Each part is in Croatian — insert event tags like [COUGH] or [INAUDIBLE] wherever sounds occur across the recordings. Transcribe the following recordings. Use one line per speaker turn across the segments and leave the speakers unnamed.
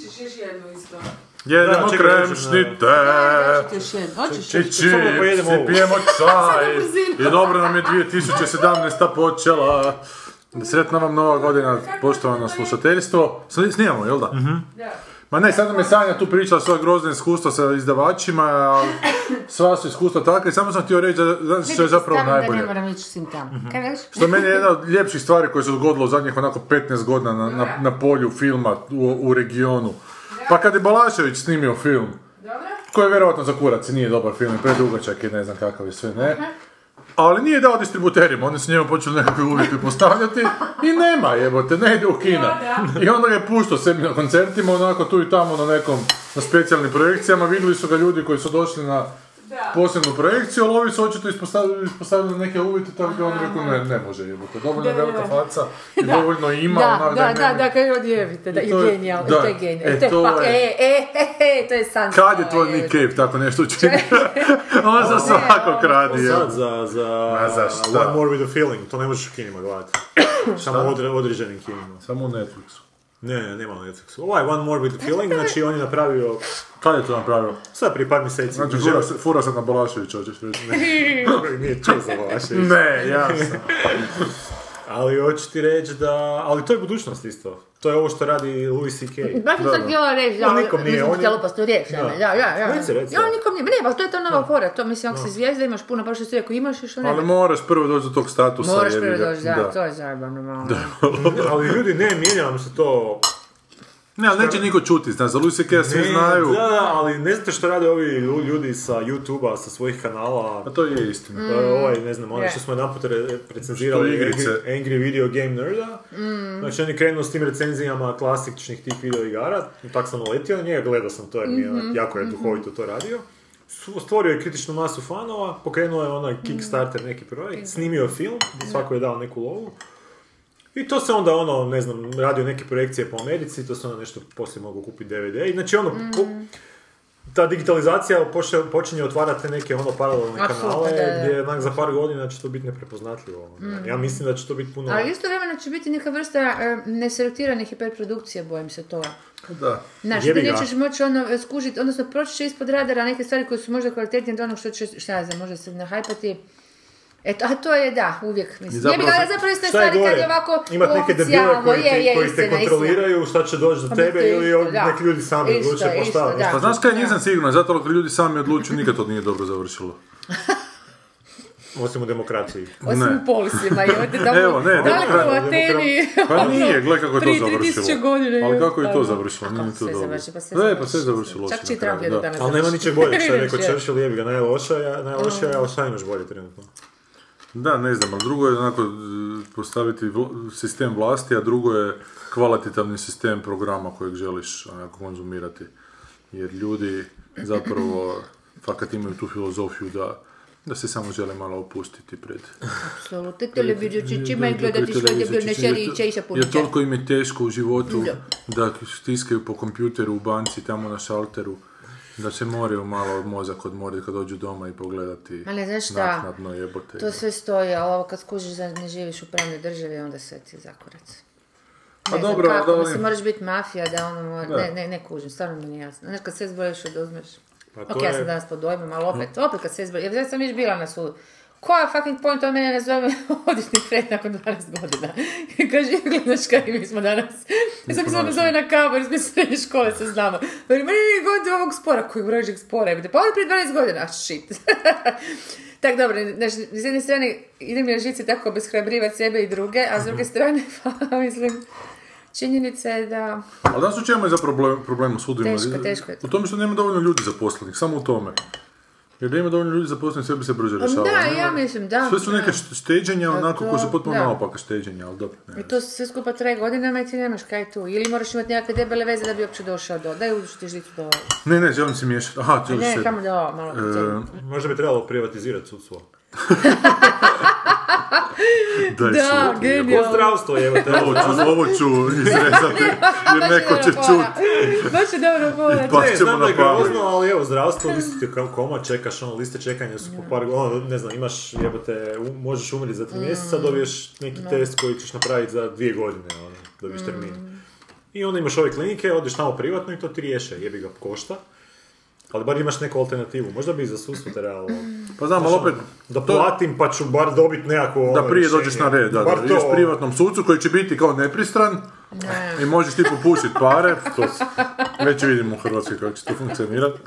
ćeš još jednu isto.
Jedan kremšnite,
Još jednu. Hoćeš
i
još?
čipsi,
[LAUGHS]
pijemo čaj. I dobro nam je 2017. počela. Sretna vam nova godina, poštovano slušateljstvo. Sad snijemo, jel da? Ma ne, sad nam je Sanja tu pričala svoja grozna iskustva sa izdavačima, ali sva su iskustva takve. Samo sam htio reći, da- da, što je zapravo
Stavim
najbolje.
Da ne moram ići s tim tamo. Kaj veš?
Što je meni jedna od ljepših stvari koje se dogodilo u zadnjih onako 15 godina na, na, na polju filma u, u regionu. Pa kad je Balašević snimio film, koji je vjerojatno za kurac i nije dobar film, i predugačak je ne znam kakav je sve, ne. Ali nije dao distributerima, oni su njemu počeli nekakve uvjete postavljati i nema jebote, ne ide u kina. I onda ga je puštao sebi na koncertima, onako tu i tamo na nekom, na specijalnim projekcijama, vidjeli su ga ljudi koji su došli na posebnu projekciju, ali ovi su očito ispostavili, ispostavili neke uvjete, tako da on rekao ne, ne može jebote, dovoljno je velika faca i dovoljno ima,
Da,
onak
da,
je
da,
meni-
da, kad odjevite, da,
I
i
to je-
genijal, i
da.
to je genijal,
E,
i to je
to
pa,
je-
e, e, e, e, to je san.
Kad je tvoj Nick Cave tako nešto
[LAUGHS]
učinio? On za svakog radi, jebote.
Sad za, za,
Ma za šta?
One More With A Feeling, to ne možeš u kinima gledati.
[COUGHS]
Samo u odre, određenim kinima.
Samo u Netflixu.
Ne, ne, nema na Netflixu. Ovaj One More With A Feeling, znači on je napravio
E, Kad je to napravio?
sad prije par mjeseci.
Znači, fura, se- fura sad na Balaševića, hoćeš reći. [LAUGHS]
nije čuo za vaše.
Ne, jasno.
Ali hoću ti reći da... Ali to je budućnost isto. To je ovo što radi Louis C.K.
Baš sam sad htjela reći, da,
On nikom nije,
nisam
on je-
htjela opasnu riječ, ja,
Da.
ja, ja, ja.
Reci, reci.
Ja, on nikom nije, ne, pa to je ta nova fora, to mislim, ako si zvijezda, imaš puno, baš što si rekao, imaš još ne.
Ali moraš prvo doći do tog statusa.
Moraš
jebi
prvo
ga.
doći, da, to je zajebano malo.
[LAUGHS] Ali ljudi, ne, mijenja vam se to...
Ne, ali neće niko čuti, znaš, za Lucy Kea svi
Ne,
znaju.
Da, da, ali ne znate što rade ovi ljudi sa YouTube-a, sa svojih kanala.
A Pa to je istina.
Mm.
To je ovaj, ne znam, ono
Je.
što smo jedan put recenzirali
Što igrice.
Angry, Angry Video Game Nerda.
Mm.
Znači on je krenuo s tim recenzijama klasičnih tih video igara, i tak sam naletio na njega, gledao sam to jer mi je
Mhm,
onak jako je duhovito to radio. Su- Stvorio je kritičnu masu fanova, pokrenuo je onaj Kickstarter
Mhm.
neki projekt, snimio je film, svako je dao neku lovu. I to se onda ono, ne znam, radio neke projekcije po Americi, to se onda nešto poslije mogu kupiti DVD. I znači ono,
Mhm.
ku- ta digitalizacija poče, počinje otvarati te neke ono paralelne
Apsolutno,
kanale,
da, da.
gdje onak za par godina će to biti neprepoznatljivo. ono. Ja mislim da će to biti puno...
Mhm. Ali isto vremena će biti neka vrsta e, neselektiranih hiperprodukcija, bojim se toga.
Pa Da.
Znaš,
Jebi
ti
ga.
nećeš moći ono skužiti, odnosno proći će ispod radara neke stvari koje su možda kvalitetnije od onog što će, šta ja znam, možda se nahajpati. Eto, a to je da, uvijek
I
mislim.
zapravo
Zapravo, Jebi ga, ali
se-
zapravo iste
Šta je
stvari kad je
gore?
ovako
Imat neke debile
oficijalno,
koji, ti-
je, je,
koji
istina,
te kontroliraju šta će doći do
Ma to je
tebe
isto,
ili ovi
da.
neki ljudi sami
Isto,
odluče pa
isto,
šta.
da.
Pa znaš kaj,
Da.
nisam siguran, zato ako ljudi sami odlučuju, nikad to nije dobro završilo.
Osim u
[LAUGHS]
demokraciji.
istina. Osim
Ne.
u polisima, je,
[LAUGHS]
da mu-
Evo, ne,
da li
demokra-
u Ateni. [LAUGHS] Ono,
Pa nije, gle kako je
Prije
to
3000
završilo.
godine,
Ali
je,
kako je to
da.
završilo,
A
nije
kako
to
sve
dobro.
završi, pa sve
Ne, pa
završilo.
sve je završilo.
Čak
osim
će i
na
Trump
kraju,
je
da.
danas
Ali nema ničeg boljeg
[LAUGHS]
što je rekao
Inače. Mm.
Churchill, jebi ga, najlošija, najlošija, ali šta imaš bolje trenutno?
Da, ne znam, ali drugo je onako e, postaviti vl- sistem vlasti, a drugo je kvalitativni sistem programa kojeg želiš onako konzumirati. Jer ljudi zapravo fakat imaju tu filozofiju da, da se samo žele malo opustiti pred...
Apsolutno, televizorčićima i gledati
pred
svoje
televizorčićima,
debilne serije i
jer-
čaj sa
Jer
punicama.
toliko im je teško u životu da stiskaju po kompjuteru u banci tamo na šalteru da se moraju malo mozak odmoriti kad dođu doma i pogledati
Ali znaš šta?
naknadno jebote.
To sve stoji, ali ovo kad skužiš da ne živiš u pravnoj državi, onda sve ti je zakurac.
A
Ne znam
Pa dobro,
kako,
da oni-
mislim, moraš biti mafija, da ono, mora-
Da.
ne, ne, ne kužim, stvarno mi nije jasno. Znaš, kad sve zbrojiš, oduzmeš.
Pa to
ok, ja
je-
sam danas pod dojmom, ali opet,
Hm.
opet kad sve zbrojiš, ja sam već bila na sudu. Koja fucking point on mene [LAUGHS] nazove odlični fred nakon 12 godina? [LAUGHS] Kaže, gledaš kaj mi smo danas. Ja sam se ono zove na kavu, jer smo iz srednje škole se znamo. Veli, meni nije godina ovog spora, koji brojiš spora? jebote? Pa ono prije 12 godina, ah, shit. [LAUGHS] Tak dobro, znači, s jedne strane idem na žici tako obeshrabrivati sebe i druge, a s
Mhm.
druge strane, [LAUGHS] pa mislim, činjenica je da...
Ali znaš u čemu je za problem, problem u sudovima?
Teško, teško je to.
U tome što nema dovoljno ljudi zaposlenih, samo u tome. Jer da ima dovoljno ljudi zaposlenih, sve bi se brže rješavalo.
Pa Da,
ne?
ja mislim, da.
Sve su
da.
neke št- šteđenja, onako,
to-
koje su potpuno
da.
naopaka šteđenja, ali dobro. Ne.
I to sve skupa traje godinama i ti nemaš kaj tu. Ili moraš imati nekakve debele veze da bi uopće došao do... Daj uđu ti žicu do...
ne, ne, želim si miješati. Aha, želiš
Ne,
se...
kamo da ovo, malo
E,
Možda bi trebalo privatizirati sudstvo.
daj
Da,
sud.
Ko
genijalno.
zdravstvo je, evo,
[LAUGHS]
Ovo ću, ovo ću izrezati, jer neko će čut.
[LAUGHS] Baš je Znači, dobro fora.
Pa
Ne,
ćemo
znam da je
napaliti.
grozno, ali evo, zdravstvo, liste kao koma, čekaš, ono, liste čekanja su po par go- ono, ne znam, imaš, jebote, u- možeš umriti za tri mjeseca, dobiješ neki test koji ćeš napraviti za dvije godine, ono, dobiješ termin. I onda imaš ove klinike, odeš tamo privatno i to ti riješe, jebi ga košta. Ali bar imaš neku alternativu, možda bi i za sudstvo trebalo...
Pa znam, ali
znaš, ono,
opet...
Da
to-
platim pa ću bar ono, dobiti nekako...
Da prije dođeš na red, da, da, ideš privatnom sucu koji će biti kao nepristran i možeš ti popušit pare, to s- već vidimo u Hrvatskoj kako će to funkcionirati.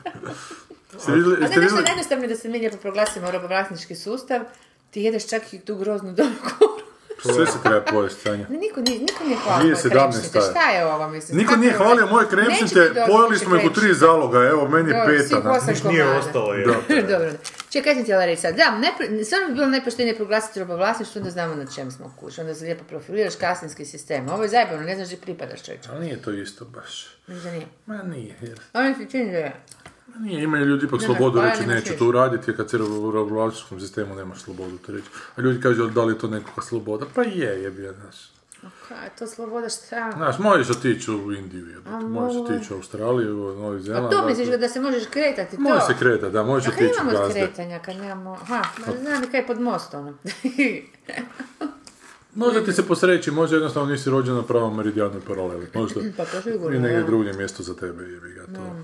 Ste vidjeli,
A
jeste
ne, nešto
vidjeli,
je jednostavno da se mi lijepo proglasimo robovlasnički sustav, ti jedeš čak i tu groznu [LAUGHS] dobu.
sve se treba pojesti, Sanja.
Ne, niko, ni- niko nije hvalio
Nije
moje
17
kremšnite.
staje.
Šta je ovo, mislim?
Niko
kako
nije
je
hvalio
ovo?
moje
Neće ti
kremšnite,
doći
pojeli
više
smo ih u tri
kremšnite.
zaloga, evo, meni
Dobro,
peta.
svih
na-
osam
Nije
komada.
ostalo, je.
[LAUGHS] Dobro, dobro. Čekaj, kaj sam htjela reći sad? Da, ne, stvarno bi bilo nepoštenije proglasiti robovlasništvo, onda znamo na čem smo kući. Onda se lijepo profiliraš kastinski sistem. Ovo je zajebano, ne znaš gdje pripadaš čovječe.
Ali nije to isto baš.
Mislim da nije.
Ma nije, jer-
A meni se čini da je.
ma nije, imaju ljudi ipak slobodu
hvala,
reći
nemaš
neću
više.
to uraditi, jer kad se u regulacijskom sistemu nemaš slobodu to reći. A ljudi kažu da li je to nekoga sloboda, pa je, je bio, znaš.
Kaj Pa, je to sloboda šta?
Znaš, možeš otići u Indiju, jebote, možeš otići u Australiju, u Novi Zeland.
A Pa to
dakle,
misliš da se možeš kretati? To?
Može se kretati, da, možeš
A kad
otići u
imamo
gazde. Pa-
kretanja, kad nemamo... Aha, ma znam i kaj je pod [LAUGHS] mostom. ono.
Možda ti se posreći, možda jednostavno nisi rođen na pravom meridijanu paraleli. Možda
pa to
i
sigurno.
negdje
da.
drugdje mjesto za tebe jebi ga to.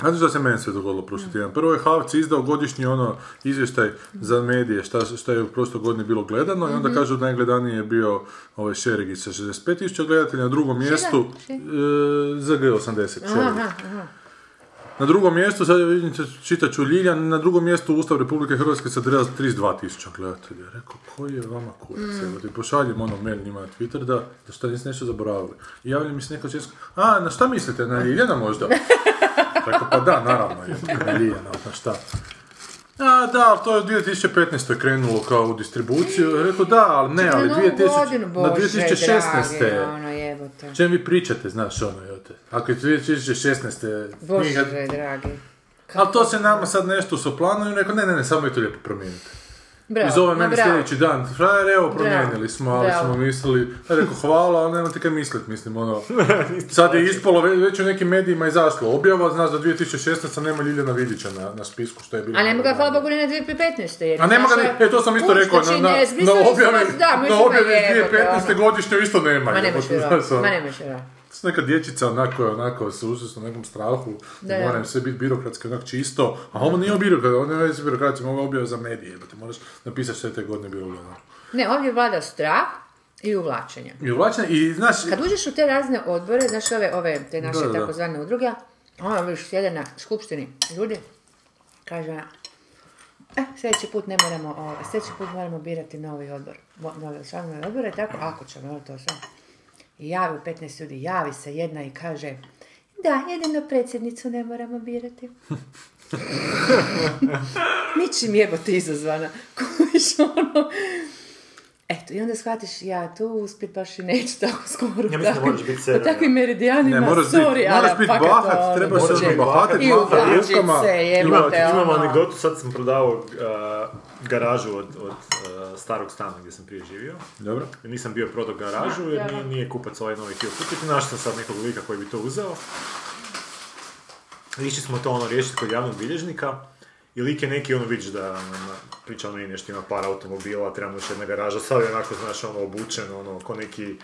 Znate što se meni sve dogodilo prošli tjedan? Prvo je Havc izdao godišnji ono izvještaj za
Mhm.
medije šta, šta je u prošloj godini bilo gledano i onda kažu da najgledaniji je bio ovaj Šerigić sa 65.000 gledatelja, na drugom mjestu
še?
e, ZG80 Šerigić.
Aha, aha.
Na drugom mjestu, sad vidite, čitat ću Ljiljan, na drugom mjestu Ustav Republike Hrvatske sa 32 tisuća gledatelja. Rekao, koji je vama kurac?
Mm.
Evo ti pošaljem ono mail njima na Twitter da, da šta niste nešto zaboravili. I javlja mi se neka česka, a, na šta mislite, na Ljiljana
[LAUGHS]
možda? Rekao, pa da, naravno, je, na Ljiljana, na šta? A, da, ali to je u 2015. krenulo kao u distribuciju. Rekao, da, ali ne, ali
Na novu
2000,
godinu,
na
Bože
2016.
dragi,
je.
ono jebote.
Čem vi pričate, znaš, ono, jote. Ako je 2016.
Bože
knjiga-
dragi.
ali to se nama sad nešto su planovi, rekao ne, ne, ne, samo je to lijepo promijenite.
Bravo,
Iz ove
ma
meni
bravo.
sljedeći dan, frajer, evo, promijenili smo, ali
Bravo.
smo mislili, ja rekao hvala, ali nemate kaj mislit, mislim,
[LAUGHS]
ono, sad je ispalo, ve- već u nekim medijima izašlo, objava, znaš, da 2016. nema Ljiljana Vidića na, na spisku, što je bilo.
A nema ga, hvala Bogu, ni na 2015. Jer,
A nema ga,
znaš,
ni- e, to sam isto
pušta
rekao, na,
čine,
na, na
smislili su
objavi,
vas, da,
na
mislim,
objavi iz
jebote,
2015.
ono.
godišnje isto nema.
Ma
jebote,
nemaš
[LAUGHS] znaš,
vjerovat,
ono.
ma nemaš vjerovat.
S neka dječica onako, onako se uzas u nekom strahu,
Da,
da,
da.
moram sve biti birokratski onak čisto, a ovo nije birokrat, ovo nije birokracija, ovo je objava za medije, jebate, moraš napisati što je te godine bilo gledano.
Ne, ovdje vlada strah i uvlačenje.
I uvlačenje, i znaš,
Kad uđeš u te razne odbore, znaš ove, ove te naše
Da, da, da.
takozvane udruge, ono vidiš sjede na skupštini ljudi, kaže, e, sljedeći put ne moramo, o, sljedeći put moramo birati novi odbor, mo- novi članove odbora i tako, ako ćemo, jel, to sve. I javi u 15 ljudi, javi se jedna i kaže, da, jedino predsjednicu ne moramo
[LAUGHS]
birati. Ničim jebote izazvana. Kuviš ono. Eto, i onda shvatiš, ja tu uspjet baš i neću tako skoro.
Ja mislim da
takvim-
moraš biti sedan,
Po takvim meridijanima,
ne, moraš biti,
sorry,
moraš
ali
biti
fakat ono,
bahat, treba se
moraš
ono
biti
bahatet,
I
mahati
uvlačit
rukama.
se,
Imam,
jebote,
imam
ono.
anegdotu, sad sam prodao uh, garažu od, od uh, starog stana gdje sam prije živio. [LAUGHS]
Dobro.
Nisam bio prodao garažu jer nije, nije kupac ovaj novi htio kupiti. Našao sam sad nekog lika koji bi to uzeo. Išli smo to ono riješiti kod javnog bilježnika. I lik je neki, ono vidiš da ono, na- priča ono i nešto ima par automobila, treba mu još jedna garaža, sad je onako, znaš, ono obučen, ono, ko neki,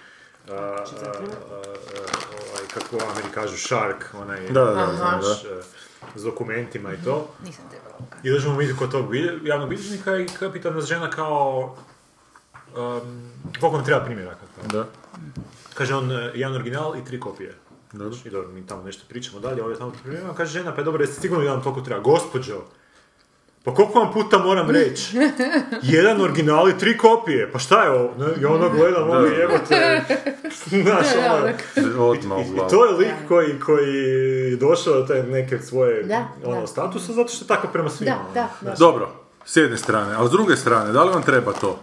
a, a, a, a, ovaj, kako Ameri kažu, shark, onaj,
Da, da, da,
Aha.
znam, da.
znaš, e, s dokumentima i to.
Nisam trebala ovo kazati.
I dođemo mi kod tog bilje- javnog bilježnika i ka- pita nas žena kao um, koliko mi treba primjeraka. kao.
Da,
Kaže on e, jedan original i tri kopije. Znači,
dobro.
I dobro, mi tamo nešto pričamo dalje, ovdje tamo primjeraka. Kaže žena, pa dobro, jeste sigurni da vam toliko treba? Gospođo, Pa koliko vam puta moram
[LAUGHS]
reći? Jedan original i tri kopije. Pa šta je ovo? Ne, I ono gledam, ono
[LAUGHS]
jebote. Znaš, ono,
Odmah
i,
u
i
glavu.
to je lik koji, koji je došao do te neke svoje
Da,
ono,
da.
statusa zato što je takav prema svima.
Da,
ono.
da, da.
Dobro, s jedne strane, a s druge strane, da li vam treba to?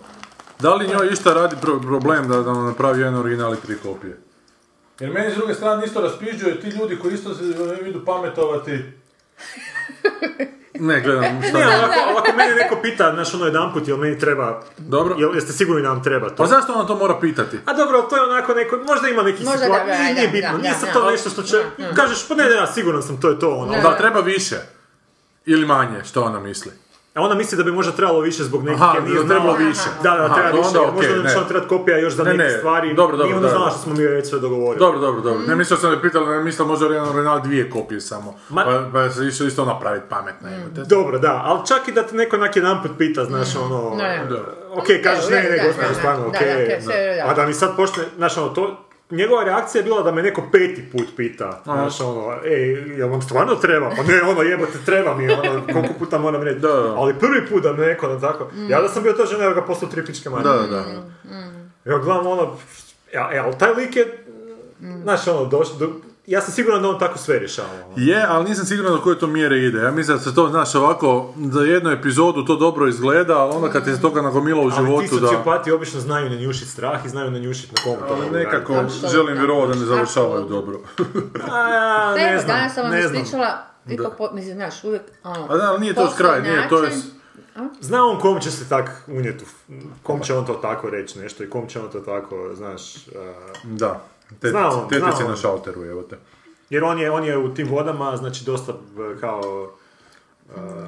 Da li njoj išta radi pro- problem da, da vam napravi jedan original i tri kopije? Jer meni s druge strane isto raspiđuje ti ljudi koji isto se e, idu [LAUGHS] pametovati. Ne, gledam
[LAUGHS]
šta
Ne, ali
je.
ako, ali ako mene neko pita, znaš, ono jedan put, jel meni treba,
Dobro.
jel, jeste sigurni da nam treba to?
Pa zašto ona to mora pitati?
A dobro, ali to je onako neko, možda ima nekih
Možda
situacija,
da, da,
nije, nije
da,
bitno,
da,
nije
da, Mm,
sad
da.
to nešto što će, kažeš, pa ne, ne, ja siguran sam, to je to, ono.
Da, treba više. Ili manje, što ona misli.
A ona misli da bi možda trebalo više zbog nekih,
Aha,
jer nije
da
znala.
trebalo više.
Da, da,
Aha,
treba
to
više,
onda
jer možda
okej,
nam
ne.
će nam trebati kopija još za
Ne,
neke
ne,
stvari,
dobro, dobro,
nije onda
da,
znala
da.
što smo mi već sve dogovorili.
Dobro, dobro, dobro.
Mm.
Ne mislio sam da je pitala, ne mislila možda jedan original dvije kopije samo.
Ma-
Pa,
Mm.
pa se išlo isto napraviti pametno. jebote.
Dobro, da, ali čak i da te neko onak jedan put pita, znaš, ono...
ne.
Dobro.
Ok, kažeš ne,
Da,
ne,
da,
gospodine,
da,
stvarno,
da,
ok.
da, ok, sve, da.
A da mi sad počne, znaš, ono, to... Njegova reakcija je bila da me neko peti put pita, znaš, ono, ej, jel vam stvarno treba? Pa ne, ono, jebote, treba mi, ono, koliko puta moram reći.
Da, da.
Ali prvi put da me neko, ono, tako,
Mm.
ja da sam bio to žena, ja ga poslao tri pičke manje.
Da, da, da.
Mm. Ja gledam ono, ja, ja, ali taj lik je,
Mm.
znaš, ono, došao do... Ja sam siguran da on tako sve rješava. ono.
Je, ali nisam siguran do koje to mjere ide. Ja mislim da se to, znaš, ovako, za jednu epizodu to dobro izgleda, ali onda kad ti se toga nagomilo u
Ali ti
životu, da...
sociopati obično znaju nanjušiti strah i znaju nanjušiti na komu to mogu
Ali nekako
raditi.
Apsolutno.
želim vjerovati da ne završavaju
Apsolutno.
dobro. [LAUGHS]
A,
Evo,
ne znam,
danas sam vam
ne znam.
ispričala, i to po- mislim, znaš, uvijek, ono,
A da, ali nije to s kraj,
postoji
nije, to je...
način-
Zna on kom će se tak unijeti, u f- kom će on to tako reći nešto i kom će on to tako, znaš, a,
Da, te,
Zna on,
te,
zna
si
on.
na šalteru, evo te.
jer on je, on je u tim vodama, znači, dosta e, kao, a,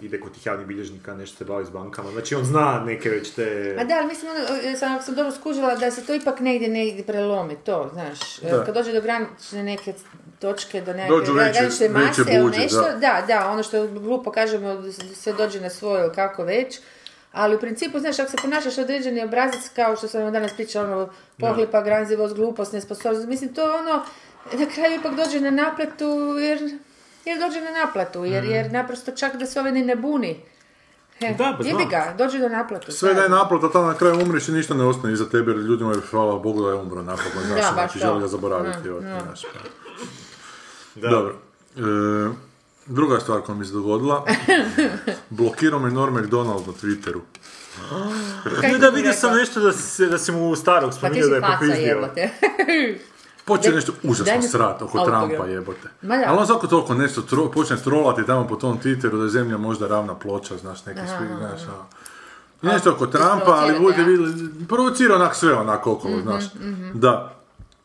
ide kod tih javnih bilježnika, nešto se bavi s bankama, znači on zna neke već te...
Ma da, ali mislim, ono, e, sam, ako sam dobro skužila, da se to ipak negdje, negdje prelomi, to, znaš. E,
Da.
Kad dođe do granične neke točke, do neke
Dođu veće-
granične mase
veće
ili
buđe,
nešto,
da.
da. da, ono što glupo kažemo, sve dođe na svoje ili kako već. Ali u principu, znaš, ako se ponašaš određeni obrazac, kao što sam vam danas pričala, ono, pohlipa, granzivost, glupost, nesposobnost, mislim, to ono, na kraju ipak dođe na naplatu, jer, jer dođe na naplatu, jer,
Mhm.
jer naprosto čak da se ovaj ni ne buni. He,
Da, pa
jebi
znam.
ga, dođe do naplatu.
Sve da je
znaš.
naplata, ta na kraju umriš i ništa ne ostane iza tebe, jer ljudima je hvala Bogu da je umro napokon, znaš, da,
Da, baš
znači,
to.
želi ga zaboraviti,
Mm,
evo te,
mm.
znaš, pa.
Da.
Dobro. E, druga stvar koja mi se
[LAUGHS]
dogodila, blokirao me Norm McDonald na Twitteru.
Kaj
Ne,
ti
da
ti
vidio
rekao?
sam nešto da si, se- da si mu starog
Pa ti
spominjao
si
da je
faca
popizdio.
jebote. [LAUGHS]
Počeo
Daj-
nešto
daj
užasno
mi
srat oko
autogram.
Trumpa jebote.
Ma da.
Ali on svako toliko nešto tro, počne trolati tamo po tom Twitteru da je zemlja možda ravna ploča, znaš, neki svi, znaš, ono. I nešto oko Trumpa, ali
isprovocirate,
budete
a?
vidjeli, provocira onak sve onako okolo,
Mhm,
znaš. Da.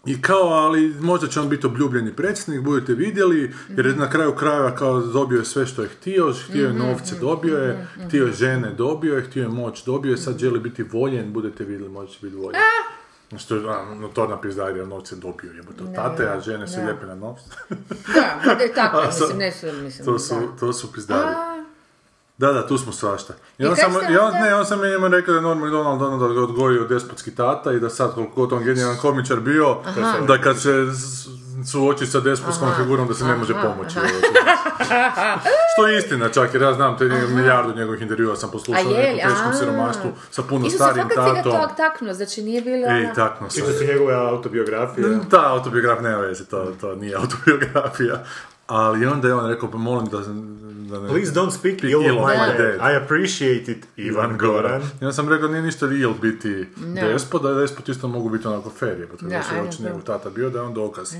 I kao, ali možda će on biti obljubljeni predsjednik, budete vidjeli, jer
Mhm.
je na kraju krajeva kao dobio je sve što je htio, htio je novce,
mhm,
dobio je, htio je žene, dobio je, htio je moć, dobio je,
Mhm.
sad želi biti voljen, budete vidjeli, moći biti voljen.
E!
Što je, a, no, to napizdarje, jer novce dobio jebote od tate, a žene se
da.
lijepe na novce. [LAUGHS]
Da, da je tako,
A, so-
mislim, ne su, mislim,
to, su,
da.
to su pizdarje. Da, da, tu smo svašta. I
I
on
kak
samo,
se
i on,
onda-
ne, on sam je njemu rekao da je Norm MacDonald ono da ga odgojio despotski tata i da sad koliko god on genijalan komičar bio, da kad se s- suoči sa despotskom figurom da se ne može pomoći.
[LAUGHS]
Što je istina čak, jer ja znam te milijardu njegovih intervjua sam poslušao
A
o
je
nekom
li?
teškom
A.
siromaštvu sa puno
Isuse,
starijim
fakat si ga
tatom.
to taknuo, znači nije bilo
Ej,
ono...
takno sam.
Čito su njegove autobiografije.
Ta autobiograf nema veze, to, to nije autobiografija. Ali onda je on rekao, pa molim da, da ne...
Please don't speak
Speak
ill of
ill of
my
my
dad.
dad.
I appreciate it, Ivan Goran.
Ja sam rekao, nije ništa real biti despot, da je despot isto mogu biti onako fair, je,
Da,
da se
ajde,
oči
da.
njegov tata bio, da je on dokaz.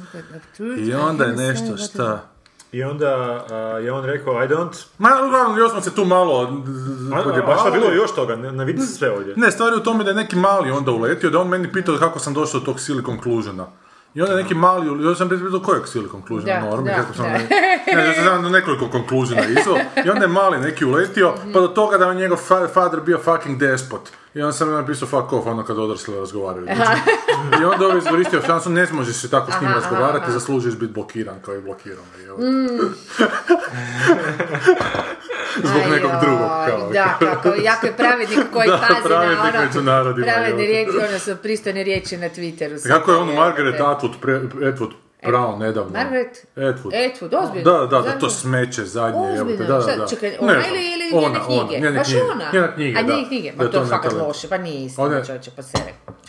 I onda je nešto šta...
I onda a, je on rekao, I don't...
Ma, uglavnom, još smo se tu malo
A, a,
podjebavali.
a šta bilo je još toga? Ne, ne vidi se sve ovdje.
Ne, stvar je u tome da je neki mali onda uletio, da je on meni pitao kako sam došao do tog Silicon Clusiona. I onda je neki mali, ul- ja sam pitao do kojeg Silicon Clusiona,
Da,
normi,
da,
kako sam...
da.
Ne, ne, ja sam znam do nekoliko konklužena izvao. I onda je mali neki uletio, pa do toga da je njegov fa- father bio fucking despot. I onda sam napisao fuck off, ono kad odrasle razgovaraju. I onda ovaj izkoristio šansu, ne možeš se tako s njim razgovarati, zaslužuješ biti blokiran kao i blokiran. me, jel? Zbog nekog
Ajoj,
drugog, kao.
Da, kako, jako je pravednik koji
[LAUGHS] Da,
pazi na ono...
pravednik među narodima,
Pravedne
jebote.
riječi, ono su pristojne riječi na Twitteru.
Kako je ono
Jebote.
Margaret Atwood, pre, Atwood Brown, nedavno.
Margaret
Atwood.
Atwood, ozbiljno.
Da, da, da, to
Zanimljivo.
smeće zadnje, jel te,
Ozbiljno,
da, da,
šta,
da.
čekaj,
Ne
ona
znam,
ili, ili njene knjige?
njene
Baš
knjige,
ona?
njene knjige,
A
da.
njene knjige,
Da
ma to je
ona
fakat
talent.
loše, pa nije isto,
Ona je-
čovječe, pa se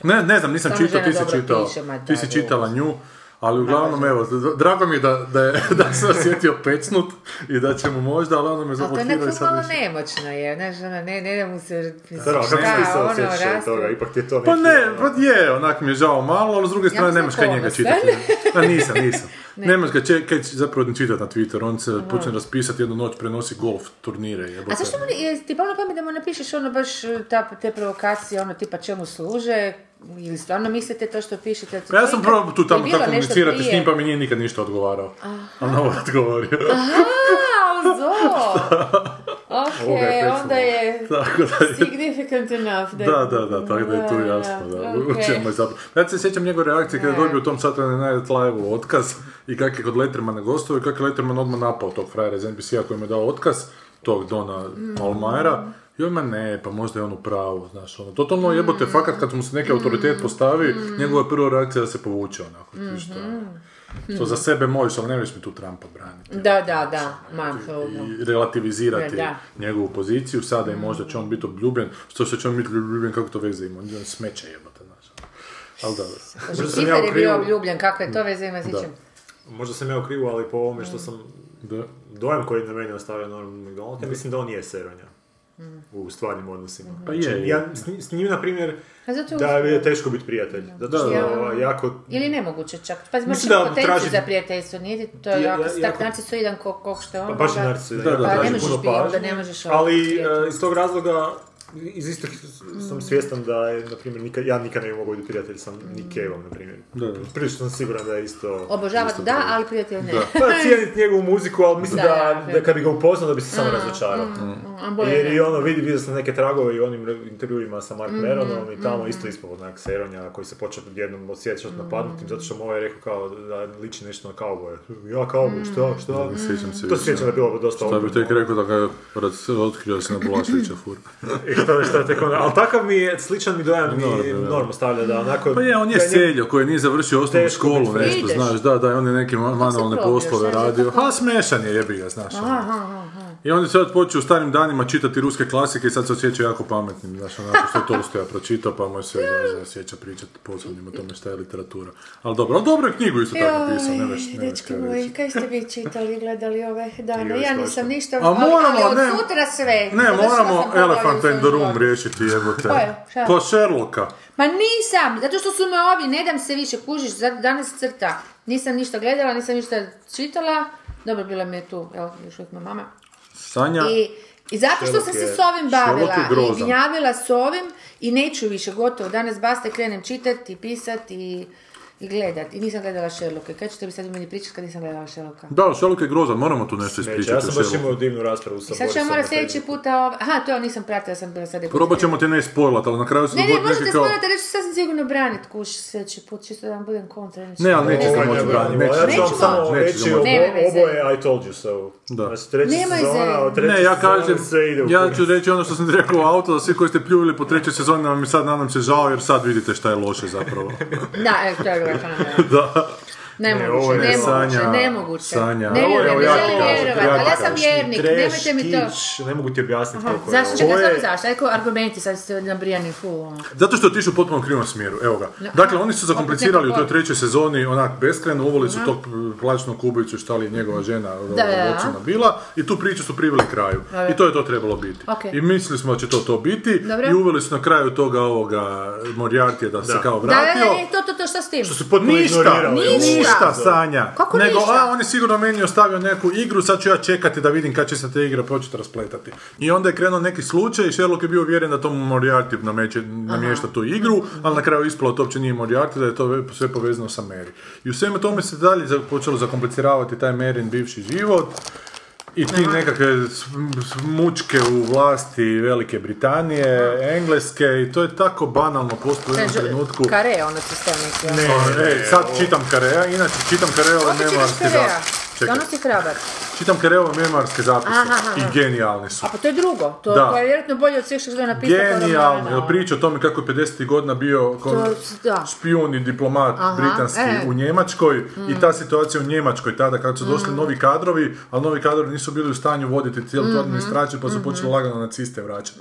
Ne, ne znam, nisam
Samo
čitao, ti
žena
si
dobro
čitao,
piše, ma
ti
daj,
si čitala nju, ali uglavnom, evo, d- drago mi je da, da, je, [LAUGHS] da se osjetio pecnut i da ćemo možda, ali ono me
Ali to je
zablokirao i
nekako malo
sad više.
nemoćno je, znaš, ona, ne, ne da mu se...
Da, da, kako
šta,
ti se
ono,
osjećaš od
rastu-
toga, ipak ti je to neki...
Pa ne,
ono,
pa je, onak mi je žao malo, ali s druge strane
sam
nemaš kaj njega
ponosna.
čitati. Pa nisam,
[LAUGHS]
nisam. Nemaš ga, če, kaj će zapravo ni čitati na Twitter, on se počne raspisati jednu noć, prenosi golf turnire. jebote.
A zašto mu ne, je ti palo na pamet da mu napišeš ono baš eh, ta, te provokacije, ono tipa čemu služe, ili stvarno mislite to što pišete?
Pa ja sam
Nikad-
probao tu tamo
je bilo
tako
nešto
komunicirati s
prije.
njim, pa mi nije nikad ništa odgovarao. Ali na ovo je odgovorio.
A,
[LAUGHS]
u zoo! Ok,
Ovoga je pecnula.
onda je
Tako ono. [LAUGHS] da je-
significant enough.
Da, da, da, tako da je tu jasno, da, u
ok.
čemu je zapravo. Ja se sjećam njegove reakcije kada je
Ne.
dobio u tom Saturday Night Live-u otkaz i kak je kod Lettermana gostovao i kak je Letterman odmah napao tog frajera iz NBC-a koji mu je dao otkaz, tog Dona
Mm.
Almayera, i odmah ne, pa možda je on u pravu, znaš, ono, totalno
Mm.
jebote, fakat kad mu se neki autoritet postavi, njegova je prva reakcija da se povuče, onako,
Mhm.
ti što, što za sebe možeš, ali ne možeš mi tu Trumpa braniti
Da, da, da, ono. mam, to-
i relativizirati
Da.
njegovu poziciju sada i možda će on biti obljubljen, što se će on biti obljubljen, kako to veze ima, on je smeće jebate, znaš. Ali dobro.
Možda sam ja
Hitler
u
je bio
krivu.
obljubljen, kakve to veze ima s
Da.
ničim?
Možda sam ja u krivu, ali po ovome što sam...
Da.
Dojam koji je na meni ostavio Norman McDonald, ja mislim da on je seronja. U stvarnim odnosima. Znači,
Pa je,
Ja, s, njim- s njim, na primjer,
A zato
da je teško biti prijatelj. Zato što
Ja.
ovaj, jako...
Ili nemoguće čak. Pa možeš
Mislim da
imati potenciju
traži-
za prijateljstvo, nije ti to
Ja-
je
ja-
jako tak
jako-
narcisoidan ko, ko što ono, je on.
Pa baš je
onda-
narcis,
Da, da, da,
traži
ne možeš
puno
biti, onda
pažnje,
ne možeš ono
Ali
prijatelj.
e, iz tog razloga, iz istog
Mm.
sam svjestan da je, na primjer, nikad, ja nikad ne bi mogao biti prijatelj sa Nick Caveom, na primjer.
Da, da.
Prilično sam siguran da je isto...
Obožavati da, ali prijatelj ne.
Pa cijeniti njegovu muziku, ali mislim
Da,
da,
da.
da kad bi ga upoznao da bi se samo razočarao.
A bolje
Jer
ne.
i ono, vidi, vidio sam neke tragove i u onim re- intervjuima sa
Mm,
Mark Meronom i tamo isto ispao onak seronja koji se počeo odjednom
Mm.
osjećati napadnutim zato što mu ovaj rekao kao da liči nešto na kauboje. Ja
Mm.
kauboj, što, što?
Sjećam se
To
više.
se sjećam da je bilo dosta
Šta Pa bi
okrutno.
tek rekao da ga je raz- otkrio da se na Bulaševića fur.
I to je šta tek ono, ali takav mi je, sličan mi dojam mi
Norm, da.
normo stavlja da onako...
Pa je, on je
kad
seljo koji nije završio osnovnu
Teško
školu,
biti
nešto,
friš.
znaš, da, da, i on je neke ma- manualne
probio,
poslove
šta je
radio.
to?
Ha, smešan je, jebi ga, znaš. ono. I on je sad počeo u starim danima čitati ruske klasike i sad se osjeća jako pametnim, znaš, onako što je Tolstoja pročitao, pa mu je sve da, da osjeća pričati poslovnim o tome šta je literatura. Ali dobro, ali dobro je knjigu isto tako pisao, ne veš, ne
Joj,
veš
dečki
kaj
moji,
reći.
kaj ste vi čitali, gledali ove dane?
Joj,
Ja
strašno.
nisam ništa,
A moramo,
ali, ali
ne,
od sutra sve.
Ne,
Završila
moramo
Pa sam poglavlje
Elephant
u
in the
svom
Room
životu.
riješiti, jebote.
Ko je? Šta?
Pa Sherlocka.
Ma nisam, zato što su me ovi, ne dam se više, kužiš, za- danas crta. Nisam ništa gledala, nisam ništa čitala. Dobro, bila mi je tu, evo, još uvijek me mama.
Sanja,
I, I zato što sam
Sherlock
se
je-
s ovim bavila
Sherlock je grozan.
i gnjavila s ovim i neću više, gotovo. Danas basta, krenem čitati, pisati i, i gledat. I nisam gledala Sherlocka. I Kaj ćete mi sad meni pričati kad nisam gledala Sherlocka?
da, Sherlock je grozan, moramo tu nešto
Neće,
ispričati.
ja
o
sam baš
Sherlocku.
imao divnu raspravu sa
I sad ću ja
Borisom
morat
na
sljedeći
Facebooku.
puta... ov- Aha, to nisam pratila, sam bila sad...
Probat ćemo te ne spoilat, ali na kraju se
Ne, ne,
dogodi
možete
neki kao...
spomenuti, reći ću sasvim sigurno branit kuš sljedeći put, čisto da vam budem kontra.
Ne, ali
Ovo
nećeš
je
ovaj-
ga moći
nebranjivo,
braniti, nećeš
Ja ću
ga
vam
moći
samo
braniti, nećeš
reći
ga moći
Nema
obo-
veze.
oboje I told you so.
Da.
Znači, treća
Nema veze.
sezona, od treće
Ne, ja
sezone
kažem,
sve ide u
ja
kurac.
ću reći ono što sam ti rekao u auto, da svi koji ste pljuvili po trećoj sezoni, nam je sad nadam se žao, jer sad vidite šta je loše
[LAUGHS]
zapravo.
Da, evo, to je bila fenomenalna.
[LAUGHS] da.
ovo
Nemoguće,
je
nemoguće,
Sanja,
nemoguće.
Sanja.
Ne
Ovo je
vjerujem, ne
jako
želim
kažem,
vjerovati,
jako
ali ja sam
kažem.
vjernik,
Trash,
nemojte mi to...
kič, ne mogu ti objasniti koliko je
Zašto
ovo.
čekaj,
Ovo je-
samo zašto, Eko, argumenti sad ste nabrijani, fu, ono.
Zato što je otišao u potpuno krivom smjeru, evo ga. Dakle, oni su zakomplicirali u toj trećoj sezoni, onak beskreno, uvoli su tog plaćnog kubicu, šta li je njegova žena
Mhm. da.
ocena bila, i tu priču su priveli kraju. I to je to trebalo biti.
Ok.
I mislili smo da će to to biti,
Dobro.
i uveli su na kraju toga ovoga Moriartija da se
Da.
kao
Da, da,
vratio.
da, ne, to, to, to, šta s tim?
Što su potpuno
Ništa,
ignorirali.
ništa,
Ništa.
Sanja.
Kako
Nego,
ništa?
a, on je sigurno meni ostavio neku igru, sad ću ja čekati da vidim kad će se te igre početi raspletati. I onda je krenuo neki slučaj i Sherlock je bio uvjeren da tomu Moriarty nameće, namješta tu igru, ali na kraju ispalo da to uopće nije Moriarty, da je to ve- sve povezano sa Mary. I u svemu tome se dalje za- počelo zakompliciravati taj Maryn bivši život. I ti nekakve s- s- mučke u vlasti Velike Britanije, Engleske, i to je tako banalno postoje u
Ne,
jednom
žel-
trenutku. E,
Kare, ono Pa su ste mislio.
Ne, ej, sad čitam Karea, inače čitam Karea, ali
Opet
nema
čitaš Karea.
arhiva. Čekaj,
Ono si hrabar.
Čitam Kerevo memoarske zapise
Aha, aha, aha.
i genijalni su.
A pa to je drugo, to,
Da.
to je vjerojatno bolje od svih što je napisao. ono.
Genijalni, jel priča o tome kako je 50. godina bio ko-
To- da.
špijun i diplomat
Aha,
britanski
e. Hmm.
u Njemačkoj i ta situacija u Njemačkoj tada kad su došli novi kadrovi, ali novi kadrovi nisu bili u stanju voditi cijelu
Hmm.
tu administraciju pa su počeli lagano naciste vraćati.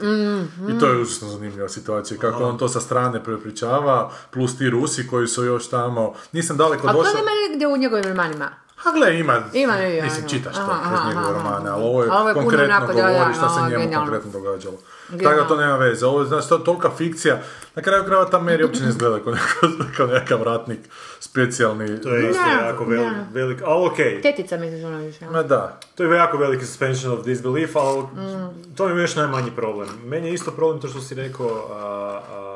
I to je užasno zanimljiva situacija, kako on to sa strane prepričava, plus ti Rusi koji su još tamo, nisam daleko
A to
došao.
nema negdje u njegovim romanima.
A gle, ima,
Ima i ono.
mislim, čitaš to
Aha,
kroz
aha,
njegove
aha, aha.
romane, ali ovo je,
A ovo je puno
konkretno
onako, da, da,
govori šta se
ovo je
njemu
genijalno.
konkretno događalo. Tako da
Genijalno.
to nema veze, ovo je, znači, to je tolika fikcija, na kraju krajeva ta Mary uopće ne izgleda kao, [LAUGHS] neko, kao nekakav ratnik specijalni.
To je isto
Ne,
jako veli-
ne.
velik, ali okej.
Tetica mi se zove više. ono.
Ma da,
To je jako veliki suspension of disbelief, ali to mi je još najmanji problem. Meni je isto problem to što si rekao, a, a,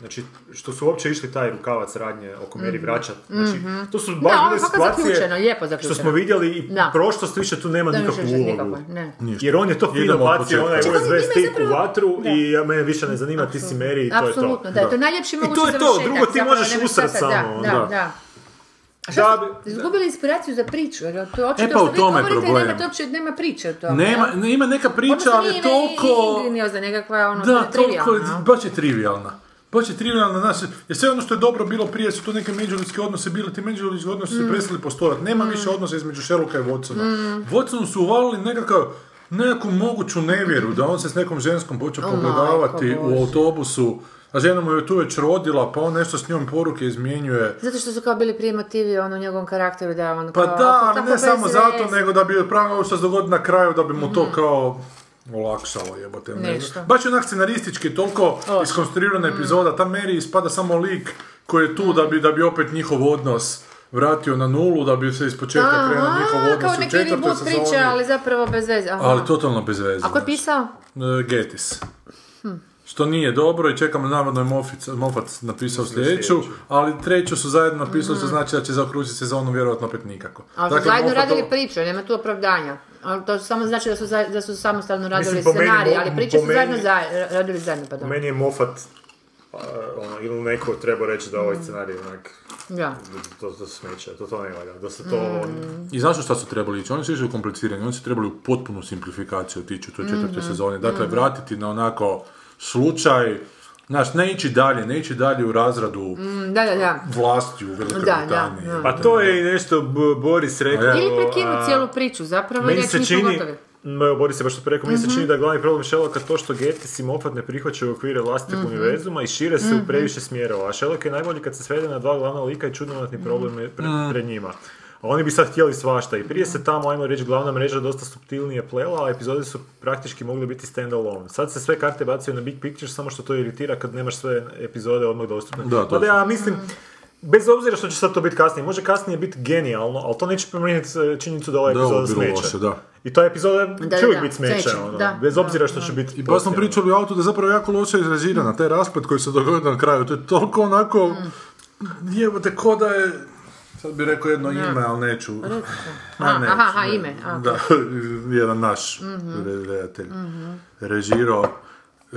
znači, što su uopće išli taj rukavac radnje oko meri
Mhm.
vraćat. Znači, to su baš
Da, ovo ono je
bile
fakat
situacije
zaključeno, lijepo
što
zaključeno.
smo vidjeli i
Da.
prošlost više tu nema
Da,
nikakvu
više, više,
ulogu.
nikako, ne.
Jer on je to fino
Idemo od
bacio onaj
početka.
USB stick u
zapravo-
vatru
Da.
i ja, mene više ne zanima, ti si meri i to je to.
Apsolutno, da, to je najljepši mogući
to je to,
završetak,
drugo ti
zapravo,
možeš
nemaš
usrat
šta sad,
samo,
Da,
da.
da, da. A
Da,
šta ste
bi-
izgubili inspiraciju za priču, jer to je uopće
E,
to
pa
što
u
vi
tome je
govorite,
problem.
Nema, to uopće nema priče o tome.
nema,
jel?
ne, ima neka priča,
Odnosno,
Znači, ali je
nije
toliko...
i- i- ingeniozna nekakva, ono,
Da,
trivijalna,
toliko,
jel?
baš je trivijalna. Baš je trivijalna, znaš, jer sve ono što je dobro bilo prije su to neke međuljudski odnose bili, ti međuljudski odnosi
Mm.
su prestali postojati. Nema više odnosa između Sherlocka i Watsona. Watsonu su uvalili nekakav, nekakvu moguću nevjeru da on se s nekom ženskom počeo pogledavati
majko
u autobusu, a žena mu je tu već rodila, pa on nešto s njom poruke izmjenjuje.
Zato što su kao bili prije motivi on, u njegovom karakteru da on
Pa
kao,
da,
"Ako
ali
tako
ne
bez
samo zato,
veze." Mhm.
nego da bi pravo ovo što se dogodi na kraju, da bi mu to kao olakšalo jebote. ne
Nešto.
znam. Baš je onak scenaristički, toliko iskonstruirana
Mhm.
epizoda, ta Mary ispada samo lik koji je tu da bi, da bi opet njihov odnos vratio na nulu, da bi se ispočetka krenuo
Aha,
njihov
kao
odnos u
neki
četvrtoj
reboot priče,
sezoni.
ali zapravo bez veze. Aha.
Ali totalno bez veze.
A Hm. ko je
znaš.
pisao?
E, Getis. Što nije dobro i čekamo, navodno je Mofic- Moffat napisao sljedeću, ali treću su zajedno napisali, što znači da će zaokružiti sezonu vjerojatno opet nikako. Dakle,
Ali su Mm. zajedno
Moffatovo-
radili priču, nema tu opravdanja. Ali to samo znači da su, za- da su samostalno radili
Mislim, po meni
scenarij,
mo-
ali priče
po
su zajedno
meni-
za- radili zajedno, pa pardon.
Meni je Moffat, a, ono, ili neko treba reći da
Mhm.
ovaj scenarij onak
Da.
To, to smeće, to to ne valja, da se
Mhm.
to...
I znaš u šta su trebali ići? Oni su išli u kompliciranje, oni su trebali u potpunu simplifikaciju otići u toj četvrtoj
Mhm.
sezoni. Dakle, vratiti na onako slučaj, znaš, ne ići dalje, ne ići dalje u razradu
Mm, Da, da, da.
vlasti u Velikoj
Da, da,
Britaniji.
da. Mhm.
Pa to je i nešto B- Boris rekao...
Ja.
Ili prekinu
a,
cijelu priču, zapravo i
Meni
reći
se
mi smo
čini,
gotovi. Mhm.
Ma, evo, Boris je baš to rekao, meni se čini da je glavni problem Sherlocka to što Getis i Moffat ne prihvaćaju okvire vlastitog
Mhm.
univerzuma i šire se u previše smjerova. A Sherlock je najbolji kad se svede na dva glavna lika i
Mhm.
čudnovatni problem je pre, pred njima. A oni bi sad htjeli svašta i prije
Mhm.
se tamo, ajmo reći, glavna mreža dosta subtilnije plela, a epizode su praktički mogle biti stand alone. Sad se sve karte bacaju na big picture, samo što to iritira kad nemaš sve epizode odmah dostupne.
Da,
Mada ja mislim,
Mhm.
bez obzira što će sad to biti kasnije, može kasnije biti genijalno, ali to neće promijeniti e, činjenicu da ova
Da, ovo
epizoda
je bilo
smeće.
loše, da.
I ta epizoda
da,
će uvijek
da,
biti smeće,
smeće,
ono,
da,
bez
da,
obzira što
da.
će biti
I baš smo
poslije, ono.
pričali o autu da je zapravo jako loše izrežirana, taj raspad koji se dogodio na kraju, to je toliko onako,
Mhm.
jebote, ko da je, sad bi rekao jedno ime, ali neću.
[LAUGHS]
Ma,
A,
neću,
aha, aha,
ne.
ime, a, Mhm.
Da, [LAUGHS] jedan naš redatelj, režirao. E,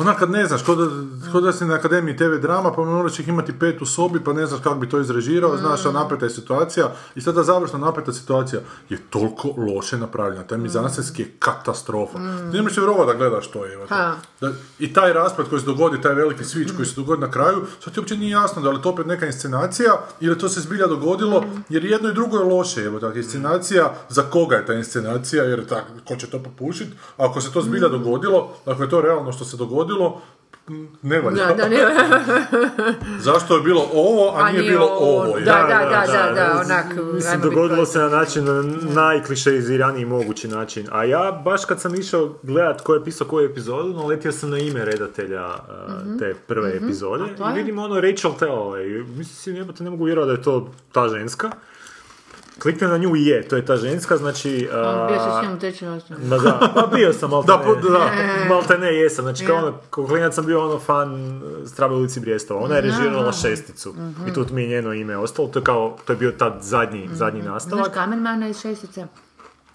ona kad ne znaš, ko da, ko da si na akademiji TV drama, pa moraš ih imati pet u sobi, pa ne znaš kako bi to izrežirao, znaš,
Mhm.
a napeta je situacija. I sad ta završna napeta situacija je toliko loše napravljena. Taj mizansenski je katastrofa. Ti ne možeš vjerovat da gledaš to, evo. te.
Mhm. Ha.
Da, I taj raspad koji se dogodi, taj veliki switch koji se dogodi na kraju, sad ti uopće nije jasno da li je to opet neka inscenacija ili to se zbilja dogodilo, jer jedno i drugo je loše, evo tako, inscenacija, za koga je ta inscenacija, jer tak, ko će to popušit, ako se to zbilja dogodilo, ako je to realno što se dogodilo, m, ne valja.
Da,
[LAUGHS]
da, ne,
Zašto je bilo ovo, a, nije bilo ovo?
Da,
je.
da, da, da, da, onak,
Mislim,
ajmo biti
dogodilo
korisni.
se na način, na najklišeiziraniji mogući način. A ja, baš kad sam išao gledat ko je pisao koju epizodu, naletio sam na ime redatelja uh, te prve epizode.
Mhm. to je?
I vidim ono Rachel Tellaway. I Mislim, jebote, ne mogu vjerovati da je to ta ženska. Kliknem na nju i je, to je ta ženska, znači...
On bio se
uh,
s njom u trećem osnovu.
Ma da, pa bio sam malte
Da,
ne,
po- da.
malte ne jesam, znači kao
Ja.
ono, kao klinac sam bio ono fan e, Strabe u ulici Brijestova, ona je režirala šesticu i tu mi je njeno ime ostalo, to je kao, to je bio tad zadnji, zadnji
Mhm. Znaš
nastavak.
kamermana iz šestice?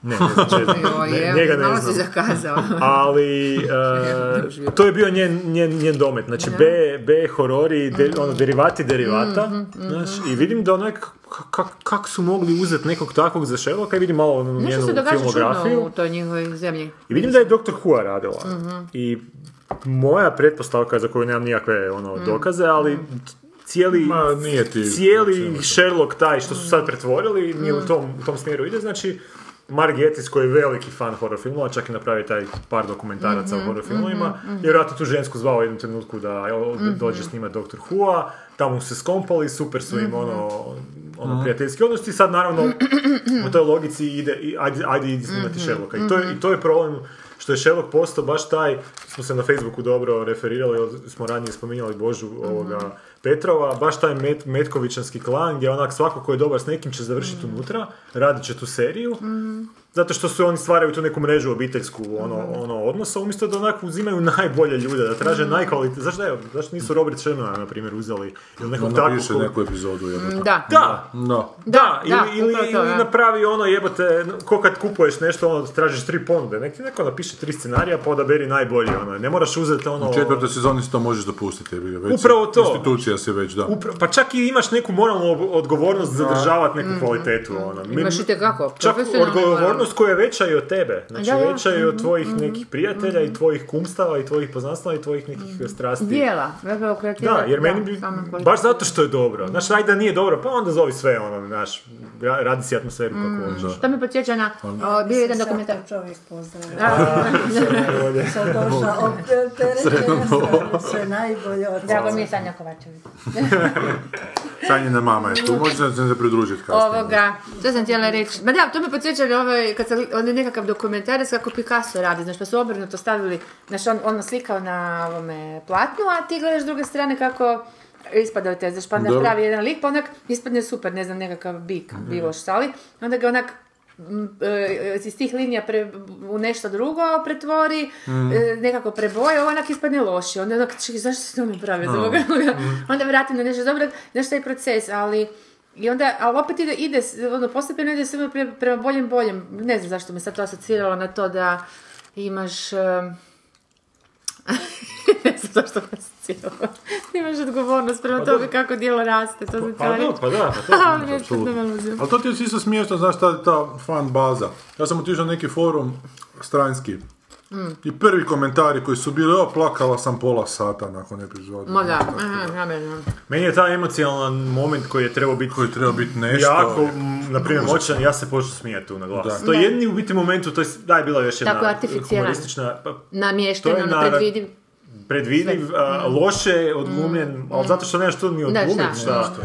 Ne, ne znam
[LAUGHS]
čezni.
Joj,
Ne,
evo,
njega ne
malo si
znam.
zakazao.
[LAUGHS]
[LAUGHS]
Ali e, to je bio njen, njen, njen domet. Znači B, B horori, de,
Mhm.
ono, derivati derivata. znaš, I vidim da onak, ka- ka- kak su mogli uzeti nekog takvog za Sherlocka i vidim malo onu
Nešto
njenu
se događa
filmografiju.
čudno u toj njihovoj zemlji.
I vidim da je Dr. Hua radila. I moja pretpostavka za koju nemam nikakve ono, dokaze, ali cijeli...
Ma, nije ti... ono
Cijeli Sherlock taj što su sad pretvorili nije u tom, u tom smjeru ide, znači Mark Gatiss koji je veliki fan horror filmova, čak i napravio taj par dokumentaraca o horror filmovima, vjerojatno tu žensku zvao u jednom trenutku da evo, dođe snima Dr. Hua, tamo su se skompali, super su im ono, ono prijateljski odnosi, sad naravno [CLEARS THROAT] po toj logici ide, i ajde, ajde idi snimati Sherlocka. I to, je, I to je problem što je Sherlock postao baš taj, smo se na Facebooku dobro referirali, jer smo ranije spominjali Božu ovoga Petrova, baš taj Met, Metkovićanski klan gdje onak svako ko je dobar s nekim će završiti unutra, radit će tu seriju, zato što su oni stvaraju tu neku mrežu obiteljsku ono,
Mhm.
ono odnosa, umjesto da onako uzimaju najbolje ljude, da traže najkvalitetnije. Zašto, evo, zašto nisu Robert Shermana, na primjer, uzeli? Ili nekog
Ona
takvog...
piše
ko-
neku epizodu jednu.
Da.
Da,
Da.
da,
Da,
ili, ili,
upravo to,
ili
da.
napravi ono jebote, ko kad kupuješ nešto, ono, tražiš tri ponude, nek ti neko napiše tri scenarija pa odaberi najbolji, ono, ne moraš uzeti ono...
U četvrtoj sezoni si to možeš dopustiti. jer je Već
Upravo to.
Institucija si već, da.
Upra- pa čak i imaš neku moralnu ob- odgovornost zadržavati neku kvalitetu, ono. Mi-
Mhm. Imaš itekako,
Čak
profesionalnu
odgovornost
moralnu.
koja je veća i od tebe, znači
Da, da. Mhm.
veća i od tvojih nekih prijatelja i tvojih kumstava i tvojih poznanstava i tvojih nekih strasti.
Mhm. Dijela, zapravo kreativa.
Da, jer meni bi,
samo kvalitet.
baš zato što je dobro. Znaš, ajde da nije dobro, pa onda zovi sve ono, znaš, ra- radi si atmosferu
Mhm.
kako hoćeš.
To mi podsjeća na, o, bio je jedan dokumentar.
čovjek pozdravlja.
Najbolje.
Sad došla opterećena, sve najbolje od
Drago mi je Sanja Kovačević.
Sanjina mama je tu, možda se se pridružiti kasnije.
Ovoga, to sam htjela reći. Ma da, to me podsjeća na ovaj, kad sam, on je nekakav dokumentarac kako Picasso radi, znaš, pa su obrnuto stavili, znaš, on, on slikao na ovome platnu, a ti gledaš s druge strane kako ispadaju te, znaš, pa
Dobro.
napravi jedan lik, pa onak ispadne super, ne znam, nekakav bik, bilo šta li, onda ga onak m, e, iz tih linija pre, u nešto drugo pretvori,
Mm.
e, nekako preboje, ovo onak ispadne loši. Onda onak, čekaj, zašto se to napravi? za Boga?
Mm.
Onda vratim na nešto dobro, znaš taj proces, ali... I onda, ali opet ide, ide s- ono, postepeno ide sve prema, prema boljem boljem. Ne znam zašto me sad to asociralo na to da imaš... em, [LAUGHS] ne znam zašto me asociralo. [LAUGHS] Imaš odgovornost prema tome kako djelo raste, to sam
Pa
htjela
da,
reći.
pa da, pa da.
Ali mi je čudno melodija.
Ali to ti je isto smiješno, znaš, ta, ta fan baza. Ja sam otišao na neki forum stranski. I prvi komentari koji su bili, o, plakala sam pola sata nakon epizode.
Ma da, aha, ja ne znam.
Meni je taj emocijalan moment koji je trebao biti
Koji treba biti nešto.
jako, m, na primjer, moćan, ja se počeo smijati tu na glas.
Da.
To je jedini u biti momentu, to je, s- da je bila još jedna
Tako artificijelan.
humoristična, pa,
Namješteno,
To je
ono,
narav-
predvidiv.
predvidiv, a, loše, odglumljen, ali zato što nemaš tu ni
Mm. Da,
odglumit,
šta?
šta.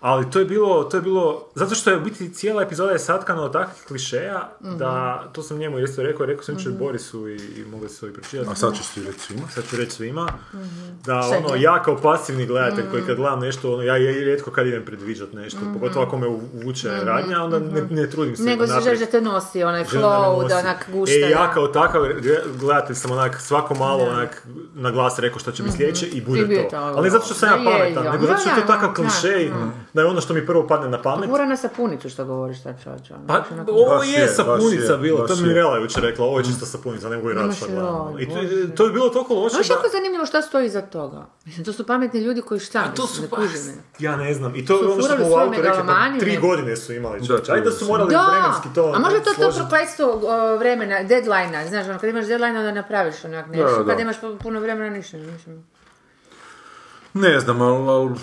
Ali to je bilo, to je bilo, zato što je u biti cijela epizoda je satkana od takvih klišeja,
Mhm.
da, to sam njemu isto rekao, rekao sam jučer Borisu i, i mogli su i pročitati.
A sad ćeš ti reći svima.
sad ću reći svima,
Mhm.
da ono, ja kao pasivni gledatelj koji kad gledam nešto, ono, ja je rijetko kad idem predviđat nešto, pogotovo ako me uvuče radnja, onda ne, ne trudim se
Mhm. Nego se
unaprijed.
želiš da te nosi onaj
Žena me
flow, da
nosi.
onak gušta.
E, ja kao takav gre- gledatelj sam onak svako malo onak na glas rekao što će biti sljedeće i
Mhm. I
bude
bude
to.
to,
Ali ne zato što sam ja
da je,
pametan,
da.
nego zato što je
Da,
to
da,
takav
da,
klišej da je ono što mi prvo padne na pamet.
Gura na sapunicu što govoriš, sad čovječe. ono,
Pa,
baš onako- Mhm.
ovo
Baš je,
je
baš
sapunica
je,
bila,
baš
to mi
je.
Mirela jučer rekla, ovo je čista sapunica, ne mogu i rad
Imaš
šta
joj,
gledam. I to,
Bože.
to je bilo toliko loše
Znaš
da...
jako zanimljivo šta stoji iza toga? Mislim, to su pametni ljudi koji šta?
To su
ne
pa,
kuži me.
ja ne znam. I to je
Su
ono što smo
furali
u
svoju
autu rekli, pa
megalomaniju,
tri
ne?
godine su imali.
Da,
čovječe. Ajde da su morali
Da,
vremenski to
a možda je to to
složiti.
prokletstvo o, vremena, deadline-a, znaš, ono, kad imaš deadline-a onda napraviš onak nešto,
Da, da.
kad imaš pu- puno vremena ništa, ništa.
Ne znam, ali, al-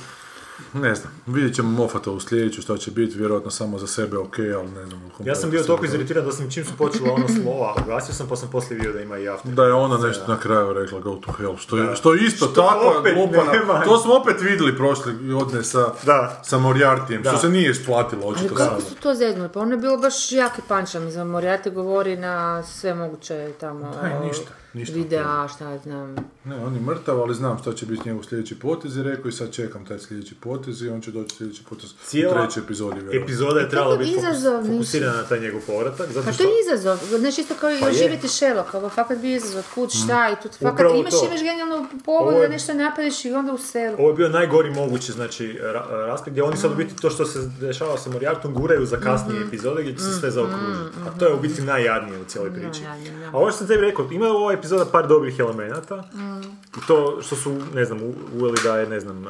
ne znam. Vidjet ćemo Mofata u sljedeću, šta će biti, vjerojatno samo za sebe ok, ali ne znam. u kom
Ja sam bio
pravcu
toliko
se-
iziritiran da sam čim su počela ono slova, ugasio sam pa sam poslije vidio da ima i after.
Da je ona nešto na kraju rekla go to hell, što je, što je isto
Što
tako
opet nema.
glupana. To smo opet vidjeli prošli odne sa,
Da.
sa Moriartijem,
Da.
što se nije isplatilo očito.
Ali kako su to zeznuli? Pa ono je bilo baš jaki pančan, mislim, Morijate govori na sve moguće tamo...
Aj, ništa. Ništa.
videa, šta ja znam.
Ne, on je mrtav, ali znam šta će biti njegov sljedeći potez i rekao i sad čekam taj sljedeći potez i on će doći sljedeći potez
Cijela
u trećoj epizodi. vjerojatno.
Epizoda
E,
je trebala biti fokus-
izazovni su.
fokusirana na taj njegov povratak, zato
Pa
što...
to je izazov, znači isto kao i
je.
živjeti Sherlock, ovo fakat bi izazov, kud, šta i tu fakat
Upravo
imaš,
to.
imaš genijalnu povod
Ovo je-
da nešto napraviš i onda u selu.
Ovo je bio najgori mogući znači, ra- rasplet gdje oni sad u biti to što se dešava sa Moriartom guraju za
Mhm.
kasnije epizode gdje će se sve zaokružiti. A to je u biti najjadnije u cijeloj priči.
Najjadnije, da.
A ovo što sam tebi rekao, ima ova epizoda par dobrih elemenata.
Mhm.
I to što su, ne znam, u- uveli da je, ne znam, uh,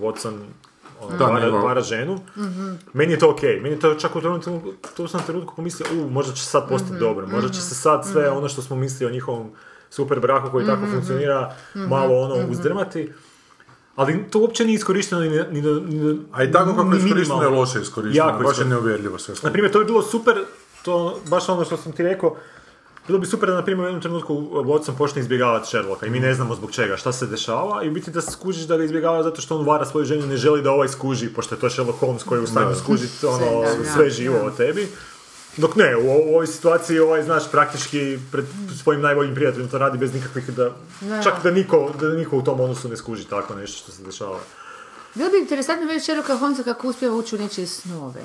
Watson ono,
Da,
vara,
nego-
vara ženu. Meni je to okej. Meni je to čak u trenutku, tu sam trenutku pomislio, u, možda će sad postati dobro. Možda će se sad sve ono što smo mislili o njihovom super braku koji tako funkcionira, malo ono uzdrmati. Ali to uopće nije iskorišteno ni, ni, ni, ni
A i tako kako
ni
je iskorišteno je
minimalno.
loše iskorišteno,
Jako
baš je
iskorišteno.
neuvjerljivo sve
Na
skupa.
primjer, to bi bilo super, to baš ono što sam ti rekao, bilo bi super da, na primjer, u jednom trenutku Watson počne izbjegavati Sherlocka i mi ne znamo zbog čega, šta se dešava i u biti da se skužiš da ga izbjegava zato što on vara svoju ženu i ne želi da ovaj skuži, pošto je to Sherlock Holmes koji je u stanju skužiti ono,
Sve, da, da,
sve živo o tebi. Dok ne, u, u ovoj situaciji ovaj, znaš, praktički pred svojim najboljim prijateljem to radi bez nikakvih da... Čak da niko, da niko u tom odnosu ne skuži tako nešto što se dešava.
Bilo bi interesantno vidjeti Sherlocka Holmesa kako uspjeva ući u nečije snove.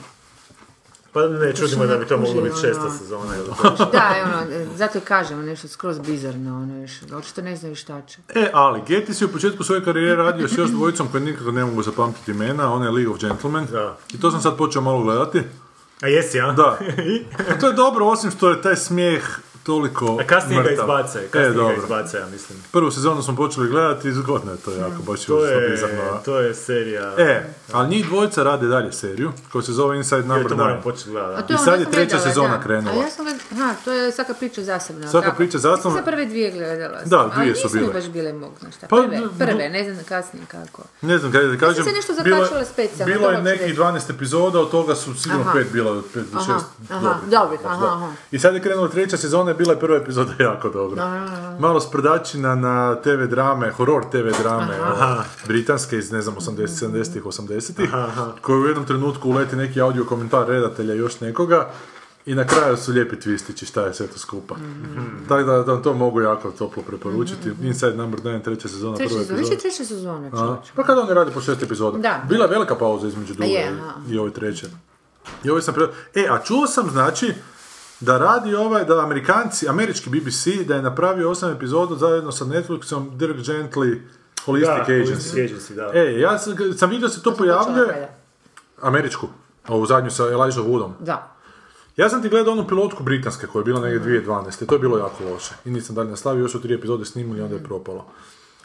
Pa ne čudimo da bi to moglo biti
Kužim,
šesta
ono.
sezona. ili
[LAUGHS] Da, evo, ono, zato i kažemo nešto skroz bizarno, ono još, očito ne znaju šta će.
E, ali Getis je u početku svoje karijere radio s još dvojicom koje nikako ne mogu zapamtiti imena, on je League of Gentlemen.
Da.
I to sam sad počeo malo gledati.
A jesi, a?
Da.
I?
A to je dobro, osim što je taj smijeh toliko
A E, kasnije ga
mrtav.
izbace,
E,
kasnije ga
dobro.
izbace, ja mislim.
Prvu sezonu smo počeli gledati i zgodno je to jako, baš je
Hmm. To
užasno
je,
bizarno. a?
to je serija...
E, ali njih dvojica rade dalje seriju, koja se zove Inside
Joj,
Number
to
9.
moram početi gledati.
A
da.
to je
I
ono,
sad
ja
je
sam
treća
gledala,
sezona
da.
krenula.
A ja sam gledala, aha, to je svaka priča zasebna. jel'
Svaka
tako?
priča zasebna.
Ja sam prve dvije gledala. sam,
Da, dvije su
Ali nisu mi
bile.
baš bile mog, znaš šta.
Pa,
Prve,
d-
prve, ne znam kasnije kako.
Ne znam kaj da kažem.
se nešto
bilo je-
zakačila specijalno,
Bilo
to
je
hoću
nekih
reći.
12 epizoda, od toga su sigurno
Aha.
pet bila, od pet do
Aha,
šest
aha,
dobrih.
dobrih,
Znači, Da.
aha, aha.
I sad je krenula treća sezona, bila je prva epizoda [LAUGHS] jako dobra. Malo sprdačina na TV drame, horor TV drame, ono, britanske iz, ne znam, 80 70-ih, 80-ih, koji u jednom trenutku uleti neki audio komentar redatelja i još nekoga, i na kraju su lijepi twistići šta je sve to skupa.
Mhm.
Tako da vam to mogu jako toplo preporučiti. Inside Number 9, treća sezona,
Treća
Pa prva
sezona,
epizoda.
više treća sezona,
A,
čovječe.
Pa kada oni rade po šest epizoda?
Da.
Bila je velika pauza između druge
je, aha.
i, i ove treće. I ove sam pre... E, a čuo sam, znači, da radi ovaj, da amerikanci, američki BBC, da je napravio osam epizoda zajedno sa Netflixom Dirk Gently Holistic Agency.
Holistic Agency, da.
E, ja sam, sam vidio da se to
Počela
pojavljuje,
gleda.
američku, ovu zadnju sa Elijah Woodom.
Da.
Ja sam ti gledao onu pilotku britanske koja je bila
Mhm.
negdje 2012. To je bilo jako loše. I nisam dalje nastavio, još su tri epizode snimili i onda je propalo.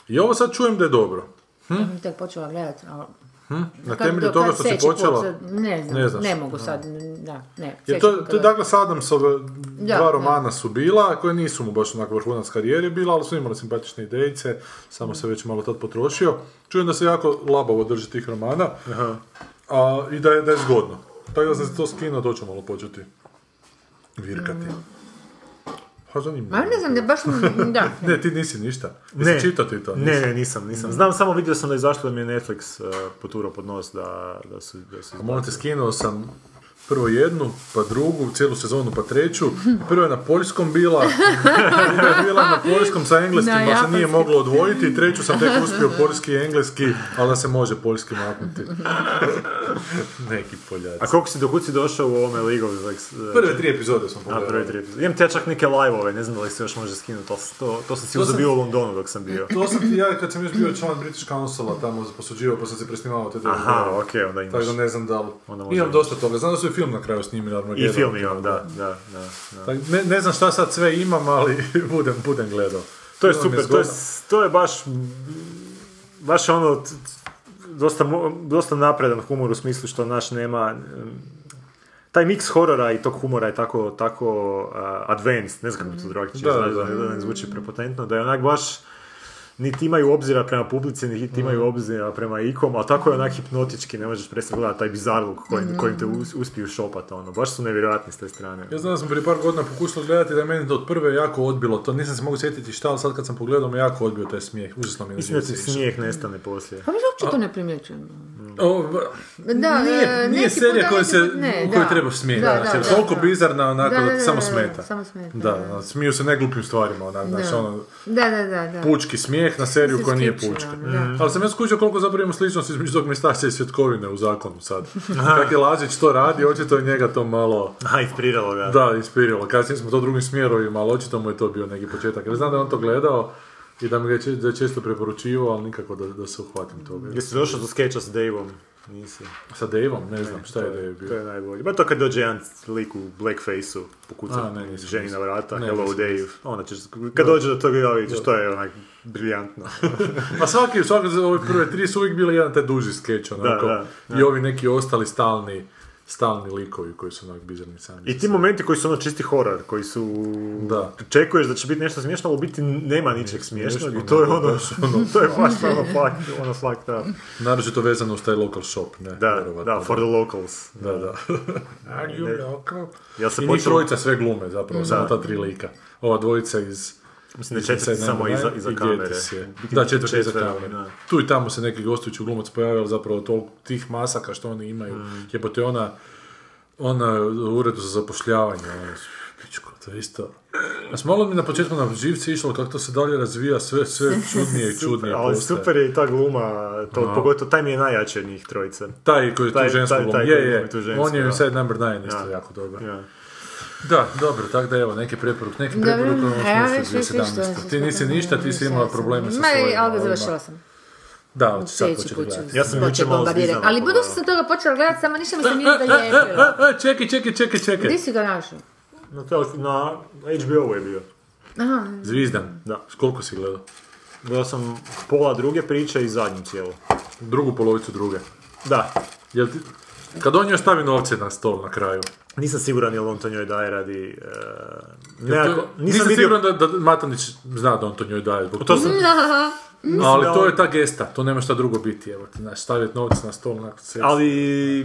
I ovo sad čujem da je dobro.
Ja sam tek počela gledat, ali...
Na
Kad-
temelju
do-
toga
kad
što si
sljedeći put,
počela...
sad Ne znam,
Ne
ne,
znaš.
mogu sad, da, ne.
Jer
sljedeći
to,
put
to je
kada-
Douglas Adamsove dva
da.
romana su bila, koje nisu mu baš onako vrhunac karijere bila, ali su imali simpatične idejice, samo se već malo tad potrošio. Čujem da se jako labavo drži tih romana a, i da je, da je zgodno. Tako da sam se to skinuo, to ću malo početi virkati. Pa zanimljivo.
Ma ne znam, da baš,
[LAUGHS]
m, da.
Ne, ti nisi ništa. Nisi
Ne.
čitao ti to.
Ne, ne, nisam, nisam. Znam, samo vidio sam da je zašto da mi je Netflix uh, poturao pod nos da, da su... Da su
Molim te, skinuo sam prvo jednu, pa drugu, cijelu sezonu, pa treću. Prva je na poljskom bila, [LAUGHS] druga je bila na poljskom sa engleskim,
Na
pa se nije
japanskim.
moglo odvojiti. I treću sam tek uspio poljski i engleski, ali da se može poljski maknuti.
[LAUGHS]
Neki
A
poljaci.
koliko si, dokud si došao u ovome League of Legends? uh,
Prve tri epizode sam
A, prve
pogledao.
tri epizode. Imam te ja čak neke live-ove, ne znam da li se još može skinuti, ali to, to sam si uzeo bio u Londonu dok sam bio.
To sam ti ja, kad sam još bio član British Councila, tamo posuđivao, pa sam se presnimao te DVD.
Aha, okej, onda
Tako
imaš.
da ne znam da li...
Onda može
Imam
imaš.
dosta toga, znam da su i film na kraju snimili Armageddon.
I film imam, da, da, da. da.
Tak, Pa ne, ne znam šta sad sve imam, ali [LAUGHS] budem, budem gledao.
To je
Film
super, to je,
zgodan.
to je baš, baš ono, t- dosta, mo- dosta napredan humor u smislu što naš nema, em, taj miks horora i tog humora je tako, tako a, advanced, ne znam kako to drugačije,
Mm. Da,
znači,
da.
da, ne zvuči prepotentno, da je onak baš, niti imaju obzira prema publici, niti
Mm.
imaju obzira prema ikom, a tako je onak hipnotički, ne možeš prestati gledati taj bizarluk kojim, kojim te us- uspiju šopat, ono, baš su nevjerojatni s te strane.
Mm. Ja znam da sam prije par godina pokušao gledati da je meni to od prve jako odbilo. To nisam se mogu sjetiti šta, ali sad kad sam pogledao me jako odbio taj smijeh. Užasno mi je na
Mislim da
živce
ti
išao.
smijeh nestane poslije.
Pa mi uopće to ne primjećujemo. Da,
nije,
e,
nije
neki
serija
puta,
koju
neki
se,
put ne,
u kojoj
da.
trebaš smijeti.
Da,
znaš,
da,
jer
da,
toliko
da.
bizarna, onako,
Da,
da,
da, da,
samo
da, da,
smeta.
samo smeta,
Da,
da.
da, smiju se najglupljim stvarima, onak, znaš,
Da.
ono,
Da, da, da, da.
pučki smijeh na seriju koja nije
Slično,
pučka.
da.
Mm. Ali sam ja skužio koliko zapravo ima sličnosti između tog mestašća i svjetkovine u zakonu sad. Kak je Lazić to radi, očito je njega to malo...
Aha, inspiriralo ga.
Da, inspiriralo. Kasnije smo to drugim smjerovima, ali očito mu je to bio neki početak. Jer znam da je on to gledao i da mi ga je, čest- da je često preporučivao, ali nikako da, da se uhvatim toga.
Gdje si došao do skeča s Dave-om? Nisi.
Sa Dave-om, ne znam šta je Dave
To
bio.
je najbolje. Ba to kad dođe jedan lik u blackface-u,
A,
pokuca
ne, nisam,
ženi na
nisam.
vrata,
Ne,
hello
nisam,
Dave, onda ćeš, kad dođe do toga, ja vidiš, to je onak
[LAUGHS]
briljantno.
Ma Pa svaki, svaki za ove prve tri su uvijek bili jedan taj duži skeč, onako.
da,
I ovi neki ostali stalni, stalni likovi koji su onak bizarni sami.
I ti momenti koji su ono čisti horor, koji su...
Da.
Čekuješ da će biti nešto smiješno, ali u biti nema ničeg smiješnog i
smiješno,
to je
nego
ono,
baš ono-
[LAUGHS] to je baš ono fuck, ono fuck, da.
Naročito vezano uz taj local shop, ne?
Da,
vjerovatno,
da, for the locals.
Da, da. [LAUGHS] Are you local?
Ja se
I njih
počeo,
trojica sve glume zapravo, samo ta tri lika. Ova dvojica iz...
mislim da
iz
četvrti
Inside
samo
Nine
iza,
Nine
iza
i
kamere.
Getis je.
U biti
Da, četvrti iza
četvrti,
kamere.
da.
Tu i tamo se neki gostujući glumac pojavio, ali zapravo toliko tih masaka što oni imaju.
Mm.
Jebote, ona, ona u uredu za zapošljavanje, ona, pičko, to je isto. Znaš, malo mi na početku na živci išlo kako to se dalje razvija, sve, sve čudnije i čudnije
Ali
postaje.
[LAUGHS] super je i ta gluma, to, pogotovo taj mi je najjače od njih trojice.
Taj koji je
Taj-
tu žensku
taj-
glumu,
taj
je,
koji
je,
glumi tu žensku,
on je
da.
Inside Number 9 isto
Da.
jako dobar.
Ja.
Da, dobro, tako da evo, neke preporuke, neke
Dobro,
preporuke u ovom
a ja
smislu
već više
2017.
što-
Ti nisi ništa, ti si imala probleme sa ovaj,
Ma,
svojim.
ali ga
ovima.
završila sam.
Da, hoću sad E, početi
Sljedeći put ću
gledati.
Ja sam
početi
jučer malo
bombardirati.
zvizdano
Ali budući
pogledao.
sam toga počela gledati, samo ništa mi se
[LAUGHS]
nije zalijepilo.
ovaj. E, e, čekaj, čekaj, čekaj, čekaj.
Gdje si ga našao?
Na, tel- na HBO-u je bio.
Aha,
Zvizdan,
Da.
koliko si gledao?
Gledao sam pola druge priče i zadnju cijelu.
Drugu polovicu druge.
Da,
Jel ti... Kad on još stavi novce na stol na kraju.
nisam siguran je li on to njoj daje radi... e,
To-
nekako-
nisam
nisam
siguran
vidio...
da, da Matanić zna da on to njoj daje. Zbog
To sam,
ali
da
to
on-
je ta gesta, to nema šta drugo biti. Evo, ti, znaš, staviti novce na stol, onako se...
ali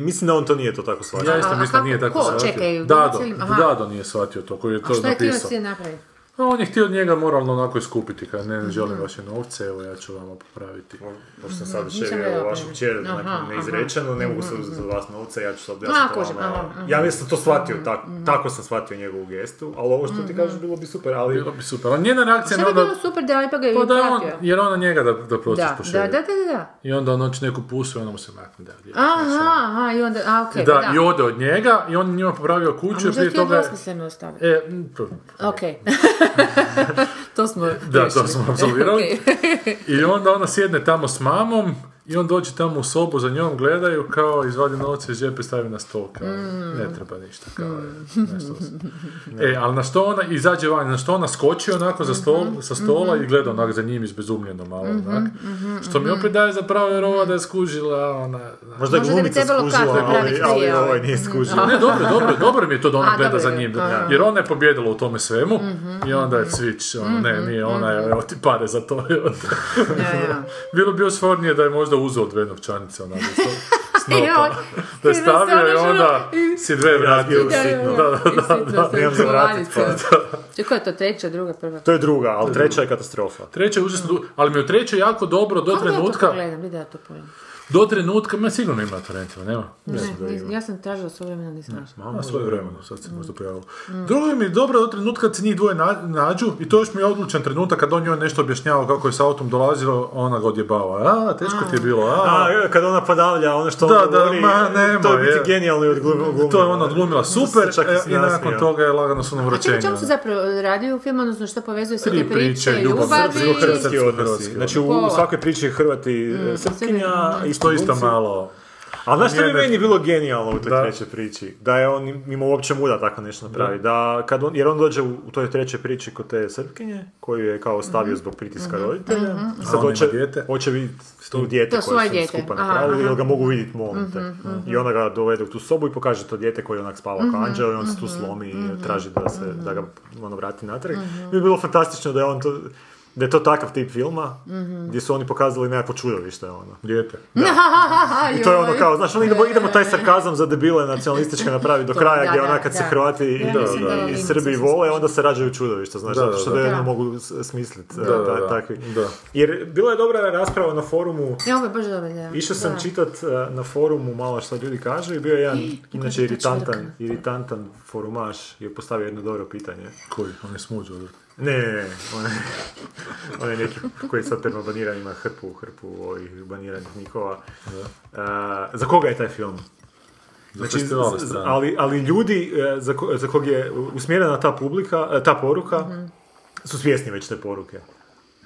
mislim da on to nije to tako shvatio.
Pa Ja isto
A- a
mislim da
kako-
nije tako
ko?
shvatio.
Čekaj, u
Dado,
cijelim- aha.
Dado nije shvatio to, koji je to
šta je ti
napisao.
si je napravio?
A on je htio od njega moralno onako iskupiti, kad ne, ne
Mhm.
želim vaše novce, evo ja ću vama popraviti.
Pošto sam sad
nisam
šerio
gledala
vašu
prvi.
kćer,
Aha,
onak
aha. Mhm,
neizrečeno, ne mogu se uzeti za vas novce, ja ću sad
A,
objasniti
kužim,
vama.
aha, Mhm, aha.
Ja mislim to shvatio, tak- tako sam shvatio njegovu gestu, ali ovo
Mhm,
što ti kažeš bilo bi super, ali...
Bilo bi super. Ali njena reakcija
Šta
na
bi
ono...
bilo super da je pa ga je
Pa da je on,
platio?
jer ona njega da, da proces
Da,
pošalje.
da, da, da, da.
I onda on hoće neku pusu i ona mu se makne da. je.
Aha, aha, i onda, a, okej, pa
da,
da.
i ode od njega i on njima popravio
A
kuću i
možda je
prije
htio
toga...
dvosmisleno ostaviti.
E, m, p- [LAUGHS]
Ok. to smo
da, to
riješili.
smo
[LAUGHS]
absolvirali. [LAUGHS]
Okej.
I onda ona sjedne tamo s mamom i on dođe tamo u sobu, za njom gledaju kao izvadi novce iz džepa i stavi na stol kao
Mm.
ne treba ništa kao nešto. E, ali na što ona izađe van, na što ona skoči onako za stol,
Mhm,
sa stola i gleda onak za njim izbezumljeno malo onak.
mhm,
Što mi opet daje zapravo vjerova da je skužila ona...
Možda
Možda
je
bi
glumica
trebalo
skužila,
kasno
ali,
napraviti
ali
prije,
ovaj
ovaj.
nije skužio.
Ne,
[LAUGHS]
dobro, dobro, dobro mi je to da ona
A,
gleda
dobro
za
je, Mhm,
njim.
da.
Jer ona je pobjedila u tome svemu i onda je cvič, ono, ne,
Mhm,
nije ona, je, evo ti pare za to.
Ja, ja.
Bilo bi još fornije da je možda uzeo dve novčanice onako.
[LAUGHS]
s- s
Joj,
novka. da je
i da se ono
stavio i
žuro-
onda
i-
si dve vratio u
Da, da,
sitno.
da.
Da, da, da.
Sitno sam
Nemam za vratit,
čuvarica. Čekaj, E, koja je to treća, druga, prva?
To je druga, ali treća je katastrofa.
Treće je užasno, du- ali mi je u trećoj jako dobro do
Kako ja to
trenutka,
pogledam, vidi da ja to pogledam.
do trenutka, ma sigurno ima to rentima, nema?
Ne, nis- ja sam tražila svoje vremena, nisam našla.
A svoje vremeno, sad se možda pojavilo.
Mm.
Drugo mi je dobro do trenutka kad se njih dvoje na- nađu i to još mi je odlučan trenutak kad on njoj nešto objašnjava kako je s autom dolazilo, ona ga odjebava. A, teško ti je bilo, a,
A, e, kad ona podavlja ono što
Da,
on
da,
govori,
ma, nemoj,
to je biti
je.
genijalno i odglumljeno.
to je ona odglumila super
Čak
e,
se
i nakon
nasmijao.
toga je lagano su nam
A čekaj,
vraćenje.
čemu se zapravo radi u filmu, odnosno što povezuje sve
Tri
te priče,
priče, ljubav,
ljubavi?
srpsko, hrvatsko.
Hrvatski odnosi.
Hrvatski
Znači u, u
odnosi.
svakoj priči Hrvati e, srpkinja,
To
isto
je isto
isto malo.
malo.
A znaš što bi
Njene-
meni bilo genijalno u toj
Da.
trećoj priči? Da je on mimo uopće muda tako nešto napravi. Da, kad on, jer on dođe u, u toj trećoj priči kod te srpkinje, koju je kao stavio zbog pritiska roditelja. I
A
sad
on ima
hoće,
dijete?
hoće vidjeti to dijete
To
koje
svoje
su
dijete.
skupa
Aha,
napravili,
aha. Mhm,
jel ga mogu vidjeti molim te. I ona ga dovede u tu sobu i pokaže to dijete koje onak spava
Mhm,
kao anđeo i on
Mhm.
se tu slomi i traži da, se, da ga ono vrati natrag. Bi bilo fantastično da je on to da je to takav tip filma
Mhm.
gdje su oni pokazali nekakvo čudovište ono.
[LAUGHS]
Dijete.
I to je ono kao, znaš, ono idemo, idemo taj sarkazam za debile
[LAUGHS]
nacionalističke napravi do
To,
kraja
da,
gdje ona
da,
kad se
da.
Hrvati i,
Ja mislim da
i, i
imam
Srbi
sasvim
vole, onda se rađaju čudovišta, znaš,
Da,
zato
da,
što
da.
da,
Da.
mogu s- smislit e,
Da,
ta-
da.
takvi.
Da.
Jer bila je dobra rasprava na forumu
Ne, ovo je baš dobro, da.
Išao sam
Da.
čitat e, na forumu malo što ljudi kažu i bio je jedan, inače
kaže ta
iritantan,
čvrka.
iritantan forumaš je postavio jedno dobro pitanje.
Koji? On je smuđo. da.
Ne, ne, ne, on [LAUGHS] je, on je neki koji je sad permabaniran, ima hrpu, hrpu ovih baniranih nikova. E, za koga je taj film? Znači,
festivale
z- z-
strane.
ali, ali ljudi e, za, ko- za kog je usmjerena ta publika, e, ta poruka, su svjesni već te poruke.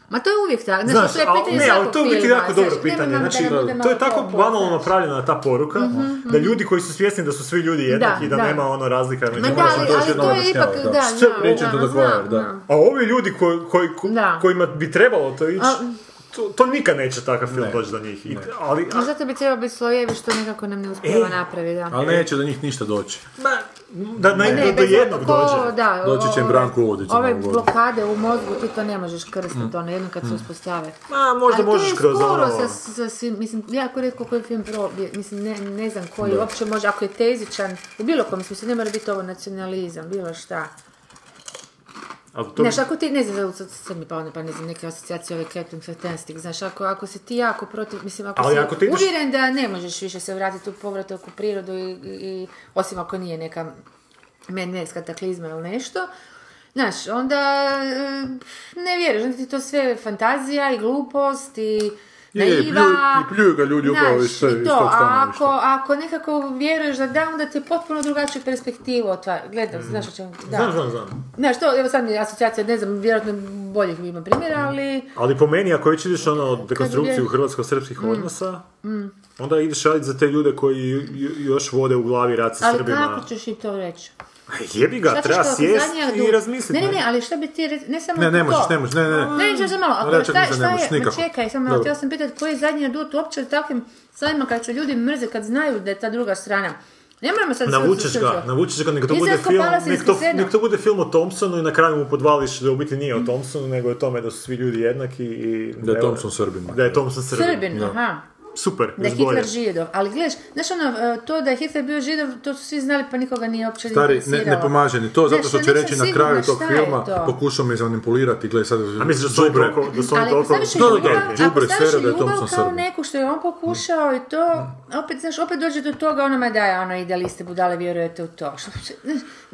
Ma to je uvijek tako,
Znaš,
znači, to je
ali-
pitanje
ne, ali
svakog
to je u biti
filma,
jako dobro
znaš,
pitanje.
nemoj nam da
Znači,
nam bude
to
malo
je tako
toplo,
banalno
znaš.
napravljena ta poruka, da ljudi koji su svjesni da su svi ljudi jednaki, da,
da.
nema ono razlika među
Ma da,
njima.
moraš
ali,
doći
ali
jednom
to je ipak,
objašnjavati,
da,
da.
da,
Sve reći
ono,
do
znam,
kraja, da.
znam.
A ovi ljudi koji, koji, ko-
Da.
kojima bi trebalo to ići,
A-
to, to nikad neće takav film doći do njih. I, ali,
Ma zato bi trebao biti slojevi što nekako nam ne
E,
uspijeva napraviti, da.
Ali neće do njih ništa doći.
da na, do, do
bez-
jednog
ko-
dođe.
Da,
Doći će
o-
Branko Uvodić za
Ove
Novu godinu.
blokade u mozgu ti to ne možeš
Mm.
krstiti, ono, jedno kad se uspostave.
Ma, možda
Ali to
možeš
je
kroz
sporo
ono-
sa, sa svim, mislim, jako rijetko koji film probije, mislim, ne, ne znam koji, uopće može, ako je tezičan, u bilo kom smislu, ne mora biti ovo nacionalizam, bilo šta.
Ali to bi-
Znaš, ako ti, ne znam, sad- sad mi pa ono, pa ne znam, neke asocijacije ove Captain Fantastic, znaš, ako, ako si ti jako protiv, mislim, ako
Ali
si
ako ti ideš-
uvjeren da ne možeš više se vratiti u povratak u prirodu, i, i- osim ako nije neka menez kataklizma ili nešto, znaš, onda e, ne vjeruješ, onda ti to sve fantazija i glupost i
Je, je, i
naiva,
pljuju- i pljuju ga ljudi upravo
znaš,
iz sve-
i
iz
to,
tog
a
stanovišta.
ako, ako nekako vjeruješ da da, onda ti je potpuno drugačiju perspektivu otvara, gledam,
Mm.
znaš o čemu, da.
Znam, znam, znam.
Znaš, to, evo sad mi je asocijacija, ne znam, vjerojatno boljih ima
Mhm.
primjera, ali...
Ali po meni, ako već ideš ono dekonstrukciju
je- Mm.
hrvatsko-srpskih odnosa, onda ideš raditi za te ljude koji jo- još vode u glavi rat sa
Ali
Srbima. Pa
kako ćeš im to reći?
Jebi ga,
Šta ćeš
treba
to ako
sjest
zadnjak
i
dug-
razmisliti.
Ne, ne, ne, ali šta bi ti rekao, ne samo
Ne, ne
to.
možeš, ne možeš, ne, ne, ne.
Ne, čekaj, samo malo,
Ne,
ako
čekaj,
šta,
mislim,
šta
ne možeš
je, ma
nikako.
čekaj, samo malo,
Dobro.
htjela sam pitati koji je zadnji adut uopće u takvim stvarima kad će ljudi mrze, kad znaju da je ta druga strana. Ne moramo sad...
Navučeš
sve-
ga,
sve-
navučeš ga, nek to,
Iz
bude film, nek
Eskopalasinske
to,
sedam.
nek to bude film o Thompsonu i na kraju mu podvališ da u biti nije o Thompsonu, nego je o tome da su svi ljudi jednaki i...
Da je
evo,
Thompson Srbin.
Da je Thompson Srbin.
Srbin, aha.
Super,
Da je
još bolje.
Hitler židov, ali gledaš, znaš ono, e, to da je Hitler bio židov, to su svi znali pa nikoga nije uopće
Stari, ne, ne
interesiralo.
pomaže ni to, zato
Znaš,
što
ja
će
nisam
reći na
sigurna
kraju tog
šta je
filma,
to.
pokušao me izmanipulirati, gledaj sad,
A misliš da su oni
đubre.
toliko... Da su oni
Ali ako
toliko...
staviš
Da, da,
ljubav,
da,
ako
đubre,
staviš
sera da je
ljubav
Thompson
kao
Srbin. Mm.
neku što je on pokušao i to, opet, znaš, opet dođe do toga, ono, ma daj, ono, idealiste budale, vjerujete u to. Što- što-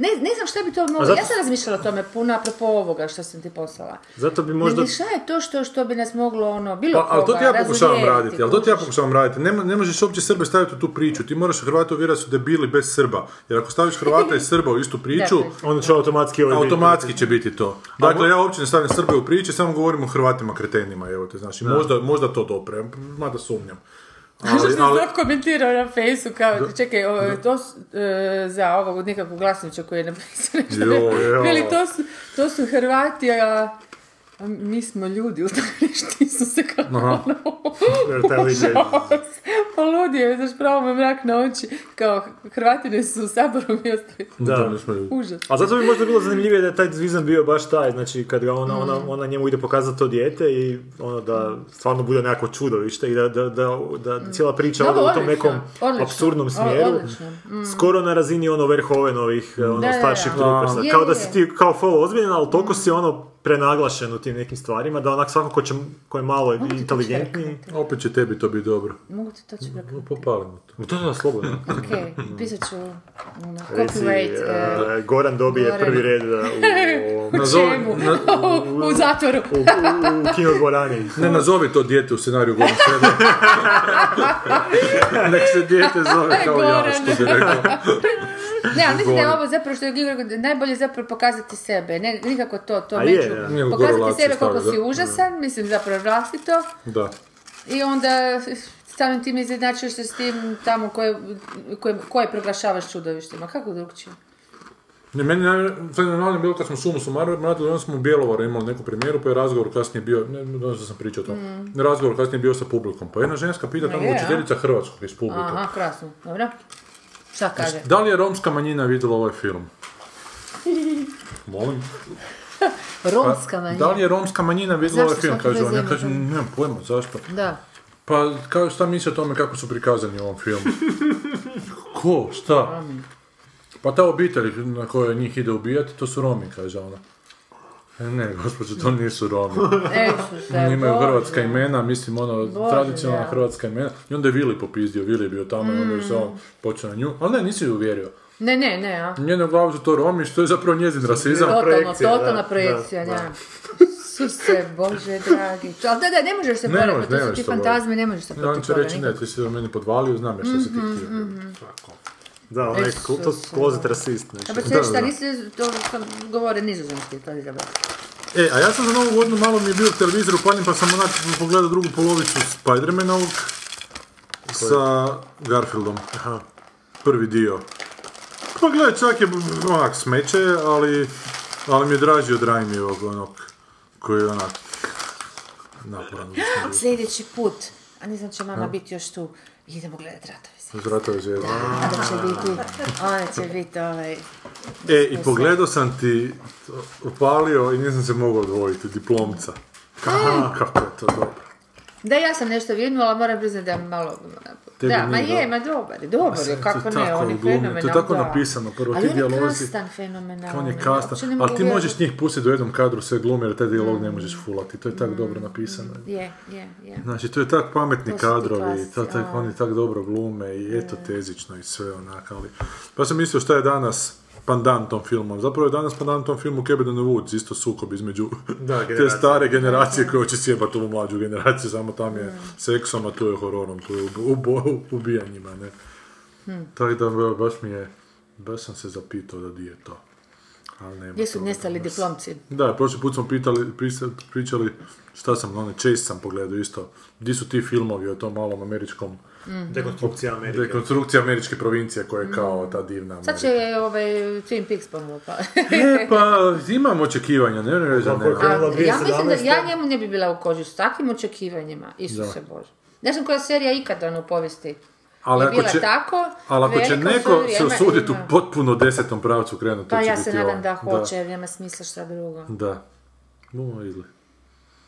Ne, ne znam šta bi to moglo,
zato-
ja sam razmišljala o tome puno apropo ovoga što sam ti poslala.
Zato bi
Možda...
možda...
Ne, šta je to što, što bi nas moglo, ono, bilo
Pa, ali to ti ja pokušavam
razuvjeriti,
raditi, ali to ti ja
kužiš?
pokušavam raditi. Ne, mo- ne možeš uopće Srbe staviti u tu priču, ti moraš Hrvata uvjerati da su debili bez Srba. Jer ako staviš Hrvata i Srba u istu priču,
Dakle.
Onda će automatski... ovaj biti- [LAUGHS]
automatski će biti to. Dakle, ja uopće ne stavljam Srbe u priče, samo govorim o Hrvatima kretenima, evo te, znači, možda, možda to dopre, mada sumnjam.
Što
Ali,
sam
ali,
sad komentirao na fejsu, kao, čekaj, ovo je to su, e, za ovog nekakvog glasnoća koji je napisao nešto.
Jo,
[LAUGHS]
jo.
Veli, to su, to su Hrvati, a, a mi smo ljudi, u tome nešto su se kao
[LAUGHS]
ono,
taj lik je-
[LAUGHS] užas. Poludio je, znaš, pravo me mrak na oči, kao, Hrvatine su u saboru mi ostavi.
Da.
Užas.
A zato bi možda bilo zanimljivije da je taj divizam bio baš taj, znači kad ga ona, ona,
Mhm.
ona njemu ide pokazati to dijete i ono da stvarno bude nekako čudovište i da, da, da, da cijela priča
Mhm. Dobro,
ode u tom
odlično,
nekom
odlično,
apsurdnom
o-
smjeru.
odlično, mhm.
Skoro na razini ono Verhovenovih, ono,
Da, da,
starših
da.
trupersa.
Je,
Kao
je,
da
je.
si ti kao fol ozbiljan, ali toliko si ono prenaglašen u tim nekim stvarima da onak svako ko, će, ko je malo inteligentniji...
opet će tebi to biti dobro.
Mogu ti to ću
[LAUGHS]
rekao?
No, popalimo to.
To je slobodno.
Okej, pisat ću ono,
Reci,
copyright. e,
e, Goran dobije
Goran.
prvi red e, u,
[LAUGHS]
u,
u čemu? [LAUGHS] U- u zatvoru.
u,
[LAUGHS]
u kinodvorani.
Ne nazovi to dijete u scenariju Goran Sedla. Nek se dijete zove kao ja,
Goran.
što bi rekao.
Ne, ali mislim da je
Govorim.
ovo zapravo što je Gigi rekao, najbolje zapravo pokazati sebe, ne, nikako to, to
A
neću.
je, da.
Nego korelaciju
Pokazati sebe koliko
stavlja,
si
da.
užasan, mislim zapravo vlastito,
Da.
i onda samim tim izjednačuješ se s tim tamo koje, koje, koje proglašavaš čudovištima, kako drugčije?
Ne, meni naj- fenomenalno je bilo kad smo sumu sumaru radili, onda smo u Bjelovaru imali neku premijeru, pa je razgovor kasnije bio, ne, ne znam što sam pričao to, razgovor kasnije bio sa publikom. Pa jedna ženska pita tamo
Mm. je, a?
učiteljica hrvatskog iz publike.
Aha, krasno, dobro. Šta kaže? [LAUGHS]
Da li je romska manjina vidjela ovaj film? Molim?
Romska manjina.
Da li je romska manjina vidjela ovaj
Zašto
film,
svaki
kaže on. Ja
bez
kažem,
imena?
nemam pojma, zašto.
Da.
Pa kao, šta misli o tome kako su prikazani u ovom filmu? Ko? Šta? Pa ta obitelj na kojoj njih ide ubijati, to su Romi, kaže ona. E, Ne, gospođo, to nisu Romi. [LAUGHS] Oni imaju hrvatska imena, mislim, ono, tradicionalna
da.
hrvatska imena. I onda je Vili popizdio, Vili je bio tamo i onda je se on počeo na nju. Ali ne, nisi ju uvjerio.
Ne, ne, ne, a.
Njene glavu su to Romi, što je zapravo njezin rasizam.
Totalno,
projekcija,
totalna
da,
projekcija,
da,
da. Suse, Bože, dragi. Č- Ali da, da, ne možeš se
Ne možeš,
boriti,
ne
to su
možeš
ti
se boriti.
fantazme, ne možeš se
I on
protiv
će
toga.
reći,
nikako.
ne, ti si do mene podvalio, znam ja što si ti htio.
Tako. Da, onaj
Isuse.
ko- to su closet rasist. Znači.
A pa ću
Da,
reći
da.
šta, nisi, to sam govore nizozemski, to je dobro.
E, a ja sam za novu godinu malo mi je bio televizor upaljen pa sam onak pogledao drugu polovicu Spider-Manovog sa Garfieldom.
Aha.
Prvi dio. Pa gledaj, čak je onak smeće, ali, ali mi je draži od Raimijevog onog koji je onak naporan.
Sljedeći put, a ne znam će mama biti još tu, idemo gledat ratove se.
Zvrata zvijezda.
A da će biti, ona će biti ovaj...
E, i pogledao sam ti, upalio i nisam se mogao odvojiti, diplomca. Aha, kako je to dobro.
Da, ja sam nešto vidnula, ali moram priznati da je malo...
Tebi
da, ma
nije,
je,
da.
ma dobar je, dobar
Sve
je,
to
kako ne,
tako
on je
glumio,
fenomenal,
To je tako
da.
napisano, prvo
Ali
ti
on je
dijalozi.
kastan fenomenalno.
On je kastan, ali ti možeš njih pustiti u jednom kadru sve glume, jer taj dijalog ne možeš fulati, to je tako dobro napisano.
Je, je, je.
Znači, to je tak pametni
To su ti
kadrovi,
klasci,
to, tak,
a.
oni tak dobro glume i eto tezično i sve onak, ali... Pa sam mislio šta je danas pandan tom filmom. Zapravo je danas pandan tom filmu Cabin in the Woods, isto sukob između [LAUGHS]
Da,
te
generacija.
stare generacije koje će sjebat ovu mlađu generaciju, samo tam je seksom, a tu je hororom, tu je ubo- ubo- [LAUGHS] ubijanjima, ne.
Hm.
Tako da ba- baš mi je, baš sam se zapitao da di je to. Ali nema
Gdje su
toga
nestali
danas.
diplomci?
Da, prošli put smo pitali, prisa- pričali šta sam, one Chase sam pogledao isto, di su ti filmovi o tom malom američkom,
Dekonstrukcija Amerike.
dekonstrukcija američke provincije koja je kao ta divna Amerika.
Mm. Sad će ovaj Twin Peaks ponovo pa.
E, pa imam očekivanja, ne vjerujem da
Kako je
nema.
krenula
[LAUGHS] ja mislim da
2017..
ja njemu ne bi bila u koži s takvim očekivanjima, Isuse Bože. Ne znam koja serija ikada ono u povijesti
Ali
je
ako
bila
će-
tako,
Ali ako će
velika u
neko
svoje
se
vrijeme,
usuditi u
ima-
potpuno desetom pravcu krenuti,
Pa
to će
ja se
biti
nadam
on.
da hoće, jer nema smisla šta drugo.
Da. da. Budemo vidjeli.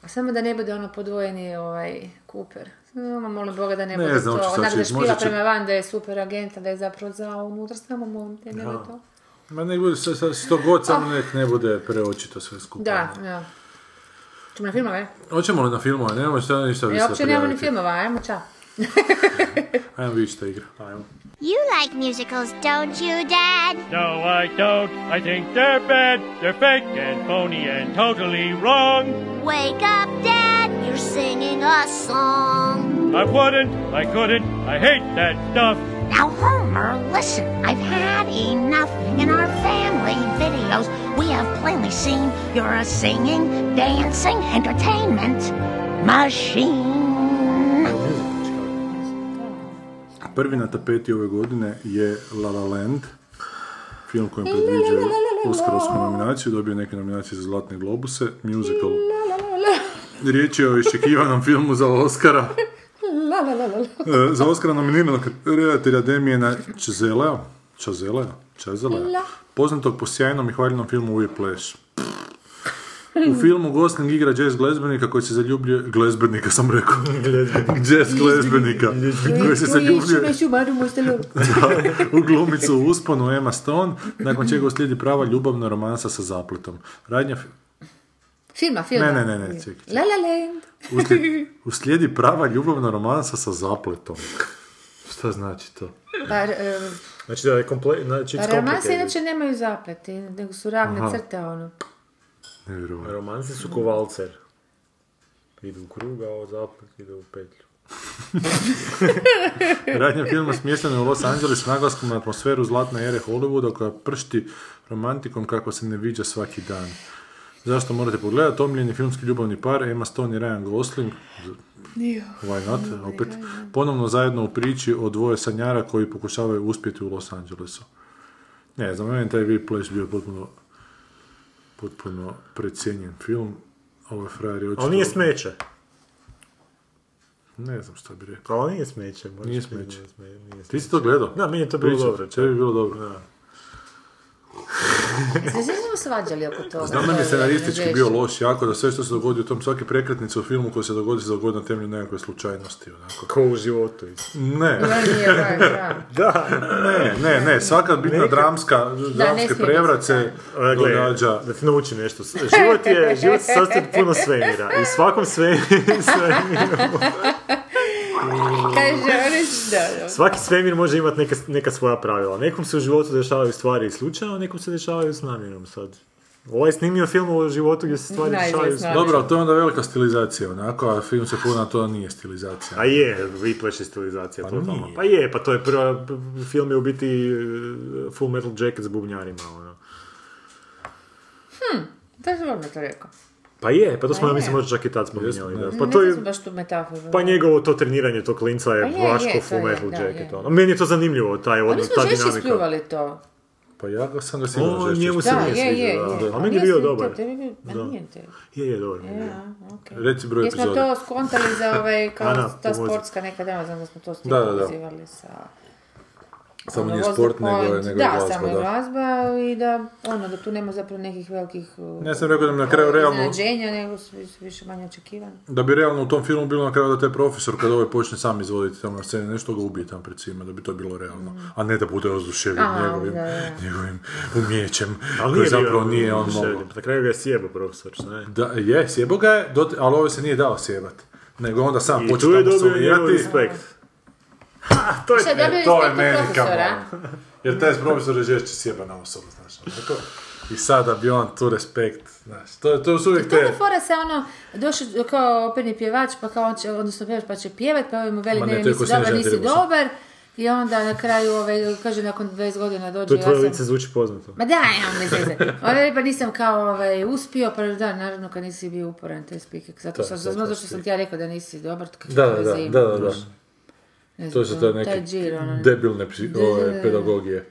A samo da ne bude ono podvojeni ovaj Cooper. Samo molim Boga da ne,
Ne
bude
znam
to.
šta će
Onak da
biti, možda
špila
će-
prema van, da je super agent, a da je zapravo za unutra samo mom, da ne bude to.
Ma nek bude sa, sa, sto god, samo nek ne bude preočito sve skupa.
Ah. Da,
ono.
ja. Ćemo na filmove?
Hoćemo li na filmove? Nemamo šta ništa više
Ja uopće nemamo ni
prijaviti.
filmova, ajmo čao.
Ajmo vidjeti šta igra.
Pa,
Ajmo.
You like musicals, don't you, Dad?
No, I don't. I think they're bad. They're fake and phony and totally wrong.
Wake up, Dad! You're singing a song.
I wouldn't. I couldn't. I hate that stuff.
Now, Homer, listen. I've had enough. In our family videos, we have plainly seen you're a singing, dancing entertainment machine.
Prvi na tapeti ove godine je La La Land, film kojem predviđaju Oskarovsku nominaciju, dobio neke nominacije za Zlatne globuse, musical. Riječ je o iščekivanom [LAUGHS] filmu za [LAUGHS] Oskara. E, za Oskara nominiranog redatelja Demijena Čezelea, Čezelea, Čezelea, poznatog po sjajnom i hvaljenom filmu Whiplash. U filmu Gosling igra jazz glezbenika koji se zaljubljuje... Glezbenika sam [LAUGHS] rekao. jazz glezbenika. koji se zaljubljuje u glumicu u usponu Emma Stone, nakon čega uslijedi prava ljubavna romansa sa zapletom. Radnja... fi-
Filma, filma.
Ne, ne, ne, ne, čekaj.
La La Land.
Uslijedi, uslijedi prava ljubavna romansa sa zapletom. Šta znači to?
Pa, e,
Znači da je komple... Znači, it's
romanse
complicated.
inače nemaju zaplete, nego su ravne crte, ono.
Nevjerovatno.
Romansi su ko valcer. Idu u krug, a od zapad ide u petlju.
[LAUGHS] Radnja filma smještena je u Los Angeles s naglaskom na atmosferu zlatne ere Hollywooda koja pršti romantikom kako se ne viđa svaki dan. Zašto morate pogledati? Omljeni filmski ljubavni par Emma Stone i Ryan Gosling Why not? Opet ponovno zajedno u priči o dvoje sanjara koji pokušavaju uspjeti u Los Angelesu. Ne znam, meni je taj Whiplash bio potpuno potpuno precijenjen film. Ovo je frajer je očito...
Ali nije smeće.
Ne znam šta bi rekao.
Ali Pa nije smeće. moraš
Nije
priznat da
smeće.
je sme- Nije
Ti
smeće.
si to gledao?
Da, meni je to bilo
Priča,
dobro.
Tebi je bilo dobro.
Da.
Se smo svađali oko toga.
Pa Znam da mi je scenaristički bio loš jako, da sve što se dogodi u tom, svake prekretnice u filmu koja se dogodi, se dogodi na temelju nekakve slučajnosti. Onako.
Kao u životu.
Ne.
Ne, nije, baš, da.
da.
[LAUGHS] Ne, ne, ne, svaka bitna dramska, dramske
smije
prevrat se
A, gle,
događa.
E, da ti naučim nešto. Život je, život se sastoji od puno svemira. I svakom svemiru,
Kaže, on je dobro.
[LAUGHS] svaki svemir može imati neka, neka svoja pravila. Nekom se u životu dešavaju stvari i slučajno, a nekom se dešavaju s namjerom sad. Ovaj je snimio film o životu gdje se stvari
Najizvjesno.
dešavaju s
Dobro, ali to je onda velika stilizacija onako, a film se puno na to nije stilizacija.
A Pa je, i to je stilizacija pa totalno.
nije.
Pa je, pa to je prva, film je u biti e, Full Metal Jacket s bubnjarima, ono.
Da, dobro to rekao.
Pa je, pa to smo,
Pa
ja
je.
mislim, možda čak i tad spominjali. da. Pa
Ne
to je,
znam baš tu metaforu.
pa njegovo to treniranje tog klinca je
Pa je,
baš
je,
ko
to
Full
je,
Metal
da,
Jacket,
je. Pa
ono. Meni je to zanimljivo, taj
Ali
odnos, ta
smo žešće
dinamika.
spljuvali to.
Pa ja ga sam ga sigurno
O,
žešće
njemu se
Da, ono
nije
je, je, je.
sviđa, da.
A
A meni
nije
je bio
se to,
dobar.
tebi je bio- a nije tebi.
Je, je, dobar. mi je bio.
A, okej.
Reci broj
Jesmo
epizoda.
to skontali za
[LAUGHS]
ovaj, kao
Ana,
ta
pomozi.
sportska neka dama, znam da smo to s tim
Da, da, da.
povezivali sa...
Samo
ono,
nije
Vozi
sport, nego je,
Point.
nego je
Da,
glazba,
samo je
da.
glazba i da, ono, da tu nema zapravo nekih velikih... uh,
Ja sam rekao da mi na kraju realno,
Iznenađenja, nego su više- više manje očekivano.
da bi realno u tom filmu bilo na kraju da taj profesor kada ovaj počne sam izvoditi tamo na sceni, nešto ga ubije tamo pred svima, da bi to bilo realno. A ne da bude ozduševljen
Aha,
njegovim,
da, da.
njegovim umijećem,
Ali
koje
nije
zapravo
bio
nije on
oduševljen.
mogao.
Pa Na kraju ga je sjebao profesor, što ne?
Da, je, sjebo ga je, dot- ali ovo se nije dao sjebat. Nego onda sam
I
počeo
tu je
tamo
dobio njegov
solirati.
respekt. Ha, to je,
Šta, dobio
e,
je
To je
Respekt
meni
profesora.
kabano. Jer taj profesor je žešće sjebana osoba, znaš. onako. I sada bi on tu respekt, znaš. To, je- to su uvijek
To je
te...
ona fora sa ono, došao kao operni pjevač, pa kao on će, odnosno pjevač pa će pjevat, pa ovaj mu veli,
Ma
ne,
ne,
ne,
to je
nisi
ko Snežana
dobar, nisi
Drebusa.
dobar. I onda na kraju, ovaj, kaže, nakon 20 godina dođe,
to tvoje
ja
lice
sam...
zvuči poznato.
Ma da, ja mi se On je pa nisam kao ovaj, uspio, pa da, naravno kad nisi bio uporan, to je spikak. Zato što,
zato
zato, što
što
sam ti ja rekao da nisi dobar, kako
Da, da, da, da, da, da. To su te
Taj
neke
džir, ono.
debilne psi-
Da, da,
ove,
da.
pedagogije.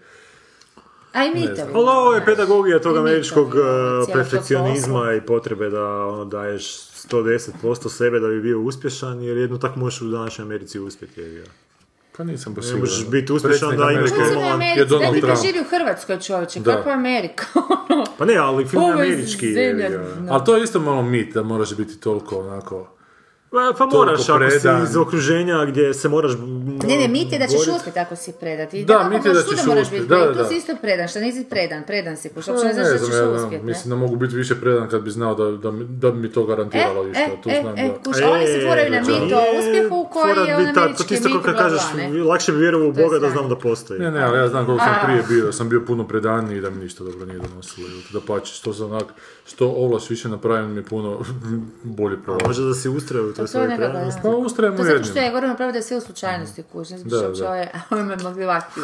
A i mi to.
Ali Pa ovo je pedagogija tog
I mi to
američkog
imamo, cijelo
uh,
to
perfekcionizma i potrebe da ono, daješ 110% sebe da bi bio uspješan, jer jedno tako možeš u današnjoj Americi uspjeti. Jer, ga.
Pa nisam baš
Ne
siguran.
možeš biti uspješan
Predsjednik
da imaš
Amerike
Kako se
normalan-
na
je
Americi,
Donald
daj ti da
Trump.
živi u Hrvatskoj čovječe,
Da.
kako Amerika, [LAUGHS] ono.
Pa ne, ali film je
Ovo je
američki. je
zemlja
ga.
dna.
Ali to je isto malo mit, da moraš biti toliko onako...
Pa, pa moraš,
Toliko
ako
predan.
si iz okruženja gdje se moraš... ono,
Ne, ne, mit je da ćeš
borit.
uspjeti ako si predan. I
Da,
tako
mit je
moraš
da
svuda
ćeš
moraš
uspjet,
biti
da,
predan.
da,
Tu si
da.
isto predan, što nisi predan, predan si, kuš,
Pa,
uopće ne znaš da ćeš
znam, ja, da,
uspjeti. ne?
Mislim da mogu biti više predan kad bi znao da, da, mi, da bi mi to
E,
garantiralo
e,
išta. To
e,
znam
e,
da...
kuš, oni se furaju na
da.
mit o uspjehu koji
znači, Fora
je
bi
on
ta-
američki
To
mit,
isto
bla,
kao kad
bla,
kažeš,
ne?
lakše bi vjerovao u
To je
Boga da
sjajno.
znam da postoji.
Ne, ne, ali ja znam koliko sam prije bio, da sam bio puno predaniji i da mi ništa dobro nije donosilo. jel te, Da pače, što sam onak, što ovlaš više napravim mi je puno [LAUGHS] bolje prolazio.
Možda da si ustrajao u toj
To je
svojoj
nekako,
predanosti.
da.
Pa ustrajem
To
u
je zato što
jednim.
je Goran napravio da je sve u slučajnosti, kuš, ne
Da,
znaš uopće ovaj,
da.
[LAUGHS] ovo je, a ovo ima motivaciju.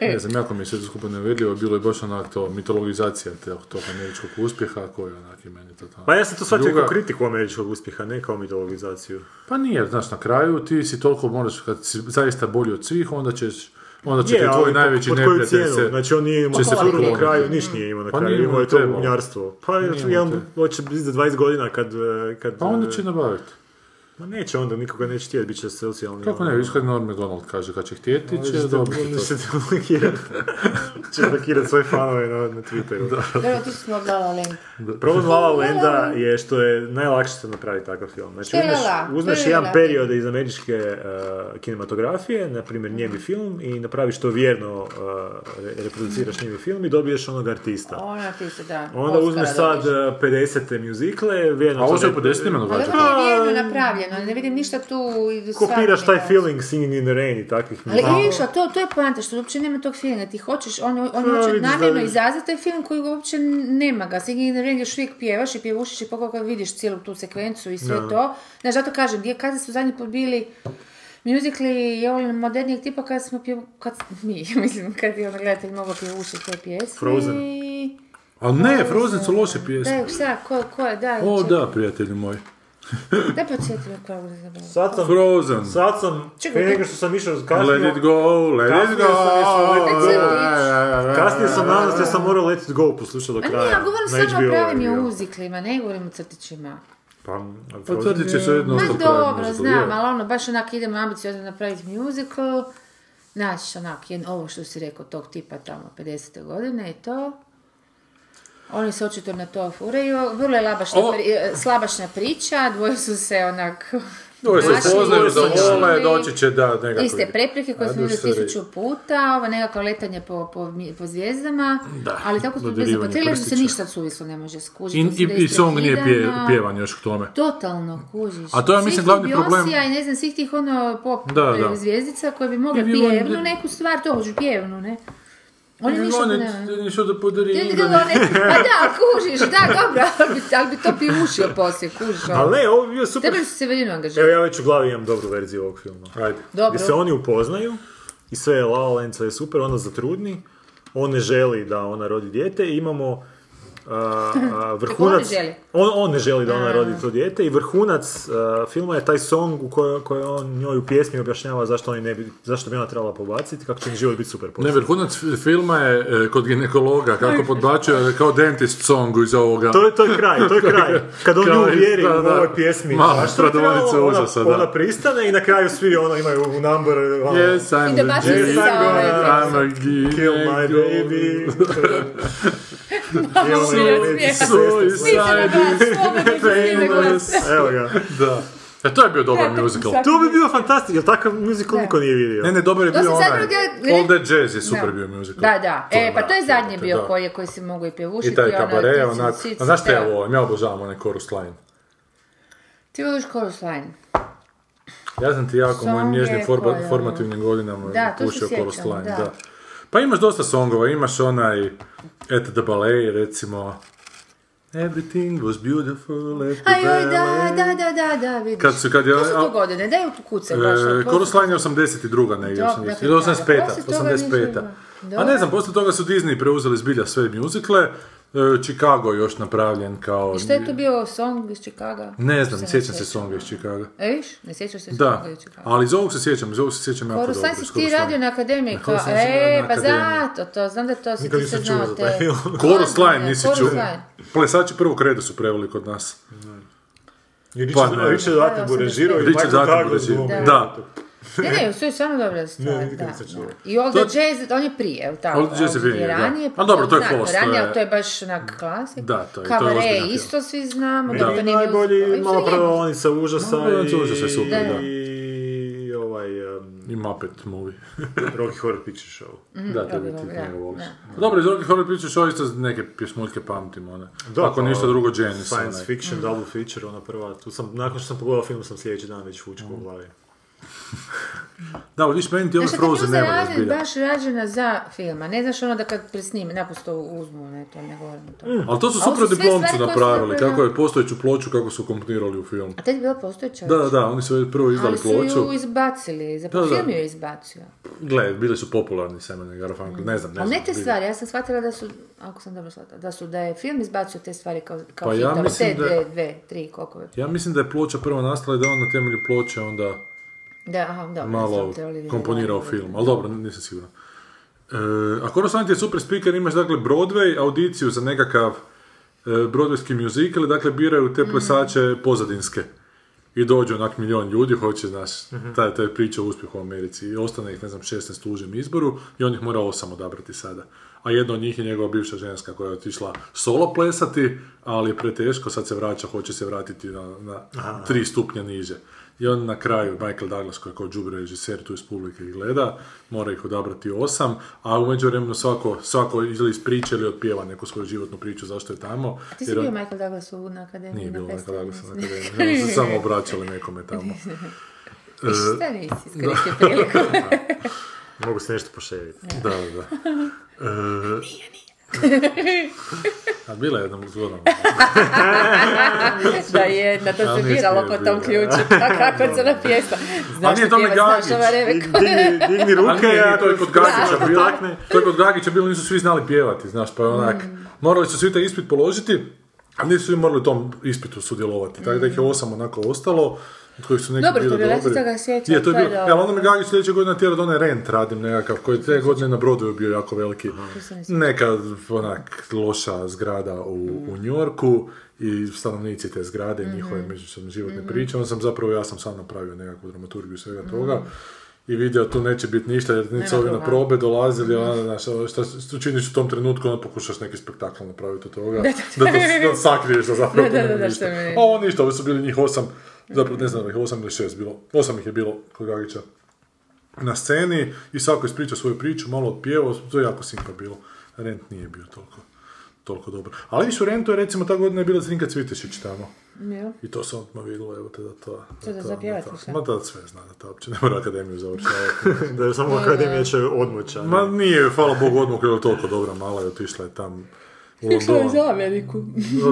Ne znam, jako mi je sve to skupa nevedljivo, bilo je baš onak to mitologizacija te- tog američkog uspjeha koji je onak i meni to
Pa ja sam to shvatio
Druga-
kao kritiku američkog uspjeha, ne kao mitologizaciju.
Pa nije, znaš, na kraju ti si toliko moraš, kad si zaista bolji od svih, onda ćeš, onda će ti
ali
tvoj
po-
najveći
pod koju
neprijatelj
cijenu?
se...
Znači on nije imao
će se
maturu na
pokloniti.
kraju, niš nije imao na
Pa
kraju,
nije
imao je
mu
to
trebalo.
gunjarstvo. Pa
Nije mu
ja
trebalo.
hoće biti za 20 godina kad... eh, kad
Pa onda
eh,
će nabaviti.
Ma neće onda, nikoga neće htjeti, bit će socijalni... ono,
Kako ne, viš kad Norm MacDonald kaže kad će htjeti, će dobiti to.
Će te blokirati.
[LAUGHS]
će blokirati svoje fanove na, na Twitteru.
Dobro, tu smo odlala link.
Problem La La Landa je što je najlakše se napraviti takav film. Znači,
To je
uzmeš,
La La,
uzmeš
to je
jedan
La La.
period iz američke uh, kinematografije, na primjer njemi film, i napraviš to vjerno, uh, re- reproduciraš njemi film i dobiješ onog artista.
Ona ti se da,
Onda uzmeš
Oscara
sad
dobiš.
uh, 50. muzikle, vjerno...
A ovo
to
se
ne-
po desetima
Ali
događa.
dobro, to je vjerno napravljeno, ne vidim ništa tu... i
Kopiraš
stvarno nema.
taj feeling Singing in the Rain i takvih
Ali
muzikala.
Iša, to, to je poanta, što uopće nema tog filma, ti hoćeš, on, on
Pa,
hoće
vidiš da
namjerno
je-
izazvati taj film koji ga uopće nema ga. Singing in the Rain još uvijek pjevaš i pjevušiš i pokoliko kad vidiš cijelu tu sekvencu i sve to. Znaš, zato kažem, gdje kada su zadnji put bili muzikli je on modernijeg tipa kad smo pjevu... Kad, [LAUGHS] mi, mislim, kad je on gledatelj mogao pjevušiti te pjesme.
Frozen.
i-
Ali ne, Frozen su loše pjesme.
Da, šta, ko, ko je, da,
O
čekaj,
da, prijatelji moji.
da podsjeti me koja je zaboravila.
Sad sam...
Frozen.
Sad sam,
Čekaj,
prije
to-
nego što sam išao
Let
kasnije,
it go, let it
Kasnije
go. E,
sam išao, let it go.
Da,
kasnije sam nadam se da sam morao Let It Go poslušati do
A
kraja.
ne, ja govorim
Na
samo
HBO
o
je
pravim
bio.
muziklima, ne govorim o crtićima.
Pa,
Pa tvrdit će se jedno
Ma
ostati
dobro,
možda,
znam,
je.
ali ono, baš onak idemo ambiciozno napraviti musical, znaš, onak, jedno, ovo što si rekao, tog tipa tamo, 50. godine i to, Oni se očito na to furaju. Vrlo je labašna,
Ovo-
pri- e, slabašna priča, dvoje su se onak...
Dvoje se
našli,
poznaju,
odlučili.
zavole, doći će da nekako...
Iste prepreke koje smo
Ajde,
vidjeli
sorry.
tisuću puta, ovo nekako letanje po, po, mi- po zvijezdama,
Da,
ali tako smo
dodirivanje
blizu po traileru da se
prstića.
ništa suvislo ne može skužiti.
I,
mislim da je
i, i song nije pje,
isprekidano.
pjevan još k tome.
Totalno kužiš.
A to je, ja mislim, glavni problem-
Svih tih Beyoncé-a i ne znam, svih tih ono pop
Da, da.
e, zvijezdica koje bi mogle
I bilo-
pjevnu neku stvar, to hoću pjevnu, ne? Oni ništa
Oni
ne...
ništa da podari
Ti ga one-
[LAUGHS]
Pa da, kužiš, da, dobro, ali bi, ali bi to pivušio poslije, kužiš. ono.
Ali ne, ovo bi bio super.
Trebali su se Severinu angažirati.
Evo ja već u glavi imam dobru verziju ovog filma. Ajde.
Dobro.
Gdje se oni upoznaju i sve je La La Land, sve je super, ona zatrudni, on ne želi da ona rodi dijete i imamo a, a, vrhunac...
Kako on ne želi?
On, on ne želi da ona
A.
rodi to dijete i vrhunac a, filma je taj song u kojoj kojoj on njoj u pjesmi objašnjava zašto, oni ne bi, zašto bi ona trebala pobaciti, kako će im život biti super
Ne,
poslije.
vrhunac f- filma je e, kod ginekologa, kako podbačuje, kao dentist song iz ovoga.
To je, to je
[LAUGHS]
kraj, to je kraj. Kad on
Kraj,
nju uvjeri
da,
u
da.
ovoj pjesmi,
Mala
zašto bi trebalo,
stradalnica
ona-
užasa, da.
ona pristane i na kraju svi ono imaju u number, ono,
Yes, I'm
I
the
dobacuju
G,
se sa
I'm
ove
a
Kill my
gay,
baby.
Malo
Evo,
mi je
evo,
smiješno.
suicide is [LAUGHS] famous.
Evo ga.
Da. E, to je bio dobar
Ja,
musical.
tako-
To bi bio fantastično, jer takav musical
Da.
niko nije vidio.
Ne, ne, dobar je
To
bio
sam
onaj.
zapravo ga-
All That Jazz je super
Da.
bio musical.
Da, da. E, pa to je zadnji
Da.
bio koji, je- koji se mogu i pjevušiti.
I taj
ono,
kabare,
ticu,
onak.
cicu,
A znaš šta ja
da.
volim? Ja obožavam onaj chorus line.
Ti voliš Chorus Line.
Ja sam ti jako u mojim
Song je
nježnim forma-
koja-
formativnim godinama
ono- Da, to se
pušio
sjećam,
chorus line.
da.
Da. Pa imaš dosta songova, imaš onaj At the Ballet, recimo Everything was beautiful at the
Aj, Pa joj, da,
ballet.
da, da, da, da, vidiš.
Kad su- kad je-
To su
a-
tu godine, daj u tu kuce. baš,
E,
to
Chorus
su-
Line je 82. negdje,
Dobro,
80,
dakle,
ili
da,
85.
poslije toga ništa
85.
ima.
A
Dobro.
ne znam, poslije toga su Disney preuzeli zbilja sve muzikle, e, Chicago je još napravljen kao...
Šta je to bio song iz Čikaga?
Ne znam, sjećam se songa iz Chicaga.
E, viš, ne sjećaš se
Da,
songa iz Čikaga.
ali iz ovog se sjećam, iz ovog se sjećam jako
Chorus
dobro.
Line
iz
si ti
Chorus Line.
radio na akademiji,
Na
kao,
Chorus Line sam radio
e,
na
pa
akademiji.
zato to, znam da to si
Nikad
ti sad
nisam čuo
znao
za
te.
taj film.
Chorus Line
da,
nisi
Chorus
čuo.
Line.
Plesači prvog reda su preveli kod nas. Pa ne.
Richard Attenborough režirao i
Richard
Michael
Attenborough
Douglas
režirao.
glumio.
Da.
Ne, ne, su samo
[LAUGHS]
dobre stvari.
nikad
da,
nisam čuo.
da. I All the
To-
Jazz, on je prije, je li tako?
All the Jazz je prije, da.
Ranije,
A dobro, to je
znam,
post, to
Ranije,
je-
ali to je baš onak klasik.
Da, to je- to je
Cabaret
ozbiljan film.
isto svi znamo.
Meni
da to
je
nije bio-
najbolji,
Mislim,
malo
je-
ono
prvo oni sa užasa
Malo prvo oni sa
i-
užasa je super, da.
i ovaj um,
I Muppet movie.
Rocky Horror Picture
Mhm.
Show.
Da, to bi
Rocky
ti
Horror,
njegov
Mm, da,
opis. Pa Dobro, iz Rocky Horror Picture Show isto neke pjesmuljke pamtim, one. Ako ništa drugo, Janis.
pa, Science
onaj.
Mhm.
fiction, double feature, ona prva. Tu sam, nakon što sam pogledao film, sam sljedeći dan već fučko u glavi.
Da, ali vidiš, meni ti ove
Znaš, kad
Frozen
je
ne
Frozen
valja
rađen-
zbilja.
baš rađena za film, a ne znaš ono da kad presnime, naprosto uzmu, ne, to ne govorim o tome.
Ali to su
A ovo
super
su sve
diplomci
stvari koje su
napravili,
napravili.
kako je postojeću ploču, kako su komponirali u film.
A tad je bila postojeća
Da,
već.
da, da, oni su prvo izdali
Ali su
ploču.
ju izbacili,
Da,
zapravo
da.
film ju je izbacio.
Gle, bili su popularni Simon i Garfunkel, ne znam, ne znam.
Ali ne te
bili.
stvari, ja sam shvatila da su, ako sam dobro shvatila, da su, da je film izbacio te stvari kao, kao
Pa ja
hitove,
mislim
te
da-
dve, dve, tri, koliko je.
Ja mislim da je ploča prvo nastala i da je on na temelju ploče onda
Da, aha, dobro,
malo
nisam trebali vidjeti.
komponirao film, ali dobro, nisam siguran. E, a Chorus Line ti je super speaker, imaš dakle Broadway, audiciju za nekakav e, broadwayski musical, i, dakle biraju te plesače pozadinske. I dođu onak milion ljudi, hoće, znaš, ta, ta je priča o uspjehu u Americi. I ostane ih, ne znam, 16 u užem izboru i on ih mora osam odabrati sada. A jedna od njih je njegova bivša ženska koja je otišla solo plesati, ali je preteško, sad se vraća, hoće se vratiti na, na tri stupnja niže. I on na kraju, Michael Douglas koji je kao džubre režiser tu iz publike i gleda, mora ih odabrati osam, a u međuvremenu svako, svako ili iz priče ili otpjeva neku svoju životnu priču zašto je tamo.
Ti si
jer on-
bio Michael Douglas u na akademiji?
nije
na
bilo neka
festu,
Douglasa na
mislim.
akademiji,
[LAUGHS]
nego su samo obraćali nekome tamo.
Šta nisi
E,
iskoristio priliku?
[LAUGHS]
Mogu se nešto poševiti.
Da, da,
[LAUGHS]
da. E, A bila je jednom
[LAUGHS]
zgodom.
da je, na to
Ali
se
nije
biralo po
bilo.
tom
[LAUGHS]
ključu. A kako se na pjesma? Znaš
nije
što
Tomi
pjeva, znaš
Gagić.
ova reve, ko-
Digni, digni
Ali
ruke,
nije, nije,
ako-
to je kod
[LAUGHS]
Gagića bilo.
takne.
To je kod Gagića bilo, nisu svi znali pjevati, znaš, pa je onak.
Mm.
Morali su svi taj ispit položiti, a nisu svi morali u tom ispitu sudjelovati. Tako da ih je osam onako ostalo, od kojih su neki
Mm. Dobro,
bili
to bi- ja
dobri.
se toga sjećam,
Je, to je
to je
bilo.
dobro.
E, ali onda me Gagić sljedeće godine tjera da onaj rent radim nekakav, koji je te godine na Broadwayu bio jako veliki. Neka onak loša zgrada u, u Njorku i stanovnici te
Mhm.
zgrade, njihove međusobne životne priče. Onda sam zapravo, ja sam sam napravio nekakvu dramaturgiju svega toga. i video tu neće biti ništa jer niti
Mhm. Nema
su ovi na
toga. Mhm.
probe dolazili, ona, znaš, ono, šta, šta činiš u tom trenutku, onda pokušaš neki spektakl napraviti od toga,
Da,
da,
da, da.
to s- da sakriješ da zapravo
Da, da, da,
nema
da,
ništa.
što mi-
A ovo Pa ništa, ovi su bili njih osam, zapravo ne znam da ih je osam ili šest bilo, osam ih je bilo kod Gagića na sceni i svako ispriča svoju priču, malo otpjevao, to je jako simpa bilo. Rent nije bio toliko, toliko dobar. Ali viš u Rentu je recimo ta godina je bila Zrinka Cvitešić tamo.
Jo.
I to sam odmah vidjelo, evo te da to...
Što da
to-
zapjevati
to-
više?
Ma da sve zna, da to uopće ne mora akademiju završavati.
[LAUGHS] da je samo akademija će odmoća.
Ma nije, hvala Bogu, odmokla je toliko dobra, mala je otišla je tam u
Išla je
London.
za Ameriku.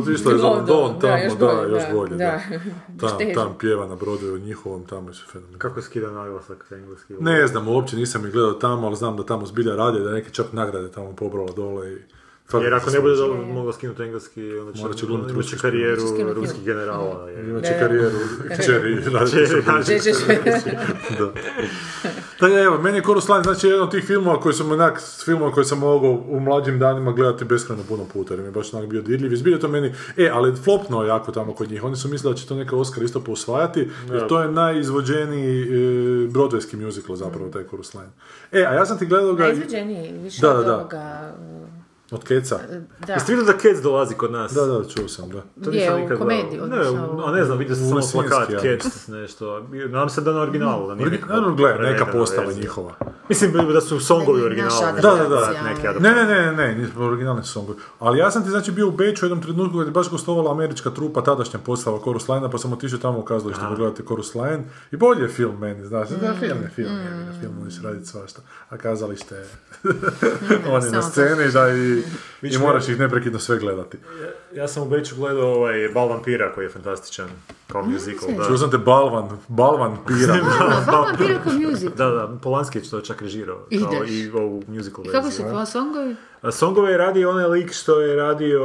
Otišla je za London,
Da, još
tamo, da,
bolje,
još
da,
bolje, da.
da.
Tam,
Šteže.
tam pjeva na brodu u njihovom, tamo je sve fenomenalno.
Kako skida naglasak engleski?
Ne znam, uopće nisam ih gledao tamo, ali znam da tamo zbilja rade, da je neke čak nagrade tamo pobrala dole i...
Jer ako ne bude dobro mogla skinuti engleski, onda će,
Morat će glumit
imat će
ruski
karijeru
film. Skinut
ruskih
film.
generala. je.
Imaće
Da.
karijeru, kćeri, radit će
Kćeri,
sa
radit
Že, že, že.
da. Tako da, Pa evo, meni je Coruscant znači jedan od tih filmova koji sam onak, filmova koje sam mogao u mlađim danima gledati beskrajno puno puta, jer mi je baš onak bio dirljiv. I zbilja to meni, e, ali flopno je jako tamo kod njih. Oni su mislili da će to neka Oscar isto poosvajati, jer to je najizvođeniji e, Broadwayski musical zapravo, taj Coruscant. E, a ja sam ti gledao ga...
Najizvođeniji, više
Da, da,
od
da.
ovoga.
Od Keca.
Da,
Jeste vidjeli da Cats dolazi kod nas?
Da, da, čuo sam, da.
To
Je,
nisam
u
nikad
komediji,
gledao.
odnosno
Ne,
u-
a ne znam, vidio sam
U
samo
Lesinski,
plakat,
ja mislim.
Cats, nešto. Nadam se da je na originalu, da nije
Origi-
neka
Naravno, gle, neka
prevedena
postala
verzija.
njihova.
Mislim da su songovi
Da, naša
originalni.
adaptacija.
Da, da, da,
Neki
Ne,
adaptacija.
ne, ne, ne, nismo originalni songovi. Ali ja sam ti znači bio u Beču u jednom trenutku kad je baš gostovala američka trupa, tadašnja postava Chorus Line-a, pa sam otišao tamo u kazalište pogledati Chorus Line. I bolje je film meni, znaš, da film je film, je, na film možeš raditi svašta. A kazalište je, oni na
samo
sceni, da i, i
Viš
moraš ih neprekidno sve gledati.
Ja sam u Beču gledao ovaj Bal vampira koji je fantastičan. Kao musical, da.
Čuo sam Znači, te Balvan, Balvan [LAUGHS] Pira.
Hvala Pirko Music.
[LAUGHS] Da, da, Polanskić to je čak režirao. Kao
Ideš.
i ovu musical
I kako su
verziju.
po songovi?
A Songove je radio onaj lik što je radio...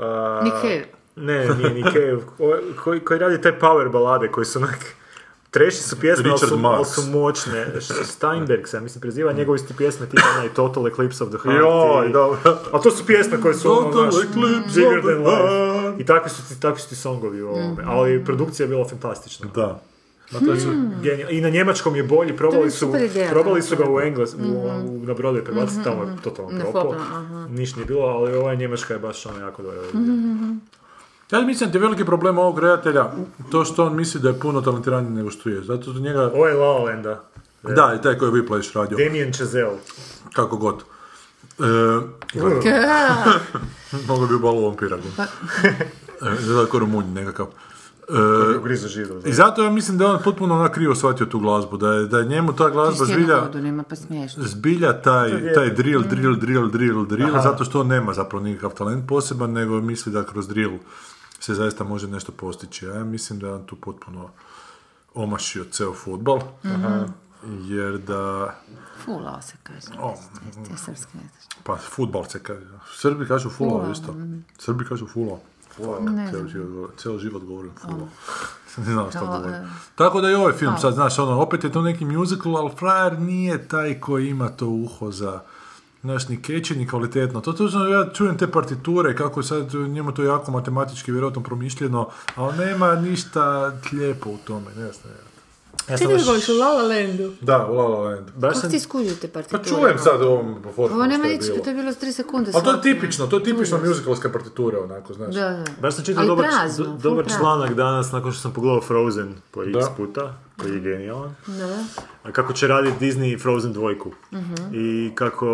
a,
Nick Cave.
Ne, nije Nick Cave. o- koji, koji radi te power balade koji su onak... Treši su pjesme, ali su,
Richard Marx. Mm.
ali su moćne. Š- Steinberg se, ja mislim, preziva njegove isti pjesme, tipa onaj Total Eclipse of the Heart.
Joj,
i-
dobro.
A to su pjesme koje su ono,
Total
znaš,
Eclipse
bigger
of the
than life.
Heart.
I takvi su ti, takvi su ti songovi u ovome. Ali produkcija je bila fantastična.
Da.
Genijal. I na njemačkom je bolji,
Mm. To
probali
je
su,
super ideja,
probali
da, Mm-hmm.
su ga u Engles, u, u, na brodu je prebaciti, tamo je
Ne,
totalno propao.
flopao, aha. Mm-hmm.
Niš nije bilo, ali ova njemačka je baš ono jako dobra.
Ja mislim da je veliki problem ovog redatelja to što on misli da je puno talentiraniji nego što je. Zato do njega...
Ovo je La La Landa.
Da, i taj koji je Whiplash radio.
Damien Chazelle.
kako god. E, [LAUGHS] mogu bi balo vampira. [LAUGHS] E, Zato je rumunj nekakav. E,
Grizu židu.
I zato ja mislim da je on potpuno onak krivo shvatio tu glazbu, da je, da je njemu ta glazba
Ništa na
pa zbilja,
vodu, nema pa smiješno.
zbilja taj, taj drill, drill, drill, drill, drill, zato što on nema zapravo nikakav talent poseban, nego misli da kroz drill se zaista može nešto postići. A Ja mislim da je on tu potpuno omašio ceo futbal, jer da...
Fulao se kaže. Ja srpski ne znaš.
Pa, futbal se kaže. Srbi kažu fulao isto. Srbi kažu fulao.
mm-hmm. Ne
Cijeli
znam.
život, govorim- cijeli život govorim fulao. [LAUGHS] ne znam što
Kao,
govorim.
e,
Tako da i ovaj film, sad znaš, ono, opet je to neki musical, ali frajer nije taj koji ima to uho za znaš, ni keče, ni kvalitetno. To tužno, ja čujem te partiture, kako je sad njemu to jako matematički vjerojatno promišljeno, ali nema ništa lijepo u tome, ne znam. ja.
Ja
Ti
sam
ljudi
baš,
koji su u La La Landu.
Da, u La La Land.
baš
Kako
sam,
ti skužio te partiture?
Pa čujem sad u ovom formu
Ovo nema
što je
ničega,
bilo.
to je bilo s 3 sekunde.
Ali Pa to je
svaki.
tipično, to je tipično muzicalska partitura, onako, znaš.
Da, da.
baš sam čitao
Ali
dobar,
prazno,
do-
full
dobar
prazno.
članak danas nakon što sam pogledao Frozen po x
Da.
puta, koji je genijalan.
Da, da.
A Kako će raditi Disney Frozen dvojku.
Mhm.
I kako...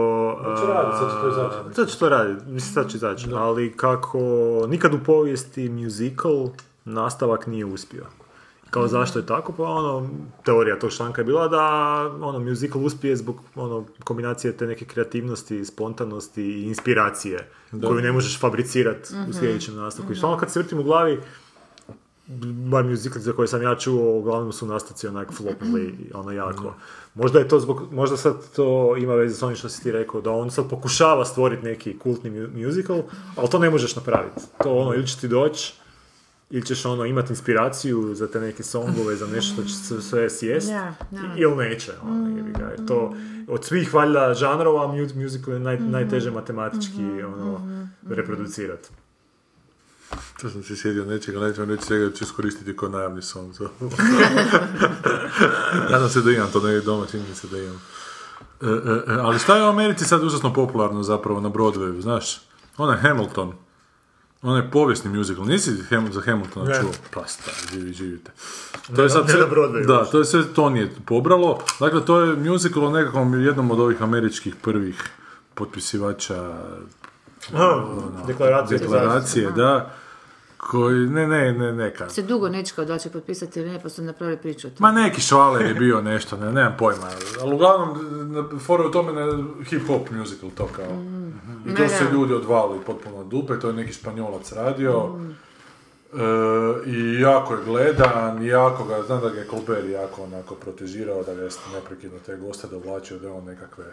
će radit, sad će to znači- izaći.
a, Sad će to raditi, mislim sad će izaći. Ali kako nikad u povijesti musical nastavak nije uspio. Kao zašto je tako? Pa ono, teorija tog članka je bila da ono, musical uspije zbog ono, kombinacije te neke kreativnosti, spontanosti i inspiracije koju ne možeš fabricirati u sljedećem nastavku. I stvarno kad se vrtim u glavi, bar muzikli za koje sam ja čuo, uglavnom su nastavci onak flopili, ono jako. Možda je to zbog, možda sad to ima veze s onim što si ti rekao, da on sad pokušava stvoriti neki kultni mu- musical, ali to ne možeš napraviti. To ono, ili će ti doći, ili ćeš ono imati inspiraciju za te neke songove, za nešto što će se sve sjest,
Da, da.
i- ili neće. Ono, jebi ga, jer to, od svih valjda žanrova mu- musical je naj, najteže matematički ono, reproducirati.
To sam se sjedio nečega, neću vam reći svega, jer ću iskoristiti kao najamni song. za
[LAUGHS]
ovo. Nadam se da imam to negdje doma, čini mi se da imam. E, e, e, ali šta je u Americi sad užasno popularno zapravo na Broadwayu, znaš? Onaj Hamilton. Onaj povijesni musical. Nisi Ham- za Hamiltona
Ne.
čuo? Pa stari, živi, živite.
Ne, ne na Broadwayu.
da, to je sve Tonije pobralo. Dakle, to je musical o nekakvom jednom od ovih američkih prvih potpisivača
Aha, deklaracija.
deklaracije, da. Koji, ne, ne, ne, neka.
Se dugo nečekao da li će potpisati ili ne, pa su napravili priču o tome.
Ma neki švaler je bio nešto, ne, nemam pojma. Ali uglavnom, na- fora je u tome na hip-hop musical to kao. I to
Ne,
se
ne.
ljudi odvalili potpuno od dupe, to je neki španjolac radio. E, I jako je gledan, jako ga, znam da ga je Colbert jako onako protežirao, da ga je neprekidno te goste dovlačio, da je on nekakve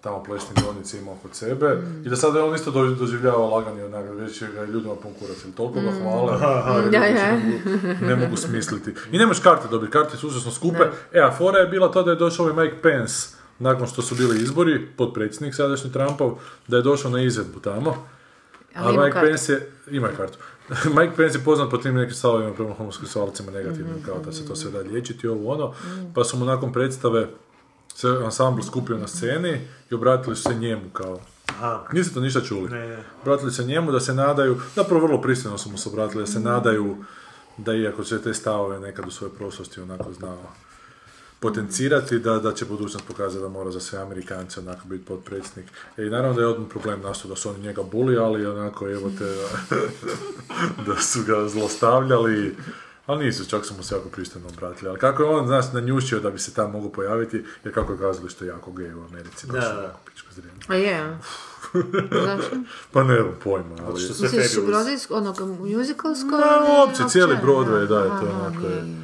tamo plesne donice imao kod sebe.
Mm.
I da sada on isto do- doživljava laganje onak, već je ga ljudima pun kurac, jer toliko
Mm.
ga hvale, da
Da,
ljudi
da.
ne mogu- ne mogu smisliti. I ne možeš karte dobiti, karte su užasno skupe. E, a fora je bila to da je došao ovaj Mike Pence, nakon što su bili izbori, potpredsjednik sadašnji Trumpov, da je došao na izvedbu tamo. A
ima
ovaj
Mike
kartu.
Pence je, ima kartu. [LAUGHS] Mike Pence je poznat po tim nekim stavovima prema homoseksualcima negativnim,
Mhm,
kao da se to sve da liječiti, ovo ono. Pa su mu nakon predstave se ansambl skupio na sceni i obratili su se njemu kao.
Aha.
Niste to ništa čuli?
Ne, ne.
Obratili se njemu da se nadaju, zapravo vrlo pristojno su mu se obratili,
Mm.
da se nadaju da iako će te stavove nekad u svojoj prošlosti onako znao potencirati, da, da će budućnost pokazati da mora za sve Amerikance onako biti potpredsjednik. E, I naravno da je odmah problem nastao da su oni njega buli, ali onako evo te, [LAUGHS] da su ga zlostavljali. Ali nisu, čak su mu se jako pristojno obratili. Ali kako je on, znaš, nanjušio da bi se tamo mogao pojaviti, jer kako je kazalište jako gej u Americi, baš
Da, da.
onako pičko zrijeme.
A je. Zašto?
Pa ne znam pojma, ali...
Što sve
Misliš
fabulous.
Broadwaysko, onog musicalsko?
Pa uopće, cijeli
brod
Broadway, da, je to onako je.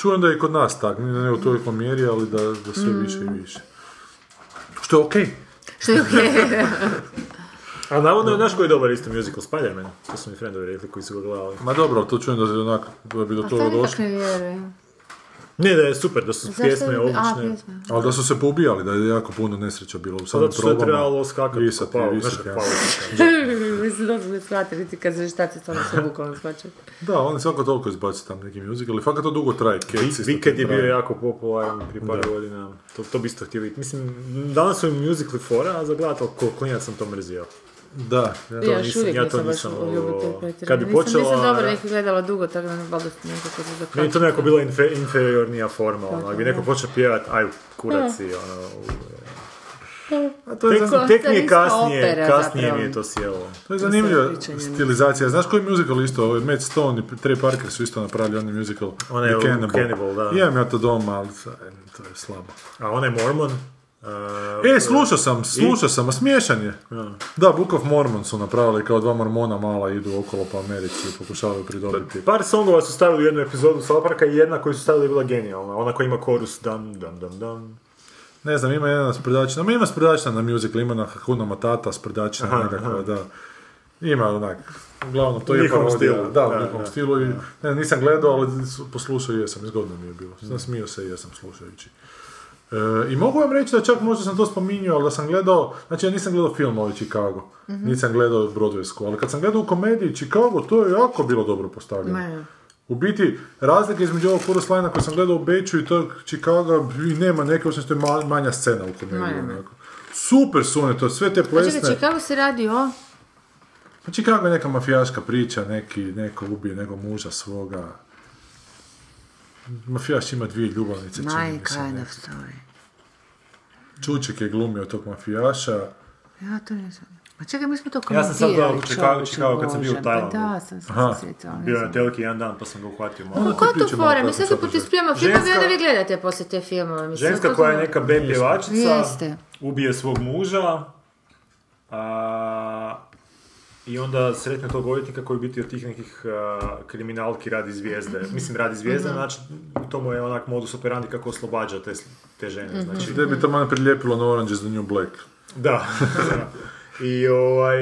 Čujem da je i kod nas tak, ne ne u tolikoj mjeri, ali da, da
Mm.
sve više i više. Što je okej.
Što je okej.
A navodno
Mm.
je naš koji je dobar isto musical, Spider-Man. To su mi friendovi rekli koji su ga gledali.
Ma dobro, to čujem da, je onak, da bi do
A
toga
to nikak
došli.
ne vjerujem.
Ne, da je super, da su
Zašto
pjesme
bi- a,
odlične. [LAUGHS]
pjesme.
Ali da su se poubijali, da je jako puno nesreća bilo u samim
Zato što je
probama.
trebalo skakati
Visati,
po pavu, znaš
visati.
kako
ja.
pavu.
[LAUGHS] Mislim, dobro ne shvatili ti kad se šta ti stvarno sa bukvalno shvaćati.
Da, oni svako toliko izbaci tam neki music, ali fakat to dugo traje. Cats isto
Vikend je
traje.
bio jako popularan prije par
Da.
godina, to, to bi isto htio vidjeti. Mislim, danas su im musicali fora, a za gledat, ali ko klinac sam to mrzio.
Da, ja.
Ja još
nisam-
uvijek
ja to
nisam baš
nisam,
ljubitelj
o,
pretjerano.
kad bi
Nisam- Nisam
počela-
dobro neki gledala dugo, tako da ne valjda nekako da
Meni je to
dokačem.
nekako bila infe- inferiornija forma, ono,
Tako,
ako bi neko
da.
počeo pjevat, aj kurac i ono... u-
A to je,
Tek,
zan-
tek mi je
Klasterijska
kasnije,
opera
kasnije
zapravo.
mi je to sjelo.
to je zanimljiva
pričanje.
stilizacija. Znaš koji musical isto? Ovaj Matt Stone i Trey Parker su isto napravili onaj musical.
Onaj
The
u Cannibal, da.
Imam ja to doma, ali aj, to je slabo.
A onaj Mormon... uh,
E, slušao sam, slušao sam, a smiješan je. Da, Book of Mormon su napravili, kao dva mormona mala idu okolo po Americi i pokušavaju pridobiti.
Par songova su stavili u jednu epizodu South Parka i jedna koju su stavili je bila genijalna. Ona koja ima korus dam, dam, dam, dam.
Ne znam, ima jedna sprdačina, ma ima sprdačina na musical, ima na Hakuna Matata sprdačina nekakva, da. Ima onak, uglavnom to
U
je
njihovom
parodija.
stilu.
Da, u
Da,
njihovom
da. Mm.
stilu. I, ne, nisam gledao, ali su- poslušao jesam, i zgodno mi je bilo. Nasmio se i jesam slušajući. E, I mogu vam reći da čak možda sam to spominjao, ali da sam gledao, znači ja nisam gledao film ovaj Chicago, nisam gledao Broadwaysku, ali kad sam gledao u komediji Chicago, to je jako bilo dobro postavljeno.
Ne.
U biti, razlike između ovog Chorus Line-a koji sam gledao u Beću i tog Chicaga, i nema neke, osim što je ma- manja scena u komediji.
Ma, ne.
onako. Super su one, to sve te
A
plesne.
Pa čekaj, Chicago se radi o...
Pa Chicago je neka mafijaška priča, neki, neko ubije nekog muža svoga. Mafijaš ima dvije ljubavnice, čini
My
mi se.
kind
ne.
of story.
Čuček je glumio tog mafijaša.
Ja to nisam. A čekaj, mi smo to
Ja sam sad
komentirali.
gledao u Chicago,
čovječe
Chicago kad sam bio u
Bože,
Tajlandu.
Pa da, sam se
Aha.
sjetila.
Bio je na telki jedan dan pa sam ga uhvatio
Ono
malo.
Ko
Ti
je to
pričamo
fora?
o
Mi svaki
kakvom
put
sadržaju.
ispijemo filmove i
Ženska-
onda vi gledate poslije te filmove. Mislim,
Ženska
to
koja je
znam.
neka B pjevačica,
Jeste.
ubije svog muža, a, i onda sretne tog odvjetnika koji u biti od tih nekih a, kriminalki radi zvijezde.
Mhm.
Mislim, radi zvijezde, znači to mu je onak modus operandi kako oslobađa te, te
Mhm.
žene. Znači,
Gdje bi to manje prilijepilo na Orange is the New Black.
Da. [LAUGHS] I ovaj,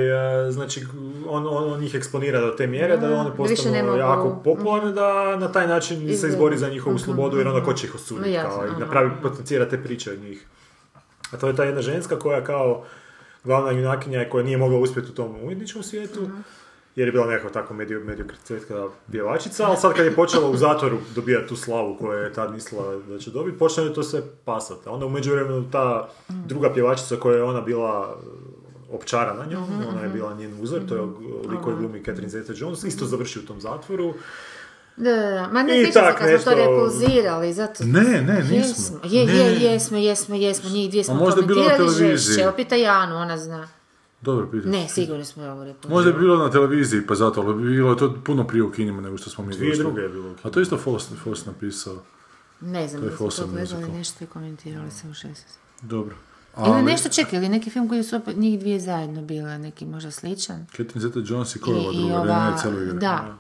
e, znači, on, on, on ih eksponira do te mjere da one
Mhm. da više Mhm. ne
postanu
mogu,
jako popularne, da na taj način se
Izgleda.
izbori za njihovu slobodu, jer onda ko će ih
Mhm. Ma
osuditi,
jasno, ono.
kao,
aha.
i napravi, potencira te priče od njih. A Pa to je ta jedna ženska koja kao glavna junakinja je koja nije mogla uspjeti u tom umjetničkom svijetu, jer je bila nekako tako medio, mediokritetska pjevačica, ali sad kad je počela u zatvoru dobijati tu slavu koju je tad mislila da će dobiti, počela je to sve pasati. A onda u međuvremenu ta druga pjevačica koja je ona bila e, opčarana njom, ona je bila njen uzor, to je lik koji glumi Catherine Zeta-Jones, isto završi u tom zatvoru.
Da, da, da. Ma ne
I
sjećam se
tak
kad smo to
nešto- ono.
repulzirali, zato...
Ne, ne, nismo.
Jesmo, je,
Ne,
je,
ne.
jesmo, jesmo, jesmo, njih dvije smo
možda je bilo na
komentirali
televiziji.
žešće, evo pita Janu, ona zna.
Dobro pitanje.
Ne, sigurno smo ovo repulzirali.
Možda je bilo na televiziji, pa zato, ali bilo je to puno prije u kinima nego što smo mi
Dvije
došli.
druge je bilo u kinima.
A to je isto Fos, Fos napisao.
Ne znam,
To je
da smo to
Fossum
gledali
musical.
nešto i komentirali se u 16.
Dobro.
Ili nešto čekaj, ili neki film koji su opet njih dvije zajedno bile, neki možda sličan.
Catherine Zeta-Jones i koja je ova
I- i
druga,
ova-
Renee Zellweger.
Da.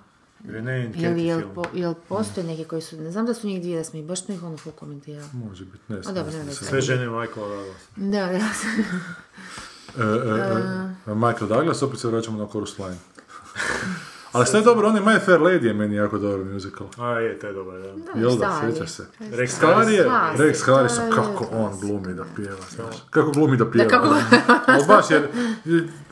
Renee and
Ili
Katy
jel,
film.
po, jel postoje neki koji su, ne znam da su njih dvije, da smo ih baš smo ih ono full komentirali.
Može biti, ne
A
znam.
dobro,
ne
ne
znam.
veze.
Sve žene Michaela Douglas.
Da, da.
E, e, e, Michael Douglas, opet se vraćamo na Chorus Line. [LAUGHS] Ali sve je dobro, on je My Fair Lady je meni jako dobar musical.
A je, to je dobar, da.
[LAUGHS] Jel da,
Stari.
sjećaš se.
Rex
Stari je,
Stari,
Rex Harris,
stari,
kako on
klasi.
glumi da pjeva, znaš. Kako glumi da pjeva.
kako-
Ali baš, jer,